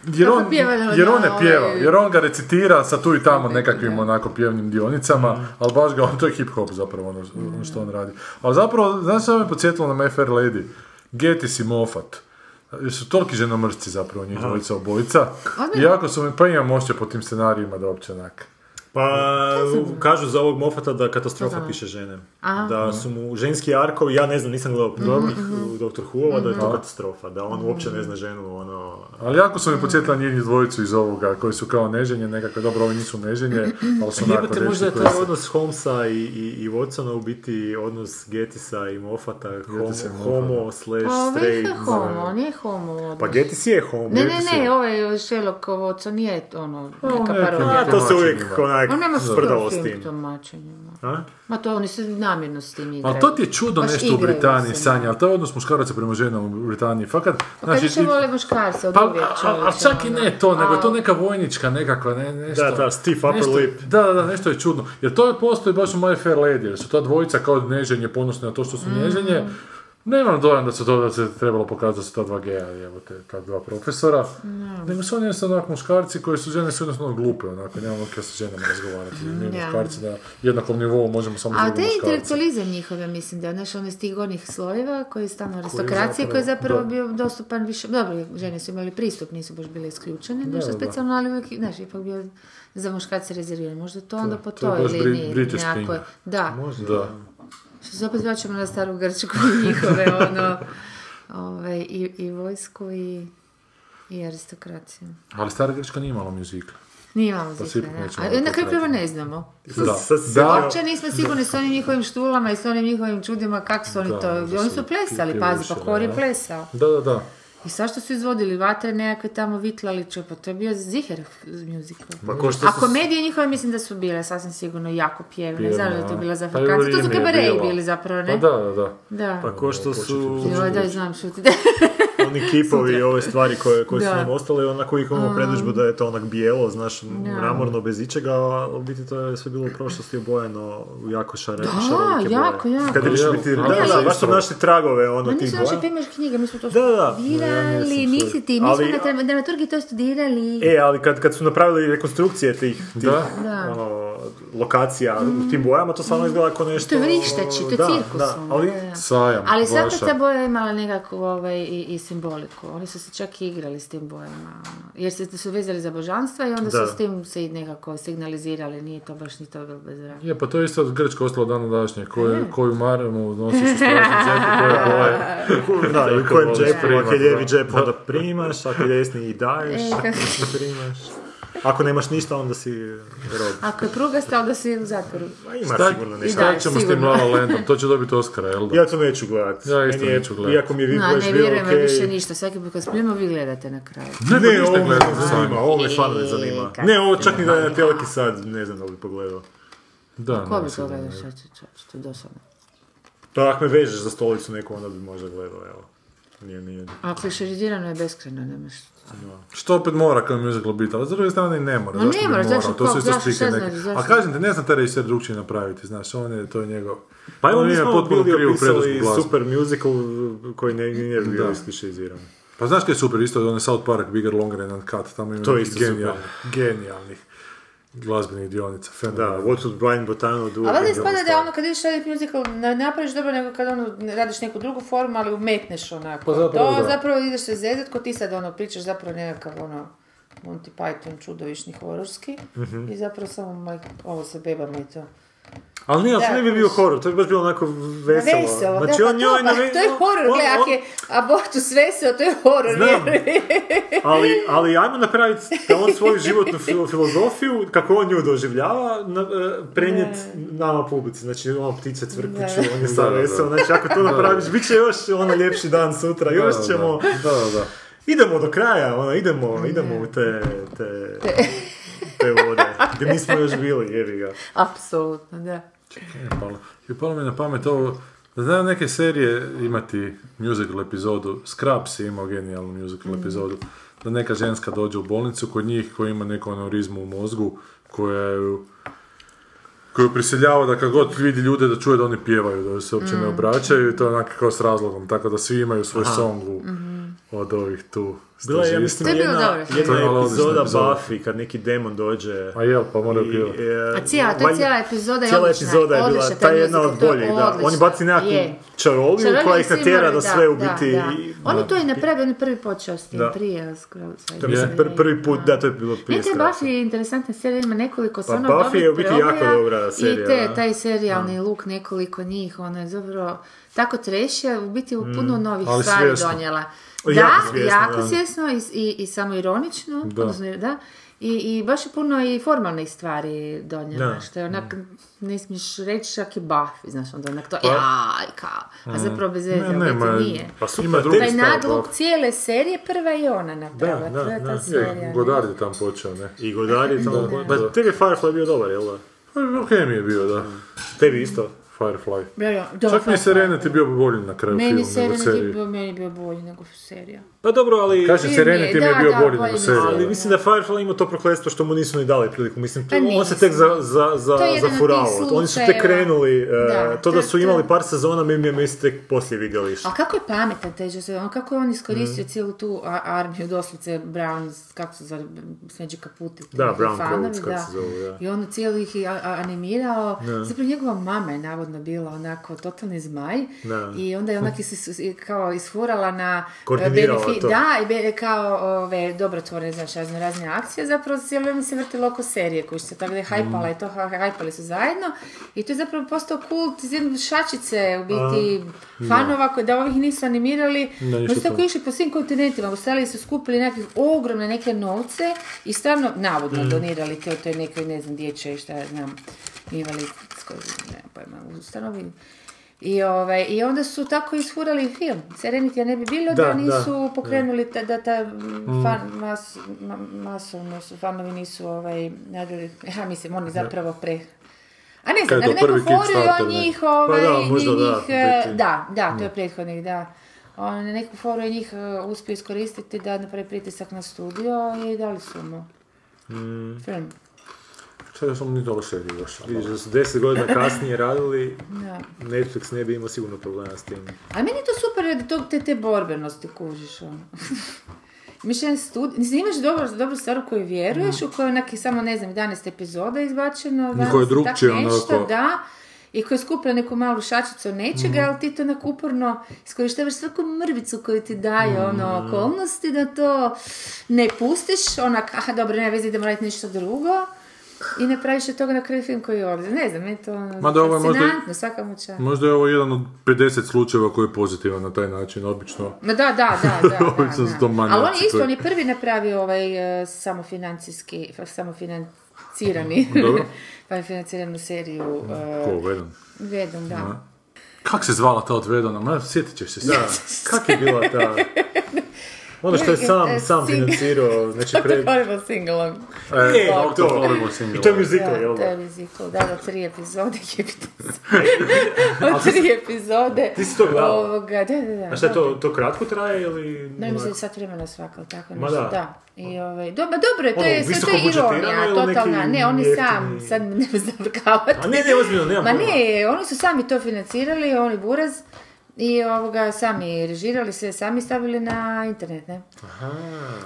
jer, on,
Kako pjeva, da,
jer on ne
da,
pjeva,
ovaj-
jer on ga recitira sa tu i tamo nekakvim onako pjevnim dionicama, ali baš ga, on, to je hip-hop zapravo ono ono što on radi. Ali zapravo, znaš što me podsjetilo na My Fair Lady? Getis i Moffat. Jer su toliki ženomrsci zapravo njih dvojica obojica. I jako su mi, pa imam mošće po tim scenarijima da uopće onak.
Pa, kažu za ovog Mofata da katastrofa piše žene. Da su mu ženski arkovi, ja ne znam, nisam gledao probnih u Dr. Who-ova, da je to katastrofa, da on uopće ne zna ženu, ono...
Ali jako su mi podsjetila njih dvojicu iz ovoga, koji su kao neženje, nekako, dobro, ovi nisu neženje, ali su onako
Jebate,
dečki
možda je
koji
taj
su-
odnos Holmesa i, i, i Watsona u biti odnos Getisa i Moffata, homo,
Gettisa i Moffata.
homo slash
Ovo je
straight.
homo, on je homo. odnos.
Pa Getis je homo.
Ne, ne,
Getis je-
ne, ovaj Sherlock Watson nije ono
neki
neka
Pa je
parodija.
A, to se
Tumačenje,
uvijek
da.
onak
On nema
sprdalo
skoro film
s tim.
tumačenja.
A?
Ma to oni su namjerno s tim igraju.
Ali to ti je čudo
Baš
nešto u
igraju
Britaniji,
se,
Sanja,
da.
ali to je odnos muškaraca prema ženama u Britaniji. Fakat, znači,
Pa
znaš,
više
i-
vole muškarce od
pa,
uvijek
a- a, a
čovječe,
čak i
ono.
ne to, nego je to
A,
neka vojnička nekakva, ne, nešto.
Da, da, stiff upper
nešto-
lip.
Da, da, da, nešto je čudno. Jer to je postoji baš u My Fair Lady, jer su ta dvojica kao neženje, ponosne na to što su
Mhm.
neženje. Nemam dojam da su to da se trebalo pokazati da su ta dva geja, evo te, ta dva profesora. Nego su oni jednostavno onak muškarci koji su žene su jednostavno glupe, onako, nemamo kada sa ženama razgovarati. Mi
Da.
muškarci na jednakom nivou možemo samo
Mhm, A
drugi
te
muškarci.
intelektualizam njihov, ja mislim da, znaš, ono iz tih gornjih slojeva, koji je stalno aristokracije, koji je zapravo bio dostupan više, dobro, žene su imali pristup, nisu baš bile isključene, nešto
da, da.
specijalno, ali uvijek, znaš, ipak bio za muškarce rezerviran, možda to onda po
to je
toj
baš Bri-
liniji
British
nekako,
thing.
da,
Da.
što se opet vraćamo na staru Grčku [LAUGHS] i njihove, ono, ovaj, i, i vojsku i, i aristokraciju.
Ali stara Grčka nije imala muzikla.
Nije imamo
Pa
zikra,
svi nećemo
da.
ovo
A, na kraju prvo
popraviti.
ne znamo.
Da.
Sad si
Da.
sjetio-
Uopće nismo sigurni s onim njihovim štulama i s onim njihovim čudima kako su oni
Da,
to...
da
Oni
su
su plesali,
pi-
pazi, pa
pjevušili,
Kor
da.
je plesao.
Da, da, da.
I svašta su izvodili, vatre nekakve tamo vitlali, čupa, to je bio ziher musical.
Pa ko što
A
su
komedije njihove mislim da su bile sasvim sigurno jako pjevne,
Pjevne,
znam da je to
a?
bila za
Pa i u
Afrikanci, to su
Rimi je
kabareji
bila.
bili zapravo,
Pa
ne?
da, da, da.
Da.
Pa ko što su
Joj, daj, znam šutiti.
oni kipovi i ove stvari koje, koje su
Da. Mm.
nam ostale, onako uvijek imamo predodžbu da je to onak bijelo, znaš, mramorno, bez ičega, a u biti to je sve bilo u prošlosti obojeno u jako šare, šarolike
jako,
boje.
jako.
Kad ideš
Bijelo,
biti, da,
a,
da,
ali-
baš su našli tragove, ono,
Ma
tih
nisu naše
boja.
primjeriš knjige, mi smo to
Da, da.
studirali, nisi ti, mi smo
Ali-
na tra- dramaturgiji to studirali.
E, ali kad, kad su napravili rekonstrukcije tih, tih
Da.
Da. Mm.
ono, lokacija u tim bojama, to stvarno izgleda kao nešto...
To je vrišteći, to je
Da,
cirkus,
da,
ono,
ali
da, da.
Sajam,
Ali svaka
vaša.
ta boja je imala nekakvu ovaj, i, i simboliku. Oni su se čak i igrali s tim bojama. ono. Jer se su vezali za božanstva i onda
Da.
su s tim se i nekako signalizirali. Nije to baš ni to bilo bez vremena.
Je, pa to je isto od Grčka ostalo dana današnje,
E.
koju, koju maremu nosiš u strašnom džepu, koje
[LAUGHS]
boje.
Da, i u
Koliko
kojem
voliš
džepu,
primat,
ako je lijevi
da.
džep onda primaš, ako je desni i daješ,
E,
ako
kako-
ne primaš. Ako nemaš ništa, onda si rob.
Ako je pruga stao da si u zatvoru.
Ma ima
Šta-
sigurno
I
nešto.
da.
Šta ćemo s tim
sigurno.
La La Landom? To će dobiti Oscara, jel da?
Ja to neću gledat.
Ja isto
Meni je-
neću gledat.
Iako mi je
No,
Whiplash
ne
bio
vjerujem
okej.
više ništa. Svaki put kad spljujemo, vi gledate na kraju.
Ne,
Ne,
ništa
ovo me
gledam
ne zanima, ovo me stvarno ne zanima.
Ej,
Ne, ovo čak ni da je na teleki sad, ne znam da li bi pogledao.
Da,
Ko
ne,
bi to
sad ne.
gledao što će što je dosadno.
To ako me vežeš za stolicu neku, onda bi možda gledao, evo. Nije, nije.
A klišerizirano je beskreno, nemaš.
Što opet mora kao musical biti, ali s druge strane i ne mora.
Ma
zašto
ne
bi
mora,
morao?
zašto,
To su
ko-
isto
zašto,
slike
šta
neke.
znaš, zašto?
A kažem ti, ne znam taj režiser drugčije napraviti, znaš, on je, to je njegov...
Pa evo,
on
mi
ima
smo
potpuno
bili
krivu predodžbu
opisali
glazbu.
super musical koji ne, nije bio
Da.
isklišiziran.
Pa znaš kaj je super, isto onaj South Park, Bigger, Longer and Uncut, tamo ima
To je
nekih
isto super.
genijalnih, genijalnih glazbenih dionica.
Da,
fenomenalno.
What Would Brian Botano Do?
A valjda
Brian
ispada da
Botano.
ono kad ideš raditi musical ne napraviš dobro nego kad ono radiš neku drugu formu, ali umetneš onako.
Pa zapravo
to
da.
zapravo ideš se zezat, ko ti sad ono pričaš zapravo nekakav ono Monty Python čudovišni hororski
Mhm.
i zapravo samo maj, ovo sa bebama i to.
Ali nije, ali to
Da,
ne bi bio
kužiš.
horor, to bi baš bilo onako veselo.
Veselo,
znači,
da, pa
on njoj
to, pa,
nave-
to je horor,
on-
gledaj, ako
on-
je abortus veselo, to je horor, [LAUGHS]
Znam.
vjeruj.
ali, ali ajmo napraviti da on svoju životnu fil- filozofiju, kako on nju doživljava, na, e, prenijet nama publici. Znači, on ptice cvrkuću, on
Da,
je sad
da,
vesel.
da.
Znači, ako to
Da,
napraviš, bit će još ono ljepši dan sutra, još
Da, da,
ćemo...
Da, da, da.
Idemo do kraja, ono, idemo, idemo u te, te, te vode, gdje nismo još bili, jebi ga.
Apsolutno, da.
Je E, palo, je palo mi na pamet ovo, da znaju neke serije imati musical epizodu, Scraps je imao genijalnu musical
Mm.
epizodu, da neka ženska dođe u bolnicu kod njih koja ima neku aneurizmu u mozgu, koja ju koju prisiljava da kad god vidi ljude da čuje da oni pjevaju, da joj se uopće ne
Mm.
obraćaju i to je onak kao s razlogom, tako da svi imaju svoj song u,
Mhm.
od ovih tu.
Bila je, ja
stažista.
mislim,
To je bilo
jedna,
dobro.
To je
jedna
bila odlična
epizoda
epizoda.
Buffy, kad neki demon dođe.
A jel, pa moraju
i,
pjevati.
e,
A cijela, to je
valjda-
cijela epizoda je
Cijela
odlična,
epizoda je bila,
odlična, taj
ta je jedna od
musical, to je
boljih, da. Oni
odlična,
baci nekakvu
je.
čaroliju
Čaroliju
koja
i
ih
svi
natjera
moraju,
da sve u biti...
da.
i-
Oni to i naprave, on je prvi počeo s tim,
Da.
prije Scrubs.
To je, mislim, pr- prvi put, da, to je bilo prije
Ne, te
Scrubsa.
Buffy je interesantna serija, ima nekoliko
Pa
stvarno
Buffy
dobrih
je u biti
promjera
jako dobra serija,
I te,
da.
taj serijalni luk, nekoliko njih, ono je dobro, tako treše, u biti u puno novih
ali
stvari
svjesno.
donijela.
O,
Da,
Mm, jako
jako
svjesno,
svjesno,
da.
i, i, i samoironično,
Da.
odnosno, da, i, i baš je puno i formalnih stvari donijela,
Da. Mm.
što je onak, ne smiješ reći čak i Buffy, znaš, onda onak to,
Pa- Mm.
jaj, kao, a zapravo bez veze,
Ne,
u biti
nema,
nije.
Pa super,
Ima
te-
drugi
Taj
stvar,
nadluk
pa-
cijele serije, prva je ona
Da,
napravila,
da,
to je ta
da.
serija.
Je,
ne?
Godard je tam počeo, ne?
I Godard je tamo...
Da.
Ba, tebi je Firefly bio dobar, jel da?
Pa, Okej mi je bio, da.
Mm. Tebi isto.
Firefly.
Ja, ja, da,
Čak mi je
Firefly.
Serenity bio bolji na kraju
Meni
filma nego
Serenity
seriji.
bio, meni bio bolji nego serija.
Pa dobro, ali...
Kažem,
Film je,
Serenity mi je
da, pa
bio
da,
bolji
bolji
nego
mi.
serija.
Ali mislim da Firefly ima to prokletstvo što mu nisu ni dali priliku. Mislim,
Pa
to- on
nisu.
se tek za, za, za,
To je jedan od
zafuravao.
tih
Oni su tek
slučajeva.
krenuli. e,
Da,
to da
to-
su imali
to-
par sezona, mi mi mi se tek poslije vidjeli.
A kako je pametan taj Joseph, on kako je on iskoristio cijelu tu a- armiju doslice Browns, kako se zove, Sneđi Kaputi. ti
Da,
neki
Brown
fanovi,
Coats, kako
da.
se zovu, da.
I on cijeli ih je a- a- animirao, zapravo njegova mama je navodno bila onako totalni zmaj
Da.
i onda je
[LAUGHS]
onaki se i kao isfurala na e,
Koordinirala
benefi-
to.
Da, i be- kao ove dobrotvorne, znaš, razne, razne akcije, zapravo cijelo vrijeme se vrtilo oko serije koji se tako da je hajpala i to, ha- hajpali su zajedno i to je zapravo postao kult iz jedne šačice u biti fanova koji da ovih nisu animirali,
Ne, ništa
oni su tako
to.
išli po svim kontinentima, u Australiji su skupili neke ogromne neke novce i stvarno navodno donirali to, to je neke, ne znam, dječje, šta ja znam, invalidskoj, ne pojma, ustanovi. I, ovaj, I onda su tako ishurali film. Serenity ne bi bilo da,
Da, da,
nisu pokrenuli ta, da ta fan, mas, ma- masovno su, fanovi nisu ovaj, nadali, ja mislim, oni zapravo pre... A ne
Kaj
znam,
je
ali
to,
neko
prvi
forio
Kickstarter,
on
ne?
njih, ovaj,
Pa da, možda da,
njih, eh,
u biti.
da, da, to je prethodnik, da. On, na neku foru je njih eh, uspio iskoristiti da napravi pritisak na studio i dali su mu film.
Sada sam ni dobro seriju još. ali
Vidiš da su deset godina kasnije radili,
Da.
Netflix ne bi imao sigurno problema s tim.
A meni je to super radi tog te, te borbenosti, kužiš ono. [LAUGHS] Imaš jedan studij, mislim, imaš dobru, dobru stvar u koju vjeruješ, u kojoj je onak i samo, ne znam, 11 epizoda izbačeno,
koja je
12, tak
drukčija onako.
nešto, da, i koja je skupila neku malu šačicu
Mhm.
nečega, ali ti to onak uporno iskorištavaš svaku mrvicu koju ti daje ono
Mhm.
okolnosti da to ne pustiš, onak, aha, dobro, ne vezi, idemo raditi nešto drugo. I napraviš od toga na kraju film koji je odličan. Ne znam, meni je to ono,
Ma da, ovo je možda-
fascinantno, svaka mu čast.
Možda je ovo jedan od 50 slučajeva koji je pozitivan na taj način, obično.
Ma da, da,
[LAUGHS]
da, da. da,
Ovi su
da.
to manjaci
Ali on je isto,
koji-
on je prvi napravio ovaj uh, samofinancijski,
[LAUGHS]
samofinancirani, [LAUGHS] Pa
Dobro.
financiranu seriju
Ko,
uh,
Vedan?
Vedom, da.
Kak se zvala ta od Vedana? Ma, sjetit ćeš se.
[LAUGHS]
Da, kak je bila ta... Ono što je sam,
Sing-
sam financirao, znači
To je
pred...
horrible singalong.
E,
Je,
Dr.
to.
Horrible
I
Single.
to je musical,
Da,
jel
to je
da?
musical, da, da, tri epizode, jebite se.
[LAUGHS]
Od tri epizode.
ti si to gledala?
Ovoga, da, da, da.
A šta je to, to kratko traje ili...
Da, mislim da je sat vremena svakal, tako
Ma
nešto,
da.
da. I, ovaj, do, ma dobro, je, to
Ono,
je, sve to je
visokobudžetirano
ironija,
ili neki
totalna, ne, oni
jeftini-
sam, sad ne znam [LAUGHS] zavrkavati.
A ne, ne, ozbiljno, nemam
Ma
pojma.
ne, oni su sami to financirali, oni buraz, I ovoga sami režirali sve, sami stavili na internet, ne?
Aha.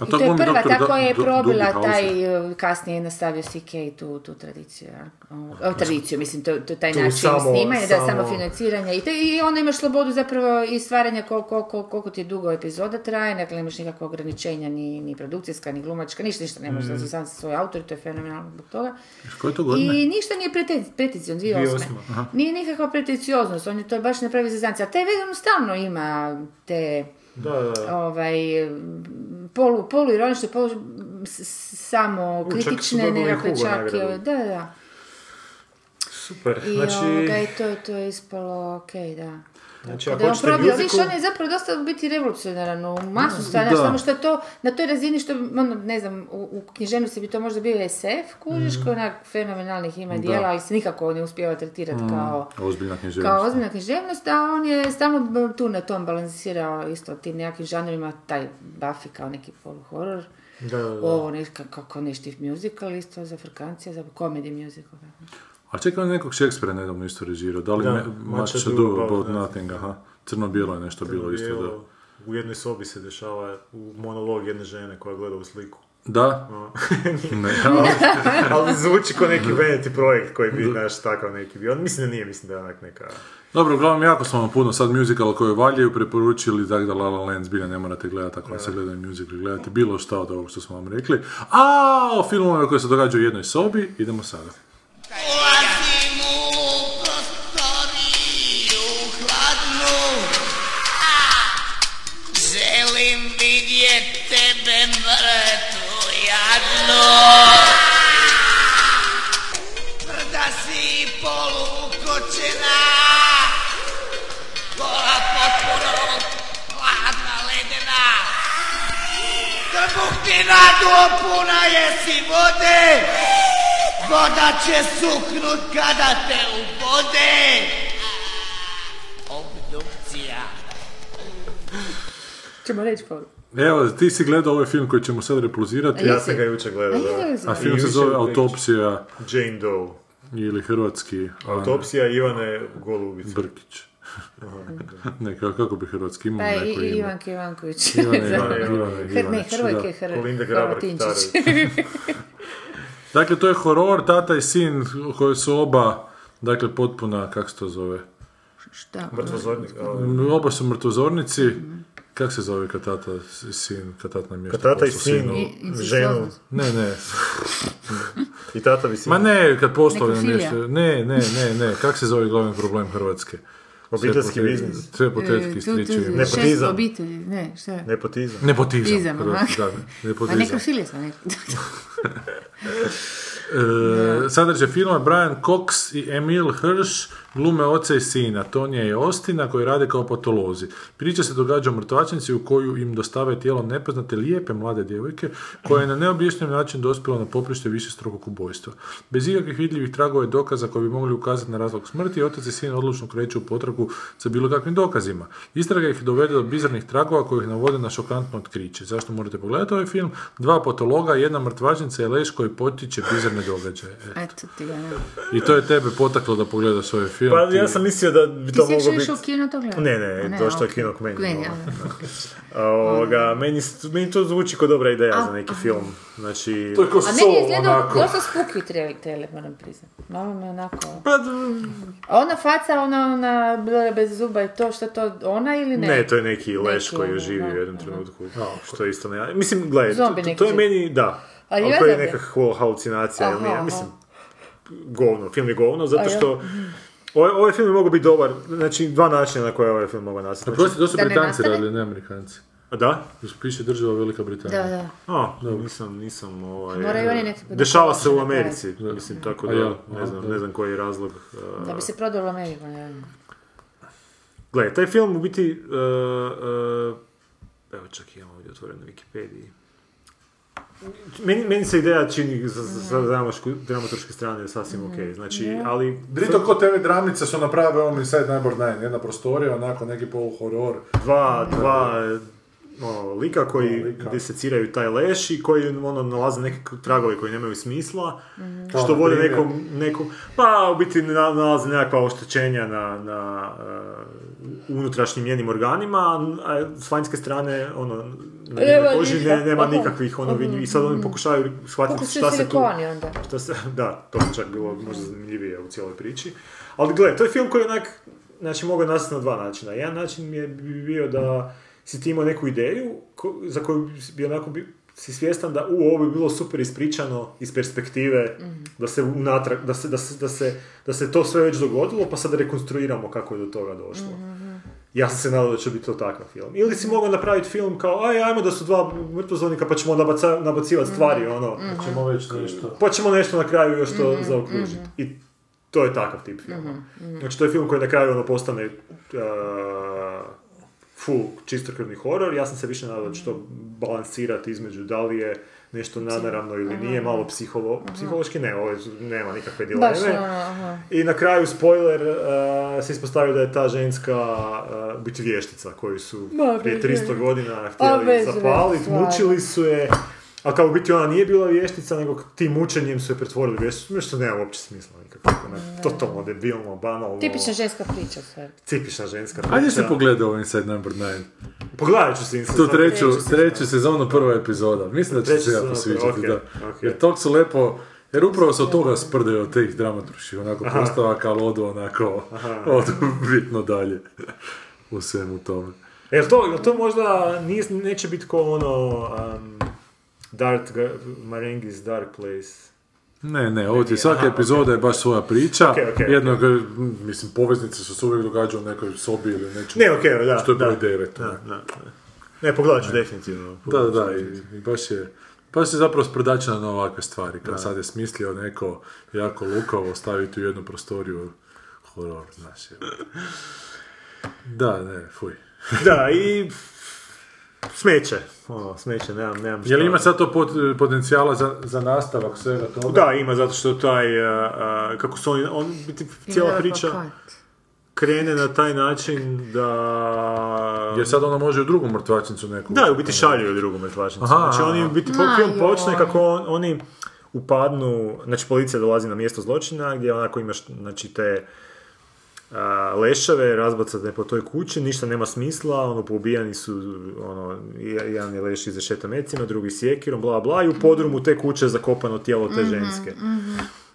I to je prva ta koja je probila taj, eh, kasnije je nastavio CK tu, tu tradiciju, ja. O, o, tradiciju, mislim, to, to taj
Tu
način
samo-
snimanja, da,
samo-
samo financiranja. I, te, I onda imaš slobodu zapravo i stvaranja koliko, koliko, koliko ti dugo epizoda traje, dakle nemaš nikakva ograničenja, ni, ni produkcijska, ni glumačka, ništa, ništa nemaš,
Mm.
znači sam si svoj autor, i to je fenomenalno zbog toga.
Koje to godine?
I ništa nije prete- pretenzion, 2008.
Aha.
Nije nikakva pretencioznost, on je to baš napravio za zanci. A TV on stalno ima te
Da, da.
ovaj, m, polu, polu ironične, polu s- s- samo
U, čak su
kritične
dobili
nekakve
Hugo
čak. i
nagradu.
ove- Da, da.
Super.
I
Znači,
ovoga, i to, je- to je ispalo ok, da.
znači
Da
ako
je on
hoćete
probio, viš,
musical,
on je zapravo dosta u biti revolucionaran u masu stvari,
Da.
znaš, samo što je to na toj razini što, ono, ne znam, u, u književnosti bi to možda bio SF, kužiš,
Mhm.
koji onak fenomenalnih ima
Da.
dijela, ali se nikako ne uspijeva
Mhm.
tretirati kao
Ozbiljna književnost.
kao ozbiljna književnost, a on je stalno b- tu na tom balansirao isto tim nekim žanrima, taj Buffy kao neki poluhoror,
Da, da, da.
ovo neka, kako nešto musical isto za frkancija, za comedy musical.
A čekaj, on je nekog Shakespearea nedavno isto režirao. Da li
Da,
me,
Much
Much
Ado
Ado
About
About
Nothing.
Nothing, aha. Crno-bijelo je nešto bilo isto, da.
Bijelo, U jednoj sobi se dešava u monolog jedne žene koja gleda u [LAUGHS] sliku.
Da?
No.
Ne, [LAUGHS]
ali,
ali-
ali zvuči kao neki Vanity projekt koji bi, znaš, takav neki bio. Mislim da nije, mislim da je onak neka...
Dobro, uglavnom jako smo vam puno sad muzikala koje valjaju preporučili, tako da La La Land zbilja ne morate gledati ako vam se gledaju muzikali, gledate bilo šta od ovog što smo vam rekli. A o filmovima koji se događaju u jednoj sobi, idemo sada.
hladnu Želim vidjet tebe mrtvu jadnu Tvrda si polukočena Gola potpuno hladna ledena Trbuhtina dopuna je si vode Voda će suknut kada te ubode Obdukcija
Ćemo reći Paul.
Evo, ti si gledao ovaj film koji ćemo sad
E,
replozirati.
Ja sam ga jučer gledao,
A je li
da.
A film se zove Autopsija
Jane Doe.
ili hrvatski...
Autopsija Ivane Golubice.
Brkić. [LAUGHS] Ne, kako, kako bi hrvatski imao
Pa i
neko ime.
Ivan Ivanković. [LAUGHS]
Ivane,
Za-
Ivane, Ivane,
Hr- Ne,
Ivanić,
Hrvojke,
da.
Hr-
Kolinda Grabar
Horvatinčić.
Dakle, to je horor, tata i sin koji su oba, dakle, potpuna, kako se to zove?
[LAUGHS]
[LAUGHS]
Šta?
Mrtvozornik.
Oba su mrtvozornici. Kako se zove kad tata i sin, kad tata namješta
Kad tata i
posao
sin
sinu?
I- ženu.
Ne, ne.
I tata bi sin.
Ma ne, kad poslove
Nekrofilija.
namješta. Ne, ne, ne, ne. Kako se zove glavni problem Hrvatske? Sve
Obiteljski
potet-
biznis.
Sve
E,
potetki stričevi.
Šest obitelji, ne, šta?
Nepotizam.
Nepotizam.
Izam, aha.
Hrvatski, da,
Pa
nepotizam.
nekrofilija sam [LAUGHS] rekla.
E, sadržaj filma Brian Cox i Emil Hirsch glume oca i sina, Tonija i Ostina koji rade kao patolozi. Priča se događa u mrtvačnici u koju im dostave tijelo nepoznate lijepe mlade djevojke koja je na neobjašnjiv način dospjela na poprište više strokog ubojstva. Bez ikakvih vidljivih tragova i dokaza koji bi mogli ukazati na razlog smrti, otac i sin odlučno kreću u potragu sa bilo kakvim dokazima. Istraga ih dovede do bizarnih tragova koji ih navode na šokantno otkriće. Zašto morate pogledati ovaj film? Dva patologa, jedna mrtvačnica i leš koji potiče bizarne događaje. E,
Eto ti ga, ne.
I to je tebe potaklo da pogledaš ovaj film.
Pa
Ti-
ja sam mislio da bi
Ti
to
si
moglo
išao
biti...
išao u kino to gledati?
Ne,
A
ne, došlo je
ok.
kino k meni.
Meni,
ono.
aha.
A, [LAUGHS] ovoga, meni, s- meni to zvuči kao dobra ideja za neki film. Znači...
To je
A meni je izgledao dosta spooky trailer, trailer moram priznat. Malo me onako...
Pa,
A ona faca, ona, ona bila bez zuba i to, što to, ona ili ne? ono,
Ne, to je neki leš koji je živi u jednom trenutku. Što isto ne... Mislim, gledaj, to,
Zombi neki
to je
živ.
meni, da.
Ali
Ali to je
jezan je.
nekakva halucinacija.
Aha,
ili ne,
aha.
mislim, govno, film je govno, zato
A Mhm. ja.
što... Ovaj, ovaj film je mogao biti dobar, znači dva načina na koje je ovaj film mogao nastati. Znači,
A prosti, to su
Da ne
Britanci
nastane?
radili, ne Amerikanci.
A da?
Piše država Velika Britanija.
Da, da.
A, nisam, nisam ovaj...
Moraju oni neki
Dešava se u
dogovor na kraju.
Americi, mislim, tako
A
da,
ja,
ne
aha,
znam,
da.
ne znam koji je razlog. uh,
Da bi se prodalo u Ameriku, naravno.
Gle, taj film u biti... uh, uh, evo čak imam ovdje otvoren na Wikipediji. Meni, meni se ideja čini za, za,
Mhm.
za dramašku- dramaturške strane sasvim ok, znači, ali...
Drito ko TV dramice su napravili on Inside Number 9, jedna prostorija, onako neki polu horor.
Dva, dva ono, lika koji diseciraju taj leš i koji ono, nalaze neke tragove koji nemaju smisla,
Mhm.
što
Kao,
vodi
primjer?
nekom, nekom, pa u biti na- nalaze nekakva oštećenja na, na e, unutrašnjim njenim organima, a s vanjske strane ono, na
Nema
njenoj koži ne-
ništa.
nema
Aha.
nikakvih ono vidljiv- i sad
Mhm.
oni pokušavaju shvatiti
Pokušaju
šta se tu...
silikoni onda.
Šta se, [LAUGHS] da, to bi čak bilo možda zanimljivije u cijeloj priči. Ali gle, to je film koji je onak, znači mogao nastati na dva načina. Jedan način je bi bio da si ti imao neku ideju ko- za koju bi onako bi, si svjestan da u ovo bi bilo super ispričano iz perspektive da se unatrag, da se, da, se, da, se, da se to sve već dogodilo pa sad rekonstruiramo kako je do toga došlo. Ja sam se nadao da će biti to takav film. Ili si mogao napraviti film kao, aj, ajmo da su dva mrtvozornika pa ćemo nabaca, nabacivati stvari, ono.
Pa ćemo već nešto.
Pa ćemo nešto na kraju još to zaokružiti. I to je takav tip filma. Znači, to je film koji na kraju ono postane uh, full čistokrvni horor. Ja sam se više nadao da će to
Mhm.
balansirati između da li je nešto nanaravno ili nije, malo psiholo- psihološki, ne, ovo je- nema nikakve dileme.
Baš ono, aha.
I na kraju, spoiler, uh, se ispostavio da je ta ženska uh, u biti vještica koju su
Ma,
prije
bez
300
veze.
godina
A, bez
htjeli
veze,
zapaliti,
stvarno.
mučili su je. A kao u biti ona nije bila vještica, nego tim mučenjem su je pretvorili u vješticu, što nema uopće smisla nikakvog. ono, Totalno debilno, banalno.
Tipična ženska priča u stvari.
Tipična ženska
Ajde
priča.
se pogledaj ovaj ovo Inside Number 9.
Pogledat ću si Inside
Tu
Number
treću,
Nine.
treću sezonu, prva epizoda. Mislim da će
Treću
se ja
sezonu,
posviđati,
ok,
da.
ok.
Jer tog su lepo... Jer upravo se od toga sprdaju od tih dramaturši, onako
Aha.
postavaka, ali odu onako,
Aha.
odu bitno dalje u svemu tome.
Jel to, jel to možda nije, neće biti ko ono... Um, Dark, Marengis Dark Place.
Ne, ne, ovdje svaka epizoda je baš svoja priča.
Ok, ok.
Jednog, m, mislim, poveznice su se uvijek događaju u nekoj sobi ili nečem.
Ne, ok, da,
Što je broj
da.
9.
Da, da, da. Ne, pogledat ću definitivno.
Da, da, da, i, i baš je... Baš je zapravo sprdačena na ovakve stvari. Kao
Da.
sad je smislio neko jako lukavo staviti u jednu prostoriju horor, znaš. je. Da, ne, fuj.
Da, i... Smeće. Ono, smeće, nemam, nemam
Je li ima sad to pot- potencijala za, za nastavak svega toga?
Da, ima, zato što taj, a, a, kako su oni, on, biti cijela
pa
priča krene na taj način da...
Jer sad ona može u drugu mrtvačnicu neku.
Da, u biti šalju je drugu mrtvačnicu.
Aha,
Znači
aha.
oni u biti
Ma,
film
joj.
počne kako on- oni upadnu, znači policija dolazi na mjesto zločina gdje onako imaš znači te a, leševe razbacate po toj kući, ništa nema smisla, ono poubijani su, ono, je- jedan je leš iz šetamecima, drugi sjekirom, bla bla, i u podrumu te kuće je zakopano tijelo
Mhm,
te ženske.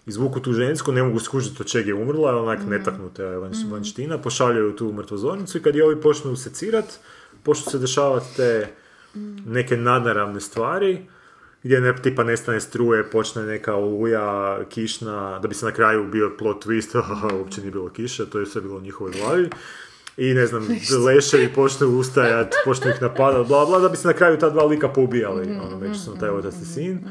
Izvuku tu žensku, ne mogu skužiti od čega je umrla, je onak netaknuta je vanš- vanština, pošalju ju u tu u mrtvozornicu i kad je ovi počnu secirat, počnu se dešavati te neke nadnaravne stvari, gdje ne, tipa nestane struje, počne neka oluja, kišna, da bi se na kraju bio plot twist, [LAUGHS] haha, uopće nije bilo kiše, to je sve bilo u njihovoj glavi. I ne znam, leševi počnu ustajat, počnu ih napadat, bla bla, da bi se na kraju ta dva lika poubijali, ono, međusobno taj otac i sin.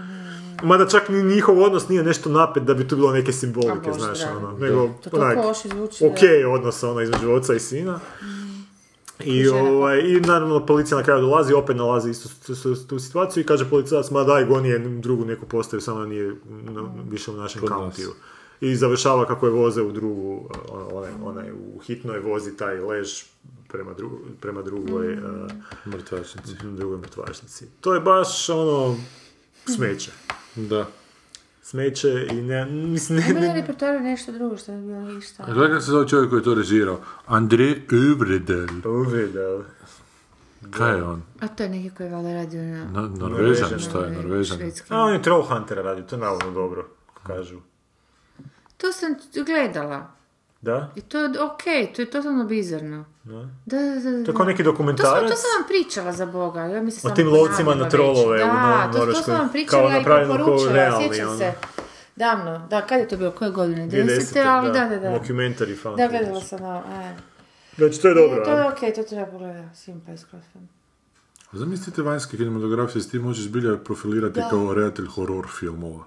Mada čak ni njihov odnos nije nešto napet da bi tu bilo neke simbolike,
A Bože,
znaš,
dragi.
ono, nego,
To tako loše zvuči, da.
ok odnos, ono, između oca i sina. I,
žena pa.
ovaj, I naravno policija na kraju dolazi, opet nalazi istu s- s- tu situaciju i kaže policajac, ma daj, goni je drugu neku postaju, samo nije no, više u našem
Kod nas.
countiju. I završava kako je voze u drugu, uh, onaj, onaj u hitnoj vozi taj lež prema, dru- prema drugoj,
Mm.
uh,
Mrtvačnici.
drugoj mrtvačnici. To je baš ono smeće.
Da.
Smeće i ne, mislim, ne,
Ima li
ne,
na repertoaru nešto drugo što je bilo ništa?
A Kako se zove čovjek koji je to režirao? Andrej Uvredel.
Pa Uvredel.
Kaj je on?
A to je neki koji je valjda radio na... ovaj,
Na- Norvežan, šta je Norvežan?
Švedski.
A on je Trollhuntera radio, to je navodno dobro, kažu.
To sam t- gledala.
Da?
I to je okej, to je totalno bizarno.
Da.
Da, da, da, da.
To je kao neki
To sam,
dokumentarac.
to sam vam pričala za Boga. Ja mi se
O
samo
tim lovcima
ponavljala
na trolove
već.
u
Da,
Nor-
to, to
Norveškoj.
sam vam
Kao
pričala i
napravljeno kao
preporučila,
realni,
sjećam
ono.
se. Davno, da, kad je to bilo, koje godine?
2010.,
90. ali da, da, da.
Mockumentary found
Da,
footage.
gledala sam, da, e.
Znači, to je dobro,
To je
a?
okej, to treba pogledati, svim pa iskrostom.
Zamislite vanjske kinematografije, s tim možeš zbilja profilirati
Da.
kao redatelj horor filmova.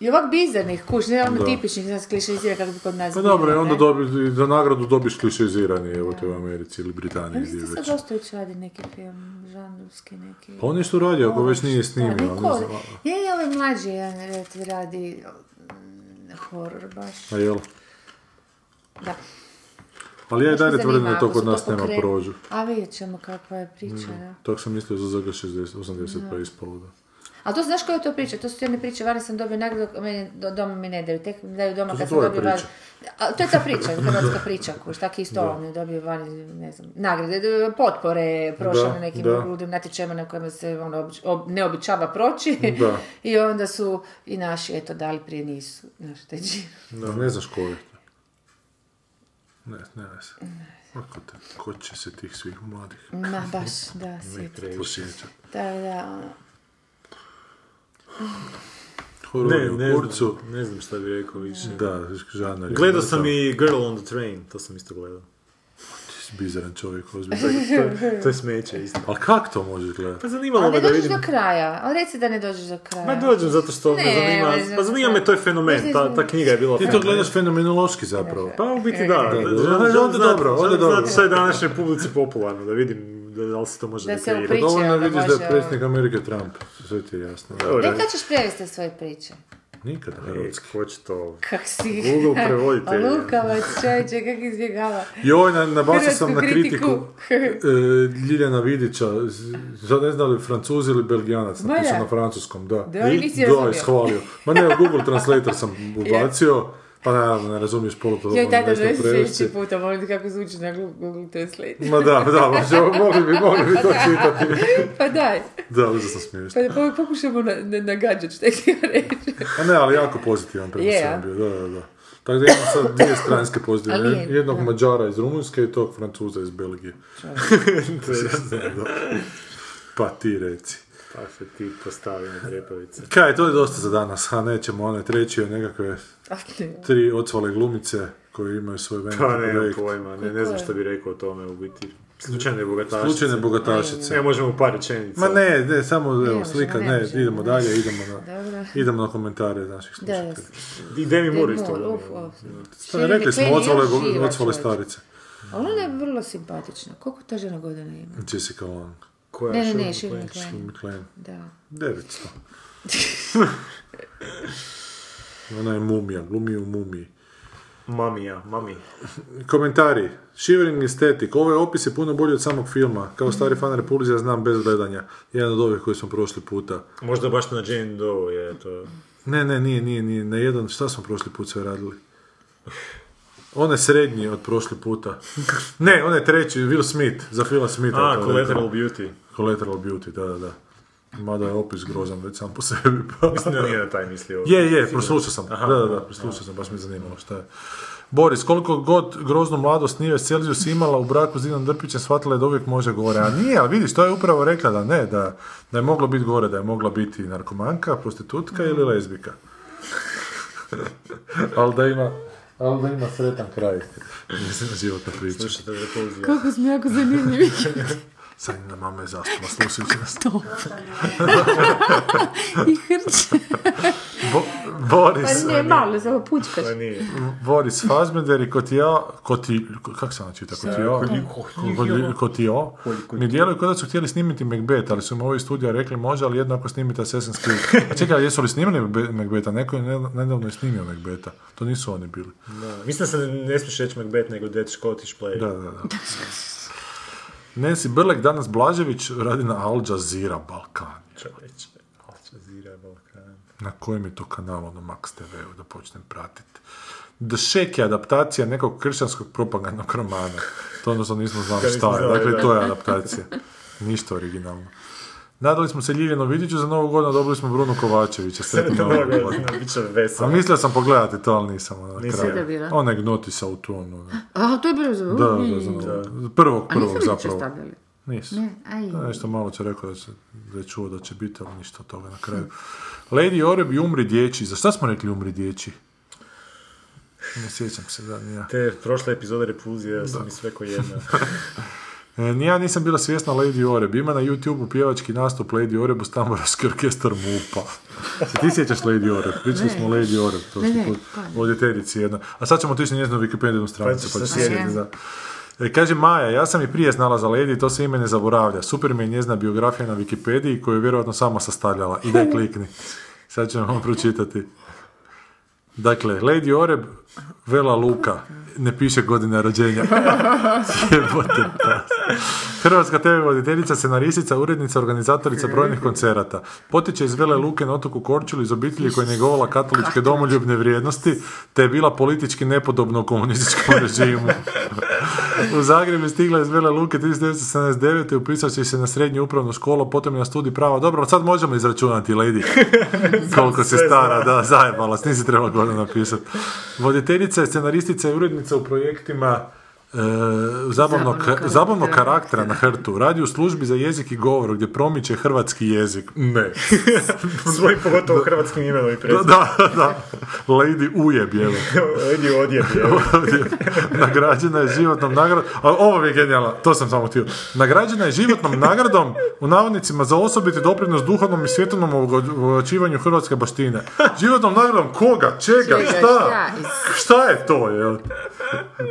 I ovak bizarnih kuć, ne ono
Da.
tipičnih, znaš, klišeizira kako bi kod nas
Pa
bilo,
dobro, i onda
ne?
dobi, za nagradu dobiš klišizirani, evo te u Americi ili
Ja
Britaniji gdje
mislim da
već.
sad Ostojić radi neki film, žanrovski neki.
Pa on je što radio, ako
Ovo,
već nije
šta,
snimio, ne
niko-
znam.
Je, je, ovaj mlađi jedan redatelj radi mm, horror baš.
A jel?
Da.
Ali ja i
Baš me
dalje tvrdim
zanima
da to
ako
kod
su
nas nema
pokrenu-
prođu. Mm.
A vidjet ćemo kakva je priča, da.
Tako sam mislio za ZG 60, 80 pa
Da.
ispalo da.
Ali to znaš koja je to priča? To su ti one priče, vani sam dobio nagradu, meni do- doma mi ne daju, tek mi daju doma
To su
kad sam
tvoje
dobio
priče.
A, to je ta priča, hrvatska priča, kuš, tako isto
Da.
oni dobiju vani, ne znam, nagrade, d- potpore prošle
Da,
na nekim
da.
ludim natječajima na kojima se ono, obič- ob- ne običava proći.
Da.
[LAUGHS] I onda su i naši, eto, dali prije nisu, znaš, te dži-
Da, ne znaš ko je. Ne, ne, ne. Ma Ko, te, ko će se tih svih mladih
Ma baš, da, sjetit.
posjećati?
Da, da, ono.
Horor je
Ne,
u
ne znam,
kurcu.
ne znam šta bi rekao više.
Da, žanar. je
Gledao sam
mrtav.
i Girl on the Train, to sam isto
[LAUGHS]
gledao.
Ti si bizaran čovjek, ozbiljno.
To je- to je smeće isto.
Ali kak to možeš gledati?
Pa zanimalo
Ali
me
ne
da
dođeš
vidim.
do kraja, ali reci da ne dođeš do kraja.
Ma dođem zato što me
Ne,
zanima,
ne znam,
pa zanima me
da.
taj fenomen, ta, ta knjiga je bila
Ti to
fenomen.
gledaš fenomenološki zapravo.
Pa u
Da,
biti da,
da, da, onda
želim znati-
dobro, onda
želim
dobro.
znati šta je današnjoj publici popularno, da vidim da, da li se to može
Da se ono
rekreirati.
upriči.
Dovoljno
onda
vidiš da
može,
je predsjednik Amerike Trump, sve ti je jasno.
Dobro.
Gdje kad ćeš prevesti svoje priče?
Nikad
E,
hrvatski.
ko će to...
Kak si?
Google
[LAUGHS]
prevoditelj.
A Lukavac, čovječe, kak izbjegava.
Joj, na, nabacio sam na
Hrvatsku
kritiku
kritiku. [LAUGHS]
e, Ljiljana Vidića, z- sad ne znam li francuz ili belgijanac,
Ma
napisao
da.
na francuskom, da.
Da, i nisi
Da,
razumio.
ishvalio. Ma ne, u Google Translator sam
[LAUGHS]
ubacio, pa naravno ne razumiješ polu to
Joj,
moram
tada
nešto
da
prevesti.
sljedeći puta, molim te kako zvuči na Glu- Google Translate.
[LAUGHS] Ma da, da, može,
[LAUGHS]
mogli bi, mogli bi to čitati.
Pa daj,
Da, užasno smiješno.
pa da po- pokušamo na- na- nagađat što je htio
[LAUGHS]
reći.
A Pa ne, ali jako pozitivan prema
Je,
sebi
a?
bio, da, da, da. Tako da imam sad
[LAUGHS]
dvije stranske pozitivne,
Ali je,
jednog
da.
Mađara iz Rumunjske i tog Francuza iz Belgije. [LAUGHS] To je- da. Pa ti reci.
Pa se ti postavi na trepavice.
Kaj, to je dosta za danas, a nećemo one treći od nekakve tri ocvale glumice koje imaju svoj veliki
[LAUGHS] Pa nemam
projekt.
pojma, ne, ne znam što bi rekao o tome u biti. Slučajne bogatašice.
Slučajne bogatašice.
Ne možemo u par rečenica.
Ma ne, ne, samo evo,
možemo,
slika,
ne
ne,
možemo,
idemo
ne.
dalje, idemo na,
Dobro.
idemo na komentare naših
Da,
slušatelja.
da.
I Demi Moore isto.
Moore, uf,
ono.
uf.
Šta, Pa rekli smo,
Shirley
ocvale,
Clamp je još živa,
ocvale
čovječe.
starice.
Ali ona je vrlo simpatična. Koliko ta žena godina ima?
Jessica Lang,
Koja
Ne, ne, ne,
Shirley
Shirley
Clamp?
Clamp.
McLean,
Da.
900.
[LAUGHS]
Ona je mumija, glumi u mumiji.
Mamija, mami.
Komentari. Shivering estetik. Ovaj opis je puno bolji od samog filma. Kao stari
Mhm.
fan Repulzija znam bez gledanja. Jedan od ovih koji smo prošli puta.
Možda baš na Jane Doe je to.
Ne, ne, nije, nije, nije. Na jedan, šta smo prošli put sve radili? On je srednji od prošli puta.
[LAUGHS]
Ne, on je treći, Will Smith, za Phila Smitha.
A,
to je
Collateral
rekao.
Beauty.
Collateral Beauty, da, da, da. Mada je opis grozan već sam po sebi. pa-
Mislim da nije na taj mislio.
Je, je, proslušao sam.
Aha,
da, da, da, proslušao sam, baš me zanimalo šta je. Boris, koliko god groznu mladost Nive Celsius imala u braku s Dinom Drpićem, shvatila je da uvijek može gore. A nije, ali vidiš, to je upravo rekla da ne, da, da je moglo biti gore, da je mogla biti narkomanka, prostitutka ili lezbika. ali da ima, ali da ima sretan kraj. Mislim, životna priča.
Slušajte repulzija.
Kako smo jako
[LAUGHS]
zanimljivi.
Sanjina mama je zastupna, slušajući nas.
To. [LAUGHS] I hrče.
Bo- Boris,
Pa ne, malo, samo pučkaš.
Pa nije.
Mm. Boris Fassbender i Kotija, Koti, kako se ona čita, Kotija, Kotija, mi djeluju kao da su htjeli snimiti Macbeth, ali su im ovi studija rekli može, ali jednako snimite Assassin's Creed. A čekaj, jesu li snimili Macbe- Macbetha? Neko je ne- nedavno je snimio Macbetha, to nisu oni bili.
Da, mislim da se ne smiješ reći Macbeth, nego Dead Scottish Play.
Da, da, da. Nancy Brlek, danas Blažević, radi na Al Jazeera Balkan.
Čovječe, e, Al Jazeera,
[LAUGHS]
Balkan.
Na kojem je to kanalu na Max TV-u da počnem pratiti. The Shack je adaptacija nekog kršćanskog propagandnog romana. To je ono što nismo znali
Da, nismo
šta je.
znali,
Dakle,
da.
to je adaptacija. Ništa originalno. Nadali smo se Ljiljanu Vidiću za novu godinu, dobili smo Brunu Kovačevića. Sretno
Sretna
novu
nova
godinu.
godina, znači, bit će
A
vesela.
mislio sam pogledati to, ali nisam. Ono,
Nisi
kraj.
je
bila?
Ona je gnotisa u tu, ono.
A, to je bilo za...
Da, da, za novu- Prvog,
Mhm. A
prvog
nisam niče
zapravo. E,
stavljali.
Nisu.
Ne, aj.
Da, Nešto malo će rekao da, će, da je čuo da će biti, ali ništa od toga na kraju. Lady Oreb i Umri dječi. Za šta smo rekli Umri dječi? Ne sjećam se da nije.
Te prošle epizode Repulzije, ja sam mi sve
[LAUGHS]
ko jedna.
E, Ja nisam bila svjesna Lady Oreb. Ima na YouTube-u pjevački nastup Lady Oreb u Stamborovski orkestar Mupa. Se ti sjećaš Lady Oreb? Pričali
Ne.
smo o Lady Oreb. To
Ne, ne,
put,
pa ne.
o djeterici jedna. A sad ćemo otići na njezinu Wikipedijnu stranicu
ćeš
pa
se
ćeš se
sjetiti.
sjetiti, da. E, kaže Maja, ja sam i prije znala za Lady, to se ime ne zaboravlja. Super mi je njezina biografija na Wikipediji
[LAUGHS]
koju je vjerojatno sama sastavljala. I da klikni. Sad ću vam pročitati. Dakle, Lady Oreb, Vela Luka, ne piše godina
[LAUGHS]
rođenja. pa. Jebote, da. Hrvatska TV voditeljica, scenaristica, urednica, organizatorica brojnih koncerata. Potiče iz Vele Luke na otoku Korčulu iz obitelji koja je njegovala katoličke domoljubne vrijednosti, te je bila politički nepodobna u komunističkom režimu. U Zagreb je stigla iz Vele Luke 1979. i upisavši se na srednju upravnu školu, potom je na studij prava. Dobro, sad možemo izračunati, lady. Koliko si
sve
stara,
zna.
da, zajebala, s nisi trebala godinu napisati. Voditeljica je scenaristica i urednica u projektima e, zabavnog, zabavnog karaktera na hrtu. Radi u službi za jezik i govor gdje promiče hrvatski jezik.
[LAUGHS]
Ne.
Svoj pogotovo hrvatskim imenom i
Da,
prezimenom.
da, da. Lady ujeb, je
Lady odjeb
[LAUGHS]
je.
Nagrađena je životnom nagradom. A ovo mi je genijalno, to sam samo htio. Nagrađena je životnom nagradom u navodnicima za osobiti doprinos duhovnom i svjetovnom obogaćivanju hrvatske baštine. Životnom nagradom koga, čega,
Čega,
šta?
šta?
Šta je to, jel?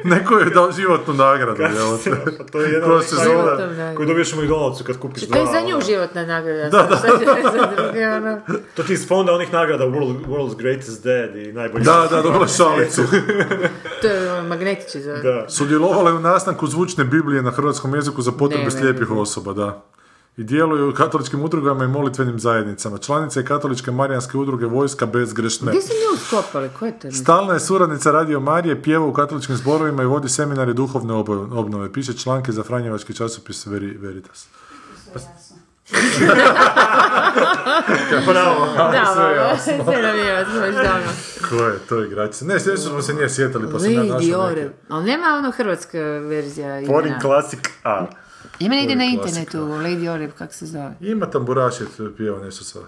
Neko je dao životnu nagradu, jel?
Pa to je jedna
Ko
od
se
stvari
zove-
Životna,
koju dobiješ u McDonald'su kad kupiš
Znači, To je
dva-
za
ono.
nju životna nagrada.
Da, da.
sad- sad- sad druge, ono.
To ti iz fonda onih nagrada World, World's Greatest Dad i najbolji... ono.
Da, da, dobila je šalicu.
To je ono, magnetiči za...
Da.
Sudjelovala je u nastanku zvučne Biblije na hrvatskom jeziku za
Ne,
potrebe
ne,
slijepih osoba, da. I djeluje u katoličkim udrugama i molitvenim zajednicama. Članica je katoličke marijanske udruge Vojska bez grešne.
Gdje su nju uskopali? Ko je to?
Stalna je suradnica Radio Marije, pjeva u katoličkim zborovima i vodi seminare duhovne obo- obnove. Piše članke za Franjevački časopis Veri- Veritas.
Da, sve jasno. [LAUGHS] Sve nam je jasno, već davno.
Ko je to igračica? Ne, sljedeće smo se nje sjetali, pa sam ja
Lady
našao
Oreb.
neke.
Ali nema ono hrvatska verzija
Foreign
imena.
Classic A.
Ima negdje na
Foreign
internetu Lady Oreb, kako se zove.
Ima tamburaš je tu pjevao nešto sva.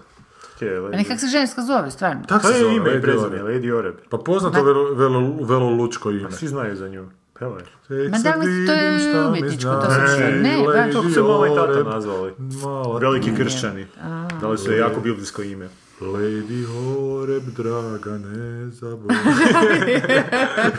Je, Lady-
A ne, kako se ženska zove, stvarno.
Tako
To
se
je
zove,
ime i
Lady
prezime,
Oreb.
Lady Oreb. Pa
Pa poznato velo, velo, velolučko ime.
Svi znaju za nju. Evo je.
Ma da, ali to je umjetničko, to sam
čula. Ne,
baš.
Kako se mama i tata nazvali?
Mala
Veliki kršćani. Da li su je jako biblijsko ime?
Lady Horeb, draga, ne [LAUGHS] zaboravi.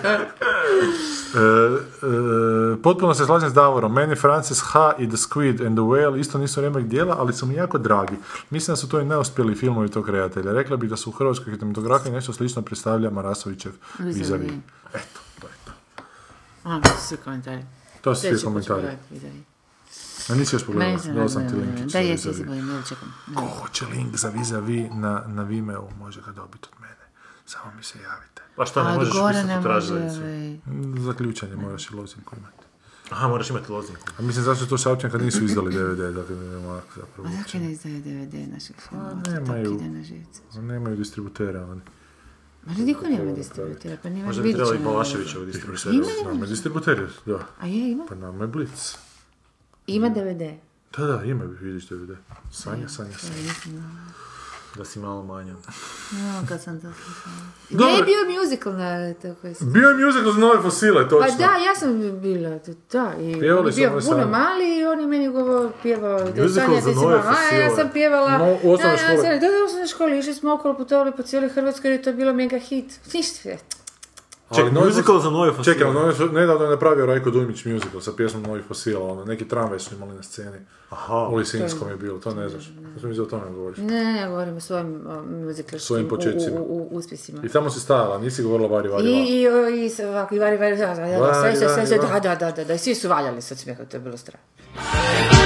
E, e, potpuno se slažem s Davorom. Meni Francis H. i The Squid and the Whale isto nisu remek dijela, ali su mi jako dragi. Mislim da su to i neuspjeli filmovi tog redatelja. Rekla bih da su u hrvatskoj kinematografiji nešto slično predstavlja Marasovićev vizavi.
Vizavi. A, svi komentari.
To su svi
Sljedeći put ću
komentari.
pogledati Vizavi.
A nisi još pogledala?
Ma, nisam
Dao sam ti
gledala,
linkić.
Da,
za
jesi, jesi,
Vis-a-Vis.
budem, jedva čekam. Da.
Ko hoće link za vis-a-vis na, na Vimeo, može ga dobiti od mene. Samo mi se javite.
Pa šta,
A
ne
od
možeš
Gorana
misliti
može...
tražiti
ovaj,
Zaključanje moraš i lozinku imati.
Aha, moraš imati lozinku.
A Pa mislim zašto to šapćan kad nisu izdali DVD, dakle da nema zapravo
Ma
uopće.
dakle ne izdaju DVD naših filmova, to tako
nemaju.
ide na živce.
Nemaju distributera oni.
Ma niko nema distributera, pa nema
Možda bi
vidit
trebali
ćemo.
Balaševićevu distribuciju.
Ima,
Nama je distributer, da.
a je, ima?
Pa nama je Blitz.
Ima DVD.
Da, da, ima bi vidiš DVD. Sanja, Sanja, Sanja.
Da si malo manja.
No, kad sam to slušala. Gdje
Dobro.
je bio musical na to koji sam...
Bio je musical za nove fosile,
Pa
točno.
da, ja sam bila, tu, da, i
Pjevali
on je
su
bio
ono
puno
sami.
mali i on je meni govorio, pjevao, da
Musical
Sanja,
za
ti si
nove
mama, a ja
fosile.
sam pjevala,
No, u osnovnoj
da, ja sam-
školi.
da, da, u osnovnoj školi, išli smo okolo, putovali po cijeloj Hrvatskoj jer je to bilo mega hit, ništa,
Ali
Čekaj,
Novi
musical
Fos-
za nove fosile.
Čekaj, ali Novi Fos- nedavno je napravio Rajko Dujmić musical sa pjesmom Novih fosila, ono, neki tramvaj su imali na sceni.
Aha.
U Lisinskom je bilo, to ne znaš. Ja sam mislio o tome govoriš.
ne, ne, ja govorim o svojim o, muzikarskim
Svojim počecima.
u, u, u, uspjesima.
I tamo si stajala, nisi govorila Vari Vari Vari.
I, i, o, i s- ovako, i vari, vari, da, da, da,
Vari,
sve, sve, sve,
vari,
sve,
vari.
da, da, da, da, da, i svi su valjali sa smijeha, to je bilo strano.
I